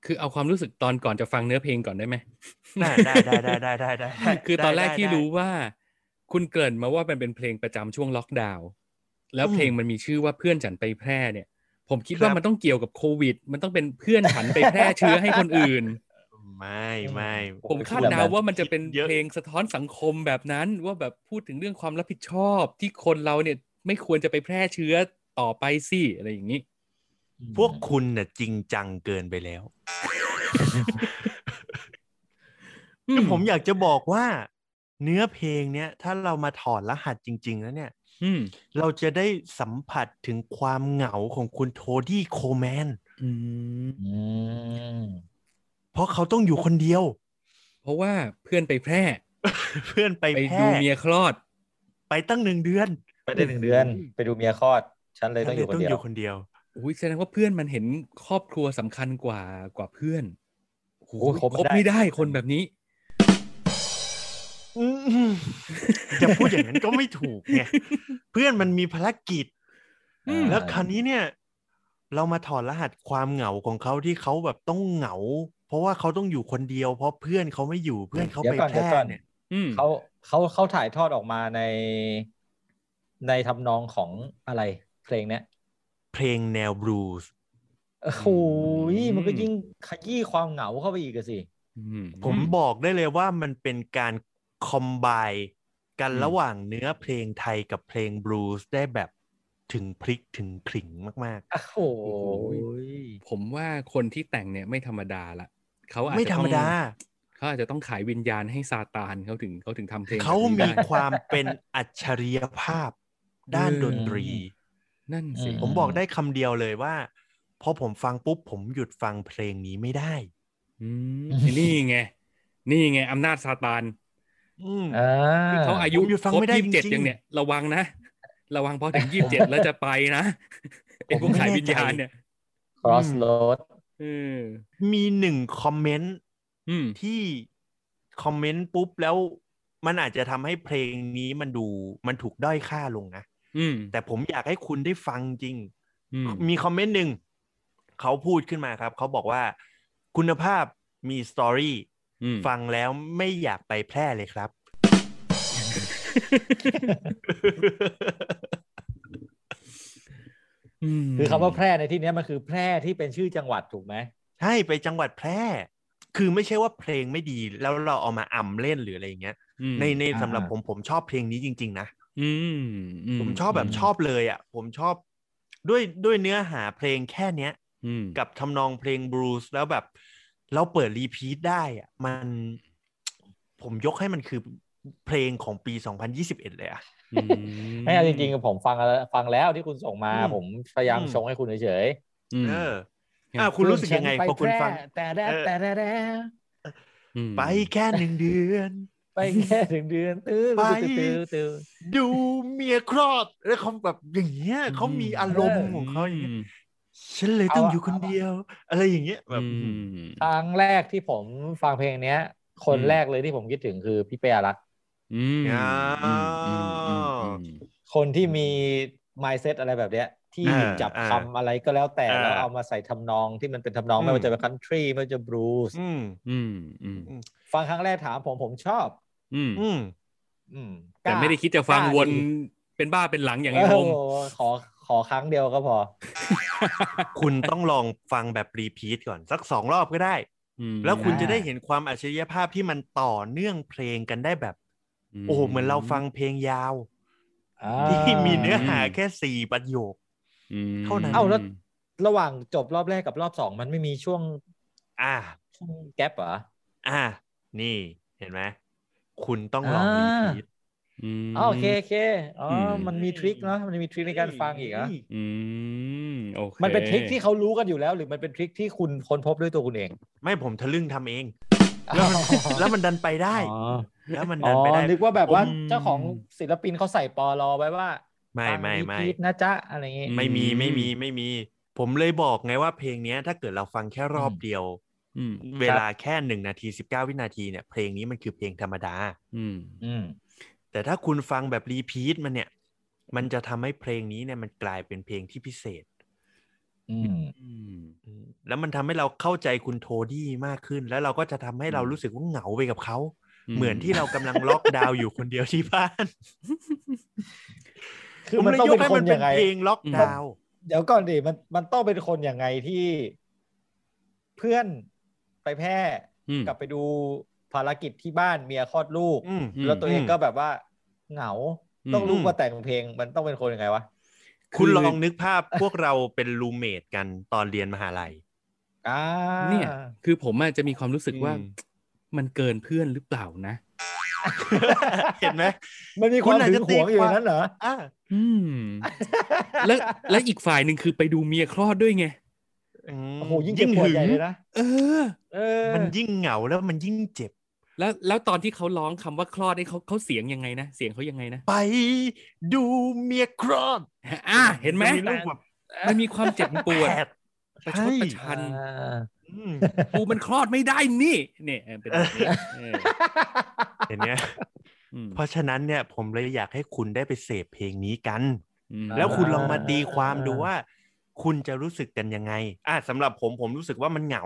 S2: คือเอาความรู้สึกตอนก่อนจะฟังเนื้อเพลงก่อนได้ไหม
S3: ได้ได้ได้ได้ได้ได้ได้ได้
S2: คือตอนแรก
S3: ได้
S2: ที่
S3: ได้
S2: รู้ว่า คุณเกริ่นมาว่ามันเป็นเพลงประจำช่วงล็อกดาวน์แล้ว
S3: อืม
S2: เพลงมันมีชื่อว่าเพื่อนฉันไปแพร่เนี่ย ผมคิดว่า
S3: ครับ
S2: มันต้องเกี่ยวกับโควิด มันต้องเป็นเพื่อนฉันไปแพร่เชื้อให้คนอื่น
S3: ไม่ไม่
S2: ผมคาดเดาว่ามันจะเป็นเพลงสะท้อนสังคมแบบนั้น ว่าแบบพูดถึงเรื่องความรับผิดชอบที่คนเราเนี่ยไม่ควรจะไปแพร่เชื้อต่อไปสิอะไรอย่างนี้
S3: พวกคุณน่ะจริงจังเกินไปแล้ว คือผมอยากจะบอกว่า เนื้อเพลงเนี้ยถ้าเรามาถอดรหัสจริง ๆ แล้วเนี่ย
S2: อืม
S3: เราจะได้สัมผัสถึงความเหงาของคุณโทดี้โคแมน
S2: อืม
S5: อืม
S3: เพราะเขาต้องอยู่คนเดียว
S2: เพราะว่าเพื่อนไปแพร่
S3: เพื่อนไป
S2: ไป
S3: แพร่
S2: ดูเมียคลอด
S3: ไปตั้งหนึ่งเดือน
S5: ไปได้หนึ่งเดือนไปดูเมียคลอด ฉันเลยต้องอยู่คน
S3: ฉั
S5: เดียว
S3: เดียว
S2: อุ้ยแสดงว่าเพื่อนมันเห็นครอบครัวสำคัญกว่ากว่าเพื่อนโอ้โห
S5: โอ้ย
S2: ค
S5: คบ
S2: บ
S5: ไม่ได้
S2: ไม่ได้คนแบบนี้
S3: อืมจะพูดอย่างนั้นก็ไม่ถูกไงเพื่อนมันมีภารกิจ
S2: อืม
S3: แล้วคราวนี้เนี่ย เรามาถอดรหัสความเหงาของเขาที่เขาแบบต้องเหงา เพราะว่าเขาต้องอยู่คนเดียว เพราะเพื่อนเขาไม่อยู่เพื่อนเขา
S5: เดี๋ย
S3: ไป
S5: วก่อน
S3: แพ
S5: เดี๋ยว
S3: ร่
S5: ก่อน
S3: เนี่ย
S2: อืม
S5: เขาเขาเขาถ่ายทอดออกมาใน ในทำนองของอะไรเพลงเนี้ย
S3: เพลงแนวบลูส์
S5: โอ้โหยมันก็ยิ่งขยี้ความเหงาเข้าไปอีกอะสิ
S2: อื
S3: ผมบอกได้เลยว่ามันเป็นการคอมไบกันระหว่างเนื้อเพลงไทยกับเพลงบลูส์ได้แบบถึงพริกถึงขิงมาก
S5: โอ้โหย
S2: ผมว่าคนที่แต่งเนี่ยไม่ธรรมดาละเขาอาจ
S3: ไม่
S2: จะ
S3: ธร
S2: ต้อง
S3: รมดา
S2: เขาอาจจะต้องขายวิญญาณให้ซาตานเขาถึงเขาถึงทำเพลง
S3: ๆ เขา
S2: แบบ
S3: มี
S2: นี้ได้
S3: ความเป็นอัจฉริยภาพด้านดนตรี
S2: นั่นสิ
S3: ผมบอกได้คำเดียวเลยว่า พอผมฟังปุ๊บ ผมหยุดฟังเพลงนี้ไม่ได้
S2: อืมนี่ไง นี่ไงอำนาจซาตาน
S3: อืม
S5: อ่า
S2: ที่เขาอายุ
S3: ผมหยุดฟังไม่ได้
S2: ยี่สิบเจ็ด
S3: จริงๆ
S2: ยังเนี่ย ระวังนะ ระวังพอถึงยี่สิบเจ็ดแล้วจะไปนะไอ้พวกขายวิญญาณเนี่ย
S5: ครอสโรด
S2: เออ
S3: มีหนึ่งคอมเมนต์
S2: อืม
S3: ที่คอมเมนต์ปุ๊บแล้วมันอาจจะทำให้เพลงนี้มันดูมันถูกด้อยค่าลงนะ
S2: อืม
S3: แต่ผมอยากให้คุณได้ฟังจริง
S2: อืม
S3: มีคอมเมนต์หนึ่งเขาพูดขึ้นมาครับ เขาบอกว่าคุณภาพมีสตอรี่
S2: อืม
S3: ฟังแล้วไม่อยากไปแพร่เลยครับ
S5: คือคำว่าแพร่ในที่เนี้ยมันคือแพร่ที่เป็นชื่อจังหวัดถูกไหม
S3: ใช่ไปจังหวัดแพร่ คือไม่ใช่ว่าเพลงไม่ดีแล้วเราเอามาอ่ำเล่นหรืออะไรอย่างเงี้ย
S2: อืม
S3: ในในสำหรับ
S5: อ่า
S3: ผมผมชอบเพลงนี้จริง ๆ นะ
S2: อืมม
S3: ผมชอบแบบชอบเลยอ่ะ ผมชอบด้วยด้วยเนื้อหาเพลงแค่เนี้ย
S2: อืม
S3: กับทำนองเพลงบลูส์แล้วแบบเราเปิดรีพีทได้อ่ะมันผมยกให้มันคือเพลงของปี 2021 เลยอ่ะ
S5: ไม่เอาจริงๆผมฟังแล้วฟังแล้วที่คุณส่งมา
S3: อืม
S5: ผมพยายาม
S3: อืม
S5: ชงให้คุณเฉย
S2: อืม
S3: เออ
S2: ครับ
S3: อ่ะ
S5: ๆ
S3: คุณรู้สึกยังไงพอคุณฟัง
S5: แต่แร่
S3: เออ
S5: แต่แร่แต่แร่
S2: อืม
S3: ไปแค่หนึ่งเดือน
S5: ไปแค่ถึงเดือนตื้อ
S3: ไป
S5: ตื้อตื้อ
S3: ดูเมียคลอดแล้วเขาแบบอย่างเงี้ยเขามีอารมณ์ของเขาอย่างเงี้ย
S2: ม
S3: ฉันเลยต้อง
S5: เอาอะ
S3: อยู่คน
S5: เอาอะ
S3: เดียว อะไรอย่างเงี้ยแบบ
S2: อืม
S5: ครั้งแรกที่ผมฟังเพลงเนี้ย คน
S2: อืม
S5: แรกเลยที่ผมคิดถึงคือพี่เปอารักษ์
S2: อืม
S3: อ่า
S2: อืมอืมอืมอืม
S5: คนที่มี mindset อะไรแบบเนี้ย ที่
S3: อ่า
S5: หยิบจับ
S3: อ่า
S5: คำอะไรก็แล้วแต่
S3: อ่า
S5: แล้วเอามาใส่ทำนองที่มันเป็นทำนอง
S3: อืม
S5: ไม่ว่าจะเป็น country ไม่ว่าจะ blues
S3: อืม
S2: อืมอืม
S5: ฟังครั้งแรกถามผมผมชอบ
S2: อืม
S3: อืม
S5: อืมก
S2: แต่
S5: ล้า
S2: ไม่ได้คิดจะฟัง
S5: กล้า
S2: วน
S5: ดี
S2: เป็นบ้าเป็นหลังอย่าง
S5: เอ
S2: นี้
S5: อ
S2: ผม
S5: โอ้โหขอขอครั้งเดียวก็พอ
S3: คุณต้องลองฟังแบบรีพีทก่อนสักสองรอบก็ได้ แล้วคุณจะได้เห็นความอัจฉริยภาพที่มันต่อเนื่องเพลงกันได้แบบ โอ้โหเหมือนเราฟังเพลงยาว
S5: อ่า
S3: ที่มีเนื้อหาแค่สี่ประโยค
S2: อืม
S3: เท่านั้น
S5: เอ้าแล้วระหว่างจบรอบแรกกับรอบสองมันไม่มีช่วง
S3: อ่า
S5: ช่วงแก๊ปเหรอ
S3: อ่า นี่เห็นไหมคุณต้องลอง
S5: อ่า
S3: รีพีท
S2: ม
S5: อ๋อโอเคโอเคอ๋ออ
S2: ม
S5: มันมีทริคเนาะมันมีทริคในการฟังอีกเหรอ่ะ
S2: อืมโอเค
S5: มันเป็นทริคที่เขารู้กันอยู่แล้ว หรือมันเป็นทริคที่คุณค้นพบด้วยตัวคุณเอง
S3: ไม่ผมทะลึ่งทำเอง แล้วมันแล้วมันดันไปได้
S5: อ๋อ
S3: แล้วมัน
S5: อ๋
S3: ดันไป
S5: อ
S3: ได้
S5: นึกว่าแบบว่า
S3: ผม
S5: เจ้าของศิลปินเขาใส่ปอลอไว้ว่า
S3: ไม่
S5: ฟัง
S3: ไม่ไม่
S5: รีพีทนะจ๊ะอะไรอย่างงี้
S3: ไม่มีไม่มีไม่มี ผมเลยบอกไงว่าเพลงเนี้ย ถ้าเกิดเราฟังแค่รอบ
S5: อืม
S3: เดียว
S2: อืม
S3: เวลาแค่หนึ่งนาทีสิบเก้าวินาทีเนี่ยเพลงนี้มันคือเพลงธรรมดา
S2: อืม
S5: อืม
S3: แต่ถ้าคุณฟังแบบรีพีทมันเนี่ย มันจะทำให้เพลงนี้เนี่ยมันกลายเป็นเพลงที่พิเศษ
S5: อืม
S2: อืม
S3: อืมแล้วมันทำให้เราเข้าใจคุณโทดี้มากขึ้น แล้วเราก็จะทำให้เรา
S2: อืม
S3: รู้สึกว่าเหงาไปกับเขา เหมือนที่เรากำลังล็อกดาวน์อยู่คนเดียวที่บ้าน
S5: คือมันต้องเป็น
S3: ผมลยยกให้
S5: ค
S3: มัน เป็
S5: ยั
S3: น
S5: งไง
S3: เพลงล็อกดาวน์
S5: เดี๋ยวก่อนดิมันมันต้องเป็นคนยังไงที่เพื่อนไปแพร่
S2: อืม
S5: กลับไปดูภารกิจที่บ้านเมียคลอดลูก
S3: อืม
S5: แล้วตัวเองก็แบบว่า เหงา
S2: อืม
S5: ต้องรู้
S3: อืม
S5: ว่าแต่งเพลง มันต้องเป็นคนยังไงวะ
S3: คุณลองนึกภาพพวกเราเป็นรูเมทกันตอนเรียนมหาลัย
S5: อ่า
S2: เนี่ย คือผมอาจจะมีความรู้สึกว่า
S3: อืม
S2: มันเกินเพื่อนหรือเปล่านะ
S3: เห็นไหม
S5: มันมีความ
S3: คุณอาจ
S5: ถึ
S3: จะ
S5: งหวงอยู่
S3: ตีความ
S5: ในนั้นเหรอ
S3: อ่ะ
S2: อืม แล้วและอีกฝ่ายหนึ่งคือไปดูเมียคลอดด้วยไง
S3: ม
S5: โอ้โหยิ่งเจ็บปวดใหญ่เลยนะ
S2: เออ
S5: เออ
S3: มันยิ่งเหงาแล้วมันยิ่งเจ็บ
S2: แล้วแล้วตอนที่เขาร้องคำว่าคลอดได้เขาเขาเสียงยังไงนะ เสียงเขายังไงนะ
S3: ไปดูเมียครอด
S2: อ่าเห็นไหม
S3: มีลูกแบบ
S2: มันมีความเจ็บปวด
S3: แผด
S2: ประชดประชัน
S5: อ่า
S3: อืม
S2: กูมันคลอดไม่ได้นี่เนี่ยเป็นแบบนี้เออ
S3: เห็นไหม
S2: อืม
S3: เพราะฉะนั้นเนี่ยผมเลยอยากให้คุณได้ไปเสพเพลงนี้กัน
S2: อืม
S3: แล้วคุณลองมาตีความดูว่า คุณจะรู้สึกกันยังไง อ่ะสำหรับผมผมรู้สึกว่ามันเหงา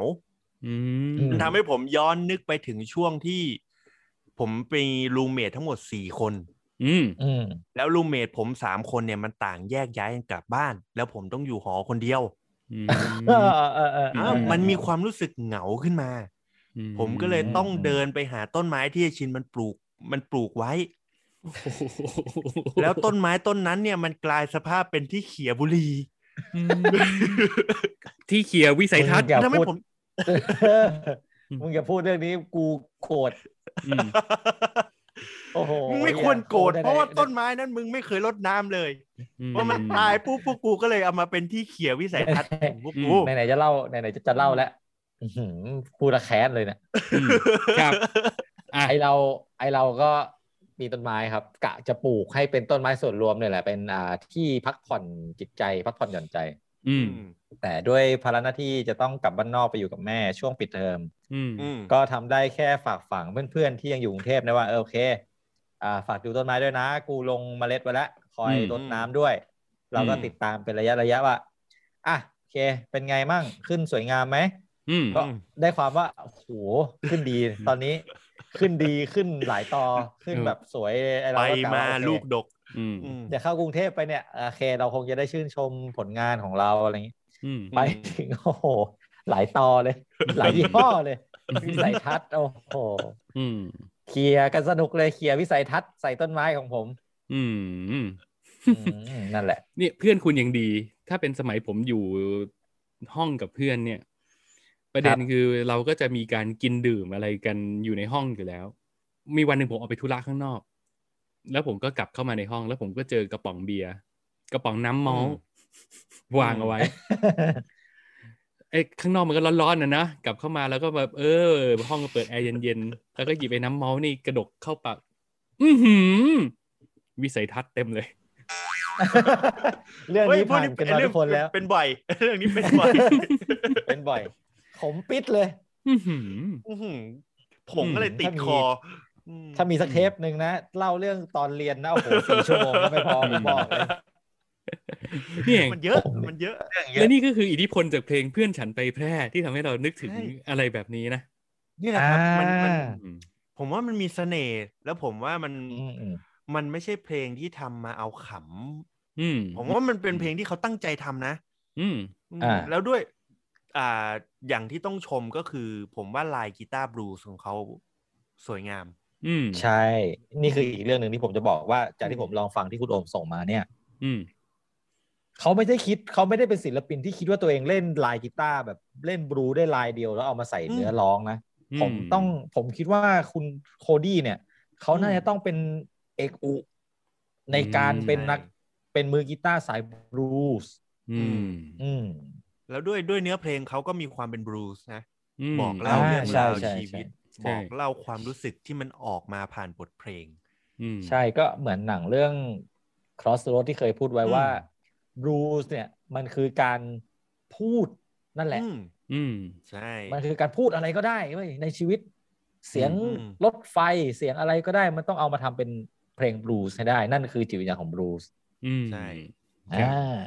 S2: อืม
S3: มันทำให้ผมย้อนนึกไปถึงช่วงที่ ผมมีรูเมททั้งหมดสี่คน
S2: อืม
S5: อืม
S3: แล้วรูเมทผมสามคนเนี่ยมันต่างแยกย้ายกันกลับบ้าน แล้วผมต้องอยู่หอคนเดียว
S2: อืม
S5: เออเออเออเออ
S3: อ้าวมันมีความรู้สึกเหงาขึ้นมา ผมก็เลยต้องเดินไปหาต้นไม้ที่ไอ้ชินมันปลูกมันปลูกไว้
S2: โอ้โห
S3: แล้วต้นไม้ต้นนั้นเนี่ยมันกลายสภาพเป็นที่เขียบุหรี
S2: อืมที่เขียวิสัยทัศ น์
S5: มึงอย่า
S3: ทำให้
S5: พูด
S3: ผม
S5: มึงอย่าพูดเรื่องนี้กูโกรธ
S2: อืม
S5: โอ้โห
S3: มึงไม่ควรโกรธเพราะว่าต้นไม้นั้นมึงไม่เคยรดน้ำเลย
S2: อื
S3: ว่ามันตายปุ๊บพวกกูก็เลยเอามาเป็นที่เขียวิสัยทัศน์ของพวก กู
S5: ไหนๆจะเล่าไหนๆจะจะเล่าแล้วอื้อหือพูดละแค้นเลยเนี่ย
S2: อืมครับอ่ะ
S5: ไอเราไอเราก็มีต้นไม้ครับ กะจะปลูกให้เป็นต้นไม้ส่วนรวมเนี่ยแหละเป็นอ่าที่พักผ่อนจิตใจ พักผ่อนหย่อนใจ
S2: อืม
S5: แต่ด้วยภาระหน้าที่จะต้องกลับบ้านนอกไปอยู่กับแม่ช่วงปิดเทอม
S2: อืม
S3: อืม
S5: ก็ทำได้แค่ฝากฝังเพื่อนๆที่ยังอยู่กรุงเทพนะว่าเออโอเคอ่าฝากดูต้นไม้ด้วยนะ กูลงเมล็ดไว้แล้วคอยรดน้ำด้วย เราก็ติดตามเป็นระยะระยะว่าอ่ะโอเคเป็นไงมั่งขึ้นสวยงามไหม
S2: อืม
S5: ก็ได้ความว่าโอ้โหขึ้นดี ตอนนี้ขึ้นดีขึ้นหลายต่อขึ้นแบบสวยเลยอ้เร
S3: ไป
S5: ก็กะว่
S3: มา
S5: โอเค
S3: ลูกดก
S2: อืม
S3: อืม
S5: เดี๋ยวเข้ากรุงเทพไปเนี่ยโอเคเราคงจะได้ชื่นชมผลงานของเราอะไรอย่างนี้
S2: อืม
S5: ไปถึงโอ้โหหลายต่อเลย หลายยี่ห้อเลย วิสัยทัศน์โอ้โห
S2: อืม
S5: เคลียร์กันสนุกเลยเคลียร์วิสัยทัศน์ใส่ต้นไม้ของผม
S2: อืม
S5: อืมนั่นแหละ
S2: เนี่ยเพื่อนคุณยังดี ถ้าเป็นสมัยผมอยู่ห้องกับเพื่อนเนี่ย ประเด็น
S5: ครับ
S2: คือเราก็จะมีการกินดื่มอะไรกันอยู่ในห้องอยู่แล้ว มีวันหนึ่งผมออกไปธุระข้างนอก แล้วผมก็กลับเข้ามาในห้อง แล้วผมก็เจอกระป๋องเบียร์กระป๋องน้ำเมอลวางเอาไว้ ไอ้ข้างนอกมันก็ร้อนๆนะนะกลับเข้ามาแล้วก็แบบเออ ห้องก็เปิดแอร์เย็นๆแล้วก็หยิบไอ้น้ำเมาส์นี่กระดกเข้าปากอือหือ วิสัยทัศน์เต็มเลย
S5: เรื่องนี้
S3: ฮ้ยพว
S5: ผ่านกันมา
S3: เรื่
S5: ทุ
S3: อง
S5: กคนแล้ว
S3: เป็นบ่อย เรื่องนี้เป็นบ่ อย
S5: เป็นบ่อย ผมปิดเลย
S2: อือหือ
S3: อื้อหือผมก็เลยติด
S5: ถ้ามี
S3: คออืม
S5: ถ้ามีสักเทปหนึ่งนะ เล่าเรื่องตอนเรียนนะโอ้โหสี่ชั่วโมงก็ไม่พอผมบอก เลย
S2: เนี่ย
S3: มันเยอะมันเยอะ
S2: และนี่ก็คืออิทธิพลจากเพลงเพื่อนฉันไปแพร่ที่ทำให้เรานึกถึง
S3: ใช่
S2: อะไรแบบนี้นะ
S3: นี่แหละครับมันมัน
S5: อ่า
S2: อืม
S3: ผมว่ามันมีเสน่ห์แล้วผมว่ามัน
S5: อืมอืม
S3: มันไม่ใช่เพลงที่ทำมาเอาข
S2: อืม
S3: ำผมว่ามันเป็นเพลงที่เขาตั้งใจทำนะ
S2: อืม
S3: อืม
S5: อ่า
S3: แล้วด้วย อ่าอย่างที่ต้องชมก็คือ ผมว่าลายกีตาร์บลูส์ของเขาสวยงาม
S2: อืม
S5: ใช่ นี่คืออีกเรื่องหนึ่งที่ผมจะบอกว่าจากที่ผมลองฟังที่คุณโอมส่งมาเนี่ย
S2: อืม
S5: เขาไม่ได้คิดเขาไม่ได้เป็นศิลปินที่คิดว่าตัวเองเล่นลายกีตาร์แบบเล่นบลูได้ลายเดียวแล้วเอามาใส่เนื้อร้องนะ ผมต้องผมคิดว่าคุณโคดี้เนี่ย เขาน่าจะต้องเป็นเอกอุ ในการเป็นนักเป็นมือกีตาร์สายบลูส์
S2: อืม
S5: อืม
S3: แล้วด้วยด้วยเนื้อเพลงเขาก็มีความเป็นบลูส์นะ
S2: ม
S3: บอกเล่า
S5: อ่า
S3: เรื่องราว
S5: ใช่ใช่
S3: ชีวิต บอกเล่าความรู้สึกที่มันออกมาผ่านบทเพลง
S2: อืม
S5: ใช่ก็เหมือนหนังเรื่อง Crossroad ที่เคยพูดไว้ว่า
S3: อืม
S5: บลูส์เนี่ย มันคือการพูดนั่นแหละ
S3: อืม
S2: อืม
S3: ใช่
S5: มันคือการพูดอะไรก็ได้เว้ยในชีวิต เสียง
S3: อืม
S5: รถไฟเสียงอะไรก็ได้ มันต้องเอามาทำเป็นเพลงบลูส์ให้ได้ นั่นคือจิตวิญญาณของบลูส์
S2: อืม
S3: ใช่
S2: ครับ
S5: อ่า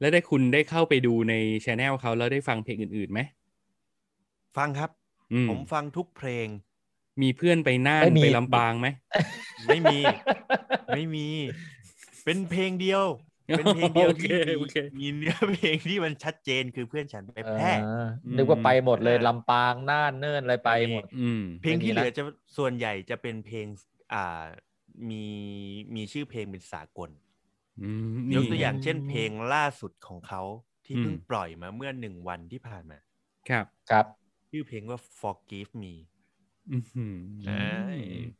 S2: แล้วได้คุณได้เข้าไปดูในช anel เขาแล้วได้ฟังเพลงอื่นๆไหม
S3: ฟังครับ
S2: อืม
S3: ผมฟังทุกเพลง
S2: มีเพื่อนไปน่าน
S5: เอ้ยมี
S2: ไปลำปางไหม
S3: ไม่มี ไม่มี เป็นเพลงเดียว เป็นเพลงเดียวที่
S2: โอเค
S3: มี
S2: โอเค
S3: มีเนื้อเพลงที่มันชัดเจนคือเพื่อนฉันไปแพร่
S5: อ่า
S2: อืม
S5: นึกว่าไปหมดเลย
S3: อ่า
S5: ลำปางน่านเนิ่นอะไรไปหมด
S2: อืม
S3: เพลงที่เหลือ
S5: ไม่มีนะ
S3: จะส่วนใหญ่จะเป็นเพลงอ่ามีมีชื่อเพลงเป็นสากล
S2: อืม
S3: ยกตัว
S2: นี่
S3: อย่างเช่น เพลงล่าสุดของเขาที่
S2: อืม
S3: เพิ่งปล่อยมาเมื่อหนึ่งวันที่ผ่านมา
S2: ครับ
S5: ครับ
S3: ชื่อเพลงว่า forgive me
S2: อื้อหือ
S3: ใช่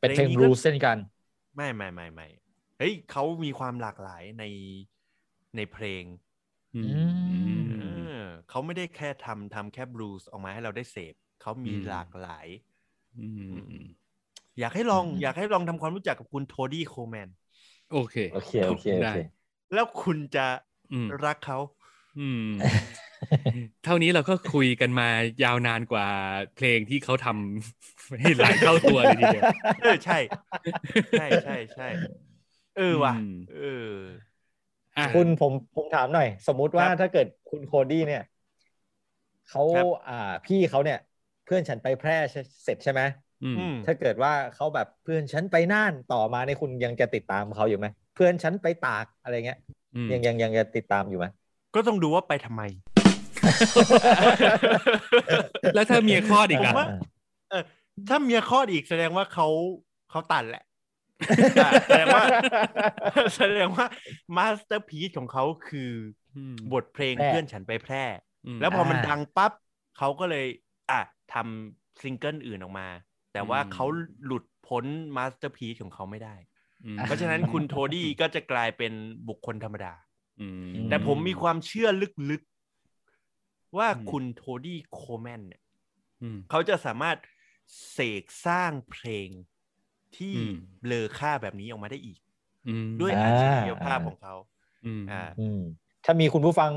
S5: เป็นเพลงบลูส์เช่นกัน
S3: ไม่ไม่ไม่ไม่เฮ้ยเขามีความหลากหลายในในเพลง
S2: อืม
S3: เออเขาไม่ได้แค่ทำทำแค่บลูส์ออกมาให้เราได้เสพเขามี
S2: อืม
S3: หลากหลาย
S2: อืม
S3: อยากให้ลอง
S5: อืม
S3: อยากให้ลองทำความรู้จักกับคุณโทดี้โคลแมน
S2: โอเค
S5: โอเคโอเคโอ
S2: ได้
S5: เค
S3: แล้วคุณจะ
S2: อืม
S3: รักเขา
S2: อืม เท่านี้เราก็คุยกันมายาวนานกว่าเพลงที่เขาทำ ให้หลายเท่าตัวเลยทีเดียว
S3: เออใช่ ใช่ใช่ใช่เออว่ะ
S2: อืม
S3: เออ
S2: อ่ะ
S5: คุณ ผมผมถามหน่อย สมมุติว่า
S3: ครับ
S5: ถ้าเกิดคุณโคดี้เนี่ยเขา
S3: ครับ
S5: อ่า พี่เขาเนี่ย เพื่อนฉันไปแพร่เสร็จใช่ไหม
S2: อืม
S3: อืม
S5: ถ้าเกิดว่าเขาแบบเพื่อนฉันไปน่านต่อมาในยคุณยังจะติดตามเขาอยู่ไหมเพื่อนฉันไปตากอะไรเงี้ย
S2: อืม
S5: ยังยังยังจะติดตาม อยู่ไหม
S3: ก็ต้องดูว่าไปทำไม
S2: แล้วถ้าเมียคลอดอีก
S3: ผม
S2: อ่ะ
S3: ว่า เออถ้าเมียคลอดอีกแสดงว่าเขาเขาตัดแหละ แสดง ว่า แสดงว่ามาสเตอร์พีซของเขาคือ
S2: อืม
S3: บทเพลง
S5: แพร่
S3: เพื่อนฉันไปแพร่
S2: ม
S3: แล้วพอมัน
S5: อ่า
S3: ดังปั๊บเขาก็เลยอ่ะทำซิงเกิลอื่นออกมา แต่ว่าเขาหลุดพ้นมาสเตอร์พี e ของเขาไม่ได้
S2: อืม
S3: เพราะฉะนั้นคุณโทดี้ก็จะกลายเป็นบุคคลธรรมดา
S2: อืม
S3: แต่ผมมีความเชื่อลึกๆ ว่า
S2: อืม
S3: คุณโทดี้โคลแมนเนี่ย
S2: อืม
S3: เขาจะสามารถเสกสร้างเพลงที่
S2: อืม
S3: เบลอค่าแบบนี้ออกมาได้อีก
S2: อืม
S3: ด้วย
S5: อ่า
S3: อัจฉริยภาพของเขา
S2: อืม
S3: อ่า
S5: อืมถ้ามีคุณผู้ฟัง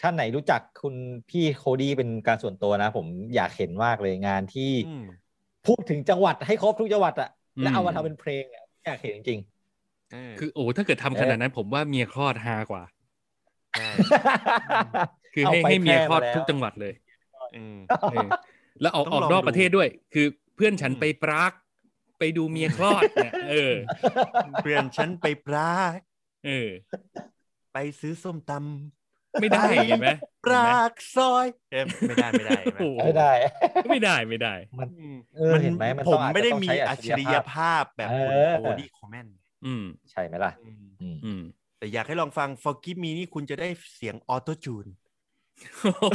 S5: ท่านไหนรู้จักคุณพี่โคดี้เป็นการส่วนตัวนะ ผมอยากเห็นมากเลยงานที่
S3: อืม
S5: พูดถึงจังหวัดให้ครบทุกจังหวัดอะแล้วเอามาทำเป็นเพลงอะอยากเห็นจริง
S3: เออ
S2: คือโอ้ถ้าเกิดทำขนาดนั้นผมว่าเมียคลอดฮากว่า
S3: ใช่
S2: คือ
S5: เอา
S2: ให้
S5: ไป
S2: ให้เมีย
S5: แพร่
S2: คลอด
S5: มาแล้ว
S2: ทุกจังหวัด เลย
S3: อืม
S2: เออแล้วออก
S3: ต้อง
S2: ออก
S3: ลอง
S2: นอกประเทศด้วย คือเพื่อนฉัน
S3: อืม
S2: ไปปราก ไปดูเมียคลอดเนี่ยเออ
S3: เพื่อนฉันไปปราก
S2: เออ
S3: ไปซื้อส้มต
S2: ไม่ได้เห็นไหม
S3: ปรากซอยเอ๊ะไม่ได้ไม่ได้
S2: โอ้
S3: ไม่
S2: โห
S3: ได้
S5: ไม่ได้
S2: ไม่ได้ไม่ได้
S5: มัน
S3: อืม
S5: เออเห็นไหมมัน
S3: ผ
S5: ต้
S3: ม
S5: องอาจจะ
S3: ไม่ได้
S5: ต้อง
S3: มี
S5: ใช้
S3: อั
S5: อั
S3: จ
S5: จ
S3: ฉ
S5: ฉ
S3: ริ
S5: ริ
S3: ย
S5: ย
S3: ภ
S5: ภาพ
S3: าพแบบคุณ
S5: เออ
S3: โอดี้คอมเมนต์
S2: อืม
S5: ใช่ไหมล่ะอืม
S2: อืม
S3: แต่อยากให้ลองฟัง Forgive Me นี่คุณจะได้เสียงออโต้จูน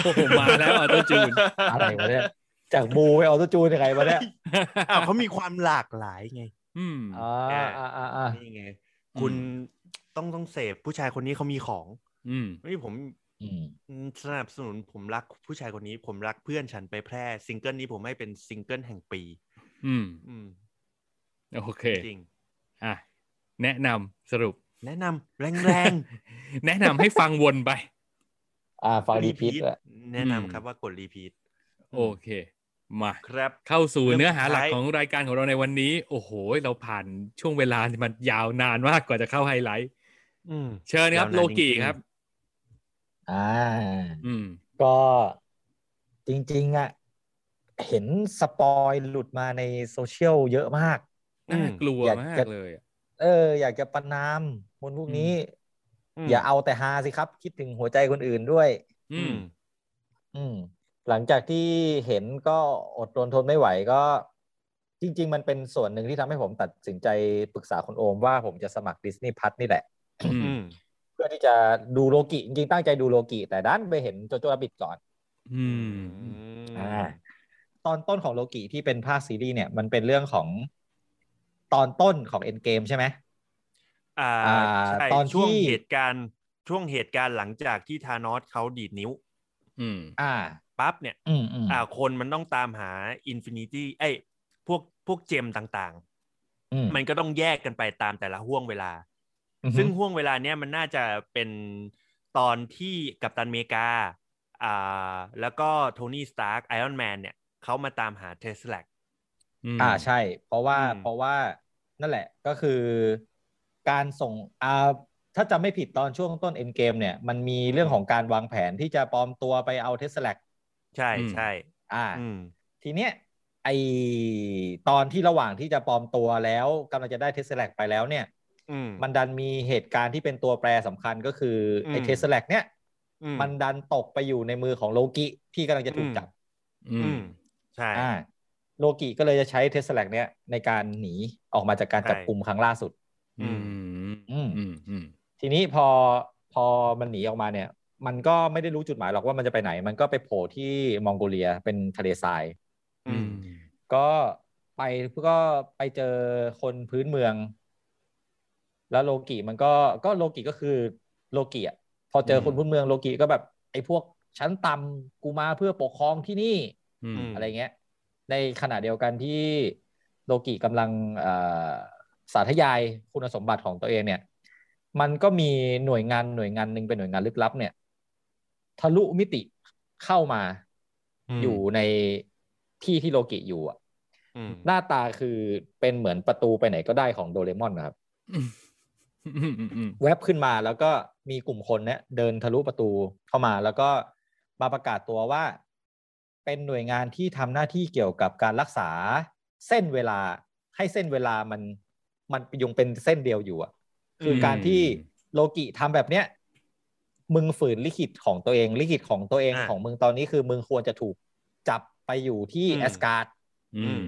S2: โอ้โหมาแล้วออโตจู น
S5: อะไรวะเนี่ย จากบูไปออโตจูนยังไงวะเนี่ย
S3: อ้าวเขามีความหลากหลายไง
S2: อืม
S5: อ่าอ่าอ่าอ่า
S3: นี่ไง คุณต้องต้องเสพผู้ชายคนนี้เขามีของ
S2: อืม
S3: นี่ผมสนับสนุนผมรักผู้ชายคนนี้ ผมรักเพื่อนฉันไปแพร่ซิงเกิลนี้ผมให้เป็นซิงเกิลแห่งปี
S2: อืม
S3: อืม
S2: โอเค
S3: จริง
S2: อ่ะ แนะนำสรุป
S3: แนะนำแรง
S2: แนะนำให้ฟังวนไป
S5: อ่า
S3: ๆ
S5: ฟังรีพีท
S3: ท
S5: ด้วย
S3: แนะนำครับว่ากดรีพีท
S2: โอเค มา
S3: ครับ
S2: เข้าสู่
S3: เรื่อง
S2: เนื้อหาหลัก
S3: สุดท้าย
S2: ของรายการของเราในวันนี้ โอ้โห เราผ่านช่วงเวลามันยาวนานมากกว่าจะเข้าไฮไลท์
S3: อืม
S2: เชิญครับ
S3: ยาวนาน
S2: โลกิ
S3: จริงๆ
S2: ครับ
S5: อ่า
S2: อืม
S5: ก็จริงๆอ่ะ เห็นสปอยหลุดมาในโซเชียลเยอะมาก
S3: อืม
S2: น่ากลัว
S5: อยาก
S2: มา
S5: จะ
S2: กเลยอะ
S5: เออ อยากจะประนามคนพวกนี้
S3: อืม
S5: อย่าเอาแต่ฮาสิครับ คิดถึงหัวใจคนอื่นด้วย
S2: อืม
S5: อืม หลังจากที่เห็นก็อดรนทนไม่ไหวก็ จริง ๆ มันเป็นส่วนหนึ่งที่ทำให้ผมตัดสินใจปรึกษาคุณโอมว่าผมจะสมัครดิสนีย์พัทนี่แหละ
S2: อื
S3: อืม
S2: ม
S5: เพื่อที่จะดูโลกิจริงๆตั้งใจดูโลกิแต่ด้านไปเห็นโจโจ้ราบิดก่อน
S2: อืม
S5: อ่าตอนต้นของโลกิที่เป็นภาคซีรีส์เนี่ยมันเป็นเรื่องของตอนต้นของเอ็นเกมใช่ไหม
S3: อ่า
S5: อ่า
S3: ใช่
S5: ตอน
S3: ช่วง
S5: ที่
S3: เหตุการณ์ช่วงเหตุการณ์หลังจากที่ธานอสเขาดีดนิ้ว
S2: อืม
S5: อ่า
S3: ปั๊บเนี่ย
S5: อืมอืม
S3: อ่าคนมันต้องตามหาอินฟินิตี้ไอ้ยพวกพวกเจมต่าง
S5: อื
S3: ๆ มันก็ต้องแยกกันไปตามแต่ละห่วงเวลา ซึ่งห่วงเวลาเนี้ยมันน่าจะเป็นตอนที่กัปตันอเมริกาอ่าแล้วก็โทนี่สตาร์คไอออนแมนเนี่ยเขามาตามหาเทสลา
S2: ม
S5: อ่าใช่ เพราะว่า
S3: อืม
S5: เพราะว่านั่นแหละก็คือการส่งอ่าถ้าจำไม่ผิดตอนช่วงต้นเอ็นเกมเนี่ย มันมีเรื่องของการวางแผนที่จะปลอมตัวไปเอาเทสแลก
S3: ใช่ใช่
S5: อ่า
S3: อืม
S5: ทีเนี้ยไอตอนที่ระหว่างที่จะปลอมตัวแล้วกำลังจะได้เทสแลกไปแล้วเนี่ย
S3: อืม
S5: มันดันมีเหตุการณ์ที่เป็นตัวแปรสำคัญก็คืออ
S3: ม
S5: ไอ้เทสแลกเนี่ย
S3: อืม
S5: มันดันตกไปอยู่ในมือของโลกิที่กำลังจะถูก
S3: อืม
S5: จับ
S2: อื
S3: อื
S2: ม
S3: มใช่
S5: อ่า โลกิก็เลยจะใช้เทสแลกเนี่ยในการหนีออกมาจากการ
S3: ใช่
S5: จับกลุ่มครั้งล่าสุด
S2: อืม
S5: อืม
S2: อืม อืม
S5: ทีนี้พอพอมันหนีออกมาเนี่ย มันก็ไม่ได้รู้จุดหมายหรอกว่ามันจะไปไหน มันก็ไปโผล่ที่มองโกเลียเป็นทะเลทราย
S3: อืม
S5: ก็ไปก็ไปเจอคนพื้นเมือง แล้วโลกิมันก็ก็โลกิก็คือโลกิอ่ะพอเจออ
S3: ม
S5: คนพื้นเมืองโลกิก็แบบไอ้พวกชั้นต่ำกูมาเพื่อปกครองที่นี่
S2: อืม
S5: อะไรเงี้ย ในขณะเดียวกันที่โลกิกำลังเอ่อสาธยายคุณสมบัติของตัวเองเนี่ย มันก็มีหน่วยงานหน่วยงานหนึ่งเป็นหน่วยงานลึกลับเนี่ย ทะลุมิติเข้ามา
S3: อืม
S5: อยู่ในที่ที่โลกิอยู่อะ
S3: อืม
S5: หน้าตาคือเป็นเหมือนประตูไปไหนก็ได้ของโดเรมอนนะครับ
S2: อืมอืมอืมอืม
S5: แวบขึ้นมาแล้วก็มีกลุ่มคนเนี่ยเดินทะลุประตูเข้ามา แล้วก็มาประกาศตัวว่า เป็นหน่วยงานที่ทำหน้าที่เกี่ยวกับการรักษาเส้นเวลาให้เส้นเวลามันมันยังเป็นเส้นเดียวอยู่อะคือการที่โลกิทำแบบเนี้ยมึงฝืนลิขิตของตัวเอง ลิขิตของตัวเอง
S3: อ่ะ
S5: ของมึงตอนนี้คือมึงควรจะถูกจับไปอยู่ที่
S3: อืม
S5: แอสการ์ด
S2: อืม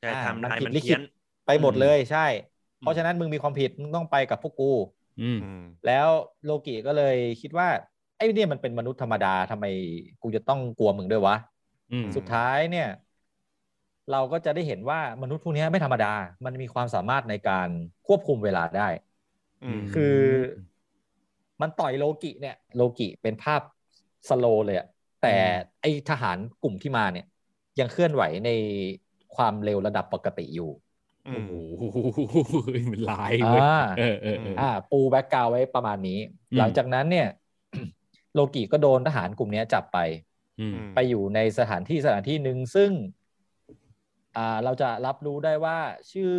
S3: ใช่
S5: อ่า
S3: ทำ
S5: มัน
S3: ลาย
S5: ผิด
S3: มัน
S5: ลิขิ
S3: เพี้ย
S5: ต
S3: น
S5: ไปหมด
S2: อืม
S5: เลยใช่ เพราะฉะนั้นมึงมีความผิดมึงต้องไปกับพวกกู
S2: อืม
S3: อืม
S5: แล้วโลกิก็เลยคิดว่าไอ้เนี่ยมันเป็นมนุษย์ธรรมดาทำไมกูจะต้องกลัวมึงด้วยวะ
S2: อืม
S5: สุดท้ายเนี่ย เราก็จะได้เห็นว่ามนุษย์พวกเนี้ยไม่ธรรมดา มันมีความสามารถในการควบคุมเวลาได้
S3: อืม
S5: คือมันต่อยโลกิเนี่ย โลกิเป็นภาพสโลว์เลยอะแต่ไอทหารกลุ่มที่มาเนี่ย ยังเคลื่อนไหวในความเร็วระดับปกติอยู่
S3: อื
S2: โอ้
S3: ม
S2: โหมันลายเว้ย
S5: อ่า
S2: เออเออเอออ
S5: อ่าปูแบ็กกราวไว้ประมาณนี้
S2: อืม
S5: หลังจากนั้นเนี่ย โลกิก็โดนทหารกลุ่มเนี้ยจับไป
S2: อืม
S5: ไปอยู่ในสถานที่สถานที่หนึ่งซึ่ง อ่าเราจะรับรู้ได้ว่าชื่อ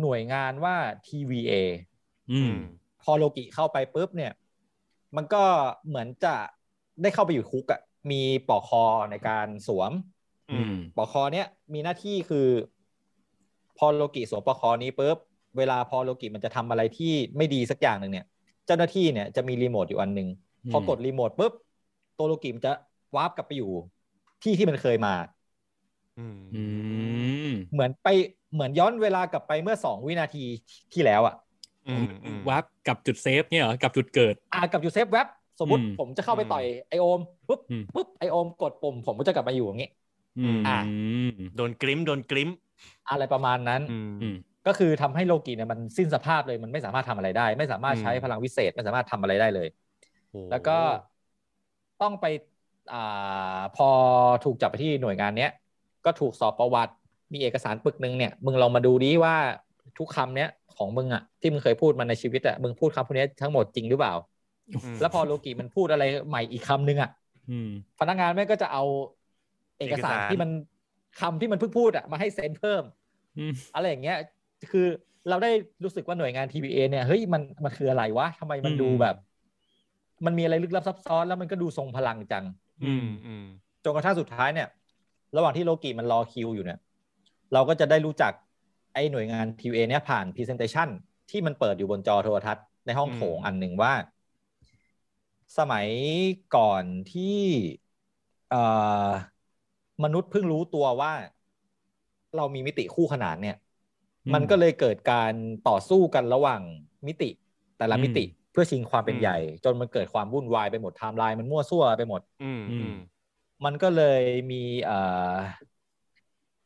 S5: หน่วยงานว่า TVA
S2: อืม
S5: พอโลกิเข้าไปปุ๊บเนี่ย มันก็เหมือนจะได้เข้าไปอยู่คุกอะมีปลอกคอในการสวม
S2: อืม
S5: ปลอกคอเนี้ยมีหน้าที่คือ พอโลกิสวมปลอกคอนี้ปุ๊บเวลาพอโลกิมันจะทำอะไรที่ไม่ดีสักอย่างหนึ่งเนี่ย เจ้าหน้าที่เนี่ยจะมีรีโมทอยู่อันหนึ่ง
S2: อืม
S5: พอกดรีโมทปุ๊บตัวโลกิมันจะวาร์ปกลับไปอยู่ ที่ที่มันเคยมา
S3: อืม
S2: อืม
S5: เหมือนไปเหมือนย้อนเวลากลับไปเมื่อสองวินาทีที่แล้วอ่ะ
S3: อืมอืม
S2: วับกับจุดเซฟเนี่ยเหรอกับจุดเกิด
S5: อ่ากับยูเซฟเว็บสมมติ
S2: อืม
S5: ผมจะเข้าไปต่อยไอโอมปุ๊บ
S2: อืม
S5: ปุ๊บไอโอมกดปุ่มผมก็จะกลับมาอยู่อย่างงี้
S2: อืม
S5: อ่ะ
S3: โดนกริมโดนกริม
S5: อะไรประมาณนั้น
S3: อืม
S2: อืม
S5: ก็คือทำให้โลกิเนี่ยมันสิ้นสภาพเลยมันไม่สามารถทำอะไรได้ ไม่สามารถใช้
S3: อืม
S5: พลังวิเศษไม่สามารถทำอะไรได้เลย
S3: โอ้
S5: แล้วก็ต้องไปอ่าพอถูกจับไปที่หน่วยงานเนี้ยก็ถูกสอบประวัติ มีเอกสารปึกหนึ่งเนี่ย มึงลองมาดูดิว่าทุกคำเนี้ยของมึงอะที่มึงเคยพูดมาในชีวิตอะมึงพูดคำพวกเนี้ยทั้งหมดจริงหรือเปล่า
S3: ม
S5: แล้วพอโลกิมันพูดอะไรใหม่อีกคำหนึงอะ
S2: อืม
S5: พนักงานแม่งก็จะเอาเอกสา
S3: เอก
S5: ร
S3: สาร
S5: ที่มันคำที่มันเพิ่งพูดอะมาให้เซ็นเพิ่ม
S2: อืม
S5: อะไรอย่างเงี้ย คือเราได้รู้สึกว่าหน่วยงาน TBA เนี่ยเฮ้ยมันมันคืออะไรวะทำไมมันดู
S2: อืม
S5: แบบ มันมีอะไรลึกลับซับซ้อน แล้วมันก็ดูทรงพลังจัง
S3: อืมอืม
S5: จนกระทั่งสุดท้ายเนี่ย ระหว่างที่โลกิมันรอคิวอยู่เนี่ย เราก็จะได้รู้จักไอ้หน่วยงาน TBA เนี่ยผ่าน Presentation ที่มันเปิดอยู่บนจอโทรทัศน์ในห้องโถงอันหนึ่งว่า สมัยก่อนที่เอ่อมนุษย์เพิ่งรู้ตัวว่า เรามีมิติคู่ขนานเนี่ย
S2: อืม
S5: มันก็เลยเกิดการต่อสู้กันระหว่างมิติ แต่ละมิติ
S2: อืม
S5: เพื่อชิงความเป็นใหญ่ จนมันเกิดความวุ่นวายไปหมดไทม์ไลน์มันมั่วซั่วไปหมด
S3: อืมอืม
S5: มันก็เลยมีเอ่อ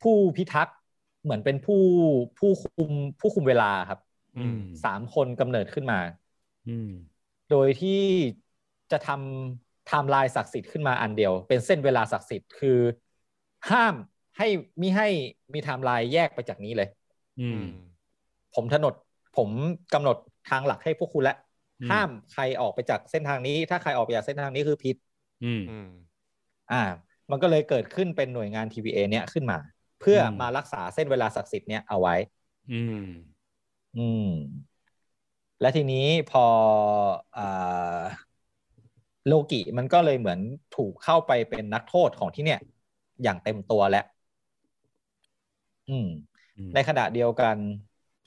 S5: ผู้พิทักษ์เหมือนเป็นผู้ผู้คุมผู้คุมเวลาครับ
S3: อืม
S5: สามคนกำเนิดขึ้นมา
S2: อืม
S5: โดยที่จะทำไทม์ไลน์ศักดิ์สิทธิ์ขึ้นมาอันเดียว เป็นเส้นเวลาศักดิ์สิทธิ์คือ ห้ามให้มิให้มีไทม์ไลน์แยกไปจากนี้เลย
S2: อื
S3: อื
S2: ม
S3: ม
S5: ผมถนดผมกำหนดทางหลักให้พวกคุณและ
S2: อืม
S5: ห้ามใครออกไปจากเส้นทางนี้ ถ้าใครออกไปจากเส้นทางนี้คือผิด
S2: อืม
S3: อืม
S5: อ่า มันก็เลยเกิดขึ้นเป็นหน่วยงาน TVA เนี่ยขึ้นมา เพื่ออ
S2: ม
S5: มารักษาเส้นเวลาศักดิ์สิทธิ์เนี่ยเอาไว้
S2: อืม
S5: อืม และทีนี้พออ่าโลกิมันก็เลยเหมือนถูกเข้าไปเป็นนักโทษของที่เนี่ย อย่างเต็มตัวแล้วอืม ในขณะเดียวกัน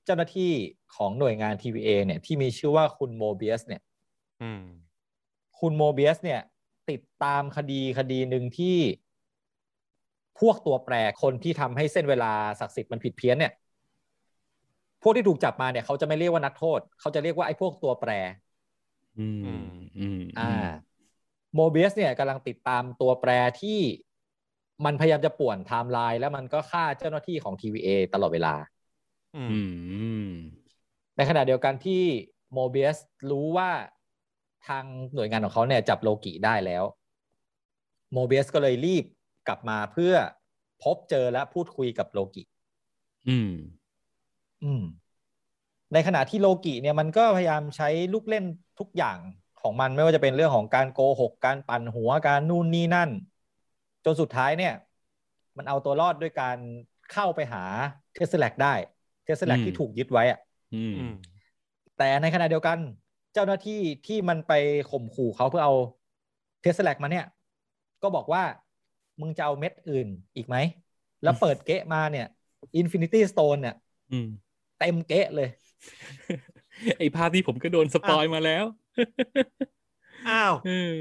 S5: เจ้าหน้าที่ของหน่วยงาน TVA เนี่ยที่มีชื่อว่าคุณโมเบียสเนี่ย
S3: อืม
S5: คุณโมเบียสเนี่ย ติดตามคดีคดีหนึ่งที่พวกตัวแปรคนที่ทำให้เส้นเวลาศักดิ์สิทธิ์มันผิดเพี้ยนเนี่ย พวกที่ถูกจับมาเนี่ย เขาจะไม่เรียกว่านักโทษ เขาจะเรียกว่าไอ้พวกตัวแปร
S2: อืม อืม
S5: อ่าโมเบียสเนี่ยกำลังติดตามตัวแปรที่มันพยายามจะป่วนไทม์ไลน์แล้วมันก็ฆ่าเจ้าหน้าที่ของ TVA ตลอดเวลา
S3: อื
S2: อื
S3: ม
S2: ม
S5: ในขณะเดียวกันที่โมเบียสรู้ว่าทางหน่วยงานของเขาเนี่ยจับโลกิได้แล้วโมเบียสก็เลยรีบกลับมาเพื่อพบเจอและพูดคุยกับโลกิ
S2: อืม
S5: อืม ในขณะที่โลกิเนี่ยมันก็พยายามใช้ลูกเล่นทุกอย่างของมันไม่ว่าจะเป็นเรื่องของการโกหก การปั่นหัวการนู่นนี่นั่น จนสุดท้ายเนี่ย มันเอาตัวรอดด้วยการเข้าไปหาเทสแลกได้เทสแลก
S2: อืม
S5: ที่ถูกยึดไว้อะ
S2: อืม
S3: อืม
S5: แต่ในขณะเดียวกันเจ้าหน้าที่ที่มันไปข่มขู่เขาเพื่อเอาเทสแลกมาเนี่ย ก็บอกว่ามึงจะเอาเม็ดอื่นอีกไหม แล้วเปิดเกะมาเนี่ยอินฟินิตี้สโตนเนี่ย
S2: อืม
S5: เต็มเกะเลย
S2: ไอภาพที่ผมก็โดนสปอยล์มาแล้ว
S3: อ้าว
S2: เออ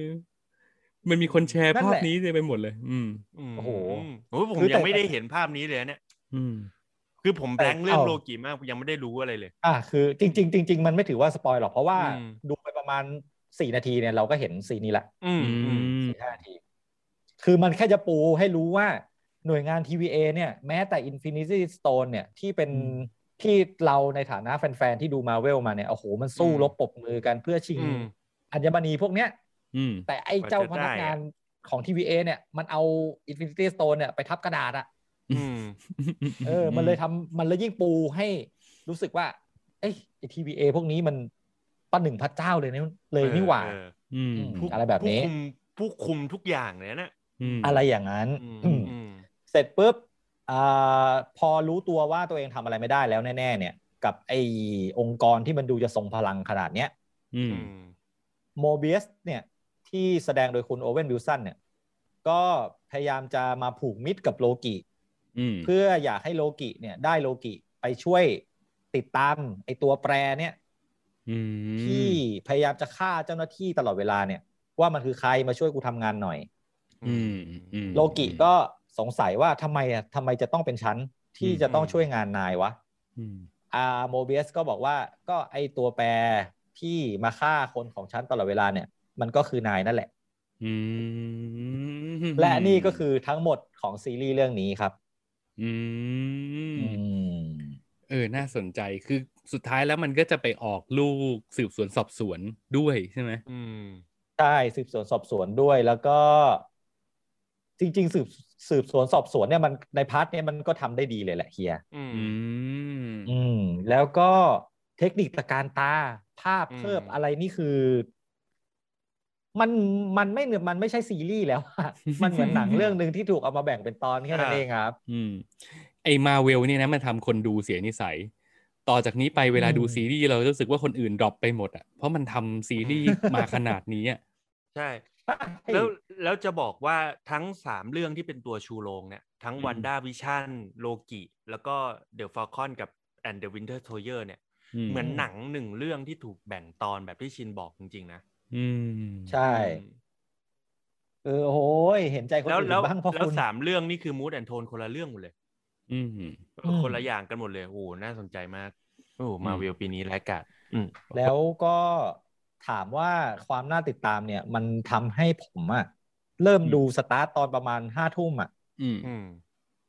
S2: มันมีคนแชร์
S5: นั่น
S2: ภาพ
S5: แหละ
S2: นี้เต็มไปหมดเลย อืม
S3: ม
S5: โอ้โห
S3: มโอ้โหผม
S5: คือแต่
S3: ยังไม่ได้เห็นภาพนี้เลยเนี่ย
S2: อืม
S3: คือผมแบงค์เรื่อง
S5: เอ้า
S3: โลกิมากยังไม่ได้รู้อะไรเลย
S5: อ่ะคือจริง ๆ จริง ๆ มันไม่ถือว่าสปอยหรอกเพราะว่า
S3: อืม
S5: ดูไปประมาณสี่นาทีเนี่ยเราก็เห็นซีนนี้ละ
S3: อืมอืม
S5: สี่ห้านาที คือมันแค่จะปูให้รู้ว่าหน่วยงาน TVA เนี่ย แม้แต่ Infinity Stone เนี่ย ที่เป็น
S2: อืม
S5: ที่เราในฐานะแฟน ๆ ที่ดูมาเวลมาเนี่ย โอ้โห มันสู้รบปรบมือกันเพื่อชิง
S3: อืม
S5: อัญมณีพวกเนี้ย
S2: อืม
S5: แต่ไอ้เจ้าพนักงานของ TVA เนี่ย มันเอา Infinity Stone เนี่ย ไปทับกระดาษอะ
S3: อืม
S5: เออ มันเลยทำมันเลยยิ่งปูให้รู้สึกว่า เอ้ยไอ้ TVA พวกนี้มันประหนึ่งพระเจ้าเลยนะเลยนี่หว่า
S3: เออ
S2: อืม
S3: ผู้
S5: อะไรแบบนี้
S3: ผู้คุมผู้คุมทุกอย่างเลยนะ
S2: ม
S5: อะไรอย่างนั้น
S3: อื
S5: อื
S3: ม
S5: ม
S3: อืม
S5: เสร็จปุ๊บอาพอรู้ตัวว่าตัวเองทำอะไรไม่ได้แล้วแน่ๆเนี่ย กับไอ้องค์กรที่มันดูจะทรงพลังขนาดเนี้ย
S2: อื
S3: อื
S2: ม
S3: ม
S5: โมเบียสเนี่ยที่แสดงโดยคุณโอเวนวิลสันเนี่ย ก็พยายามจะมาผูกมิตรกับโลกิ
S2: อืม
S5: เพื่ออยากให้โลกิเนี่ยได้โลกิไปช่วยติดตามไอ้ตัวแปรเนี่ย
S2: อืม
S5: ที่พยายามจะฆ่าเจ้าหน้าที่ตลอดเวลาเนี่ย ว่ามันคือใครมาช่วยกูทำงานหน่อย
S2: อืมอืม
S5: โลกิก็สงสัยว่าทำไมอะทำไมจะต้องเป็นชั้นที่จะต้องช่วยงานนายวะ
S2: อืม
S5: อาโมเบียสก็บอกว่าก็ไอตัวแปรที่มาฆ่าคนของฉันตลอดเวลาเนี่ย มันก็คือนายนั่นแหละ
S2: อืม
S5: และนี่ก็คือทั้งหมดของซีรีส์เรื่องนี้ครับ
S2: อืม
S5: อืม
S2: เออ น่าสนใจ คือสุดท้ายแล้วมันก็จะไปออกลูกสืบสวนสอบสวนด้วยใช่ไหม
S3: อืม
S5: ใช่สืบสวนสอบสวนด้วยแล้วก็ จริง ๆ สืบสืบสวนสอบสวนเนี่ยมันในพาร์ทเนี่ยมันก็ทำได้ดีเลยแหละเฮีย
S3: อืม
S2: อืม
S5: อืม แล้วก็เทคนิคตะการตาภาพ
S3: อืม
S5: เพิ่มอะไรนี่คือ มันมันไม่เหมือนมันไม่ใช่ซีรีส์แล้วอะ มันเหมือนหนังเรื่องหนึ่งที่ถูกเอามาแบ่งเป็นตอนแค่นั้นเองครับ
S2: อืม ไอมาเวลเนี่ยนะมันทำคนดูเสียนิสัย ต่อจากนี้ไปเวลา
S5: อืม
S2: ดูซีรีส์เรารู้สึกว่าคนอื่นดรอปไปหมดอ่ะ เพราะมันทำซีรีส์มาขนาดนี้อะ
S3: ใช่ แล้วแล้วจะบอกว่าทั้งสามเรื่องที่เป็นตัวชูโรงเนี่ย ทั้งวันด้าวิชั่นโลกิแล้วก็เดอะฟอลคอนกับแอนเดอะวินเทอร์โทเยอร์เนี่ย เหมือนหนังหนึ่งเรื่องที่ถูกแบ่งตอนแบบที่ชินบอกจริง ๆ นะ
S2: อืม
S5: ใช่
S3: อืม
S5: เออโหยเห็นใจคน
S3: แล้ว
S5: อื่น
S3: แล้ว
S5: บ้างเพราะ
S3: แล้ว
S5: คุณ
S3: สามเรื่องนี่คือมูดแอนโทนคนละเรื่องหมดเลย
S2: อืม
S3: เออ
S5: ม
S3: คนละอย่างกันหมดเลยโอ้โหน่าสนใจมากโอ้มาเวลปีนี้ร้ายกาจอืม
S5: แล้วก็ถามว่าความน่าติดตามเนี่ย มันทำให้ผมอะเริ่ม
S2: อืม
S5: ดูสตาร์ตตอนประมาณห้าทุ่มอะ
S2: อืม
S3: อืม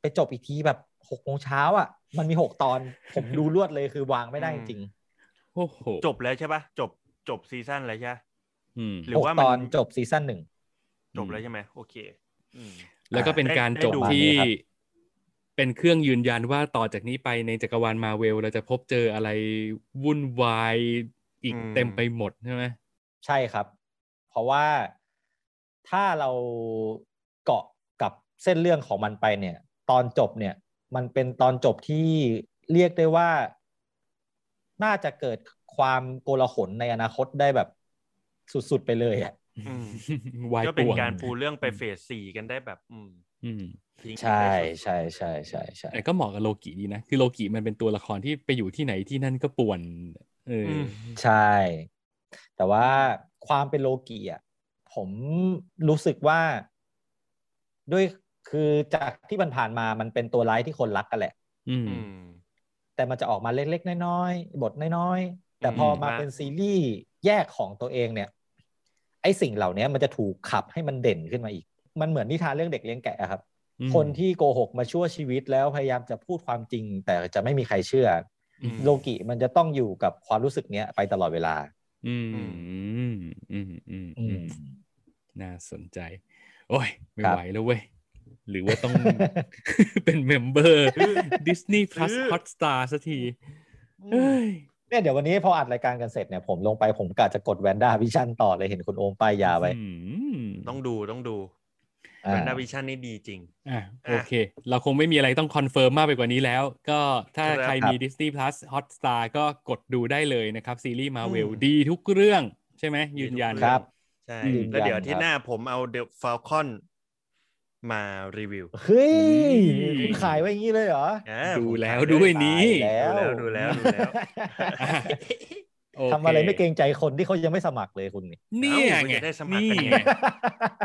S5: ไปจบอีกทีแบบหกโมงเช้าอะมันมีหกตอน ผมดูรวดเลยคือวางไม่ได้จริง
S2: โอ้โห
S3: จบแล้วใช่ปะจบจบซีซั่นแล้วใช่ปะ
S2: อืม
S3: หรื
S5: ห
S3: อก ว่ามัน
S5: ตอนจบซีซั่นหนึ่ง
S3: จบแล้วใช่ไหมโอเค อืม
S2: แล้วก็เป็นการจบ
S3: ได้ดู
S2: ที่
S5: ครับ
S2: เป็นเครื่องยืนยันว่าต่อจากนี้ไปในจักรวาลมาเวลเราจะพบเจออะไรวุ่นวายอีก
S3: อืม
S2: เต็มไปหมดใช่ไหม
S5: ใช่ครับ เพราะว่าถ้าเราเกาะกับเส้นเรื่องของมันไปเนี่ย ตอนจบเนี่ย มันเป็นตอนจบที่เรียกได้ว่า น่าจะเกิดความโกลาหลในอนาคตได้แบบสุดๆไปเลยอ่ะ
S3: อืม
S2: วาย
S3: ก็
S2: ป่
S3: เป็น
S2: วง
S3: การปูเรื่องไปเฟสสี่กันได้แบบ อืม
S2: อืม
S3: ทิ้ง
S5: ใช่
S3: ไปสุดๆ
S5: ใช่ใช่ใช่ใช่
S2: แต่ก็เหมาะกับโลกิดีนะ คือโลกิมันเป็นตัวละครที่ไปอยู่ที่ไหนที่นั่นก็ป่วนเอออ
S3: ม
S5: ใช่ แต่ว่าความเป็นโลกิอ่ะผมรู้สึกว่า ด้วยคือจากที่ผ่านๆมามันเป็นตัวร้ายที่คนรักกันแหละ
S2: อืม
S3: อืม
S5: แต่มันจะออกมาเล็กๆ น้อยๆ บทน้อยๆ แต่พอมา
S3: อืม
S5: เป็นซีรีส์แยกของตัวเองเนี่ย ไอสิ่งเหล่านี้มันจะถูกขับให้มันเด่นขึ้นมาอีก มันเหมือนนิทานเรื่องเด็กเลี้ยงแกะอะครับ
S2: อืม
S5: คนที่โกหกมาชั่วชีวิตแล้วพยายามจะพูดความจริง แต่จะไม่มีใครเชื่ออ
S3: ม
S5: โลกิมันจะต้องอยู่กับความรู้สึกเนี้ยไปตลอดเวลา
S2: อืมอืมอืมอืม
S5: อื
S2: อื
S5: ม
S2: มน่าสนใจ โอ้ย ไม่
S5: ครับ
S2: ไหวแล้วเว้ย หรือว่าต้อง เป็นเมมเบอร์ Disney Plus
S3: ซื้อ
S2: Hotstar สักที
S5: อืม
S2: เอ้ย
S5: เนี่ยเดี๋ยววันนี้พออัดรายการกันเสร็จเนี่ยผมลงไปผมกะจะกดแวนด้าวิชั่นต่อเลยเห็นคุณโอมป้ายยาไว้
S2: อืม
S3: ต้องดูต้องดู
S5: อ่า
S3: แวนด้าวิชั่นนี่ดีจริง
S2: อ่ะโอเค เราคงไม่มีอะไรต้องคอนเฟิร์มมากไปกว่านี้แล้ว ก็ถ้า
S3: ครับ
S2: ใครมี Disney Plus Hotstar ก็กดดูได้เลยนะครับ ซีรีส์มาเวล
S3: อืม
S2: ดีทุกเรื่องใช่ไหมยืนยัน
S3: มีทุกเอง
S5: ครับ
S3: ใช่
S2: อืม
S3: แล้วเดี๋ยว
S5: ยืนยัน
S3: ที่หน้าผมเอาเด e f ฟ l ลคอนมารีวิว
S5: เฮ้ย
S2: อืม
S5: คุณขายไว้อย่างนี้เลยเหรอ
S3: อ่า
S2: ดู
S3: ผม
S2: แล้ว
S3: ขาย
S2: ด้วย
S3: ไป
S2: นี้
S5: ตายแล้ว
S3: ดูแล้วดูแล้ว
S2: อ่ะ โอเค
S5: ทำอะไรไม่เกรงใจคนที่เขายังไม่สมัครเลยคุณนี่
S2: เนี่ย
S3: เอ้า
S2: ไง
S3: ก็จะได้สมัคร
S2: นี่
S3: กันไง
S2: ไง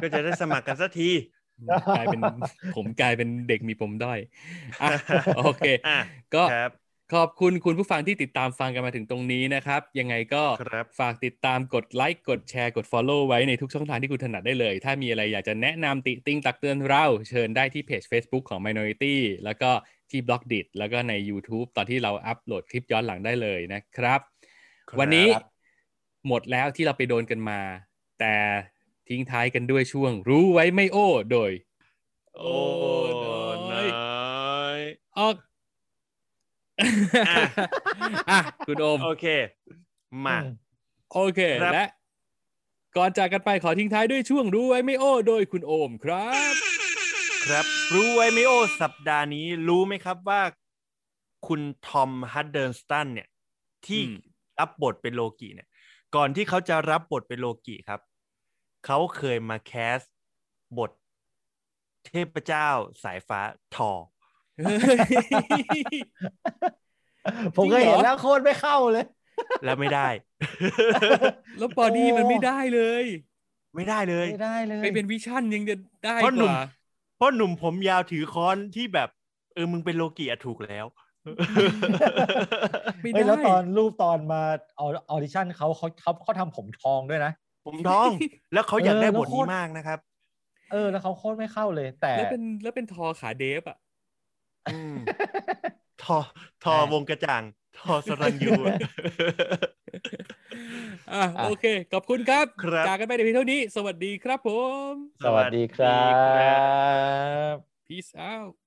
S3: ก็จะได้สมัครกันสักที
S2: กลายเป็น ผมกลายเป็นเด็กมีปมด้อยอ่ะ โอเค
S3: อ่ะ
S2: ก็
S3: ครับ
S2: ขอบคุณคุณผู้ฟังที่ติดตามฟังกันมาถึงตรงนี้นะครับ ยังไงก็
S3: ครับ
S2: ฝากติดตามกดไลค์กดแชร์กด Follow ไว้ในทุกช่องทางที่คุณถนัดได้เลย ถ้ามีอะไรอยากจะแนะนำติติงตักเตือนเรา เชิญได้ที่เพจ Facebook ของ Minority แล้วก็ที่ b l o g d i t แล้วก็ใน YouTube ตอนที่เราอัปโหลดคลิปย้อนหลังได้เลยนะครับ
S3: ครับ
S2: วันนี้หมดแล้วที่เราไปโดนกันมา แต่ทิ้งท้ายกันด้วยช่วง รู้ไว้ไม่โอ้โดย
S3: โอ้น้อย
S2: อ อก
S3: อ่ะ
S2: อ่ะคุณโอม
S3: โอเค มา
S2: โอเค
S3: ครับ
S2: และ ก่อนจากกันไปขอทิ้งท้ายด้วยช่วงรู้ไว้ไม่โอ้โดยคุณโอมครับ
S3: ครับ รู้ไว้ไหมโอ สัปดาห์นี้รู้ไหมครับว่าคุณทอมฮัดเดิร์นสตันเนี่ย ที่
S2: อืม
S3: รับบทเป็นโลกิเนี่ย ก่อนที่เขาจะรับบทเป็นโลกิครับ เขาเคยมาแคสบทเทพเจ้าสายฟ้าทอ
S2: เฮ้ย
S5: ผมเคย
S2: จริงเหรอ
S5: เห็นแล้วโคตรไม่เข้าเลย
S3: แล้วไม่ได้
S2: แล้วบอดี้มันไม่ได้เลย
S3: ไม่ได้เลย
S5: ไม่ได้เลย
S2: ไปเป็นวิชั่นยังจะได้
S3: เพราะห
S2: ก
S3: นุ่ม
S2: ว่า
S3: เพราะหนุ่มผมยาวถือค้อนที่แบบเออมึงเป็นโลกิอะถูกแล้ว
S2: ไม่
S5: เฮ้ย
S2: ได้
S5: แล้วตอนรูปตอนมาออดิชั่นเขาเขาเขาเขาทำผมทองด้วยนะ
S3: ผมท้องแล้วเขาอยากได้
S5: เออแล้ว
S3: บทนี้
S5: โคตร
S3: มากนะครับ
S5: เออ แล้วเขาโคตรไม่เข้าเลย แต่
S2: แล้วเป็นแล้วเป็นทอขาเดฟอ่ะ
S3: อืมทอทอ
S5: ใช่
S3: วงกระจ่าง ทอสรัญยู อะ
S2: อ่ะ
S5: อ่ะ
S2: โอเค ขอบคุณครับ
S3: ครับ
S2: จากกันไปในเพียงเท่านี้ สวัสดีครับผม
S5: สวัสดีครั
S3: สวัสดีครับ บ
S2: peace out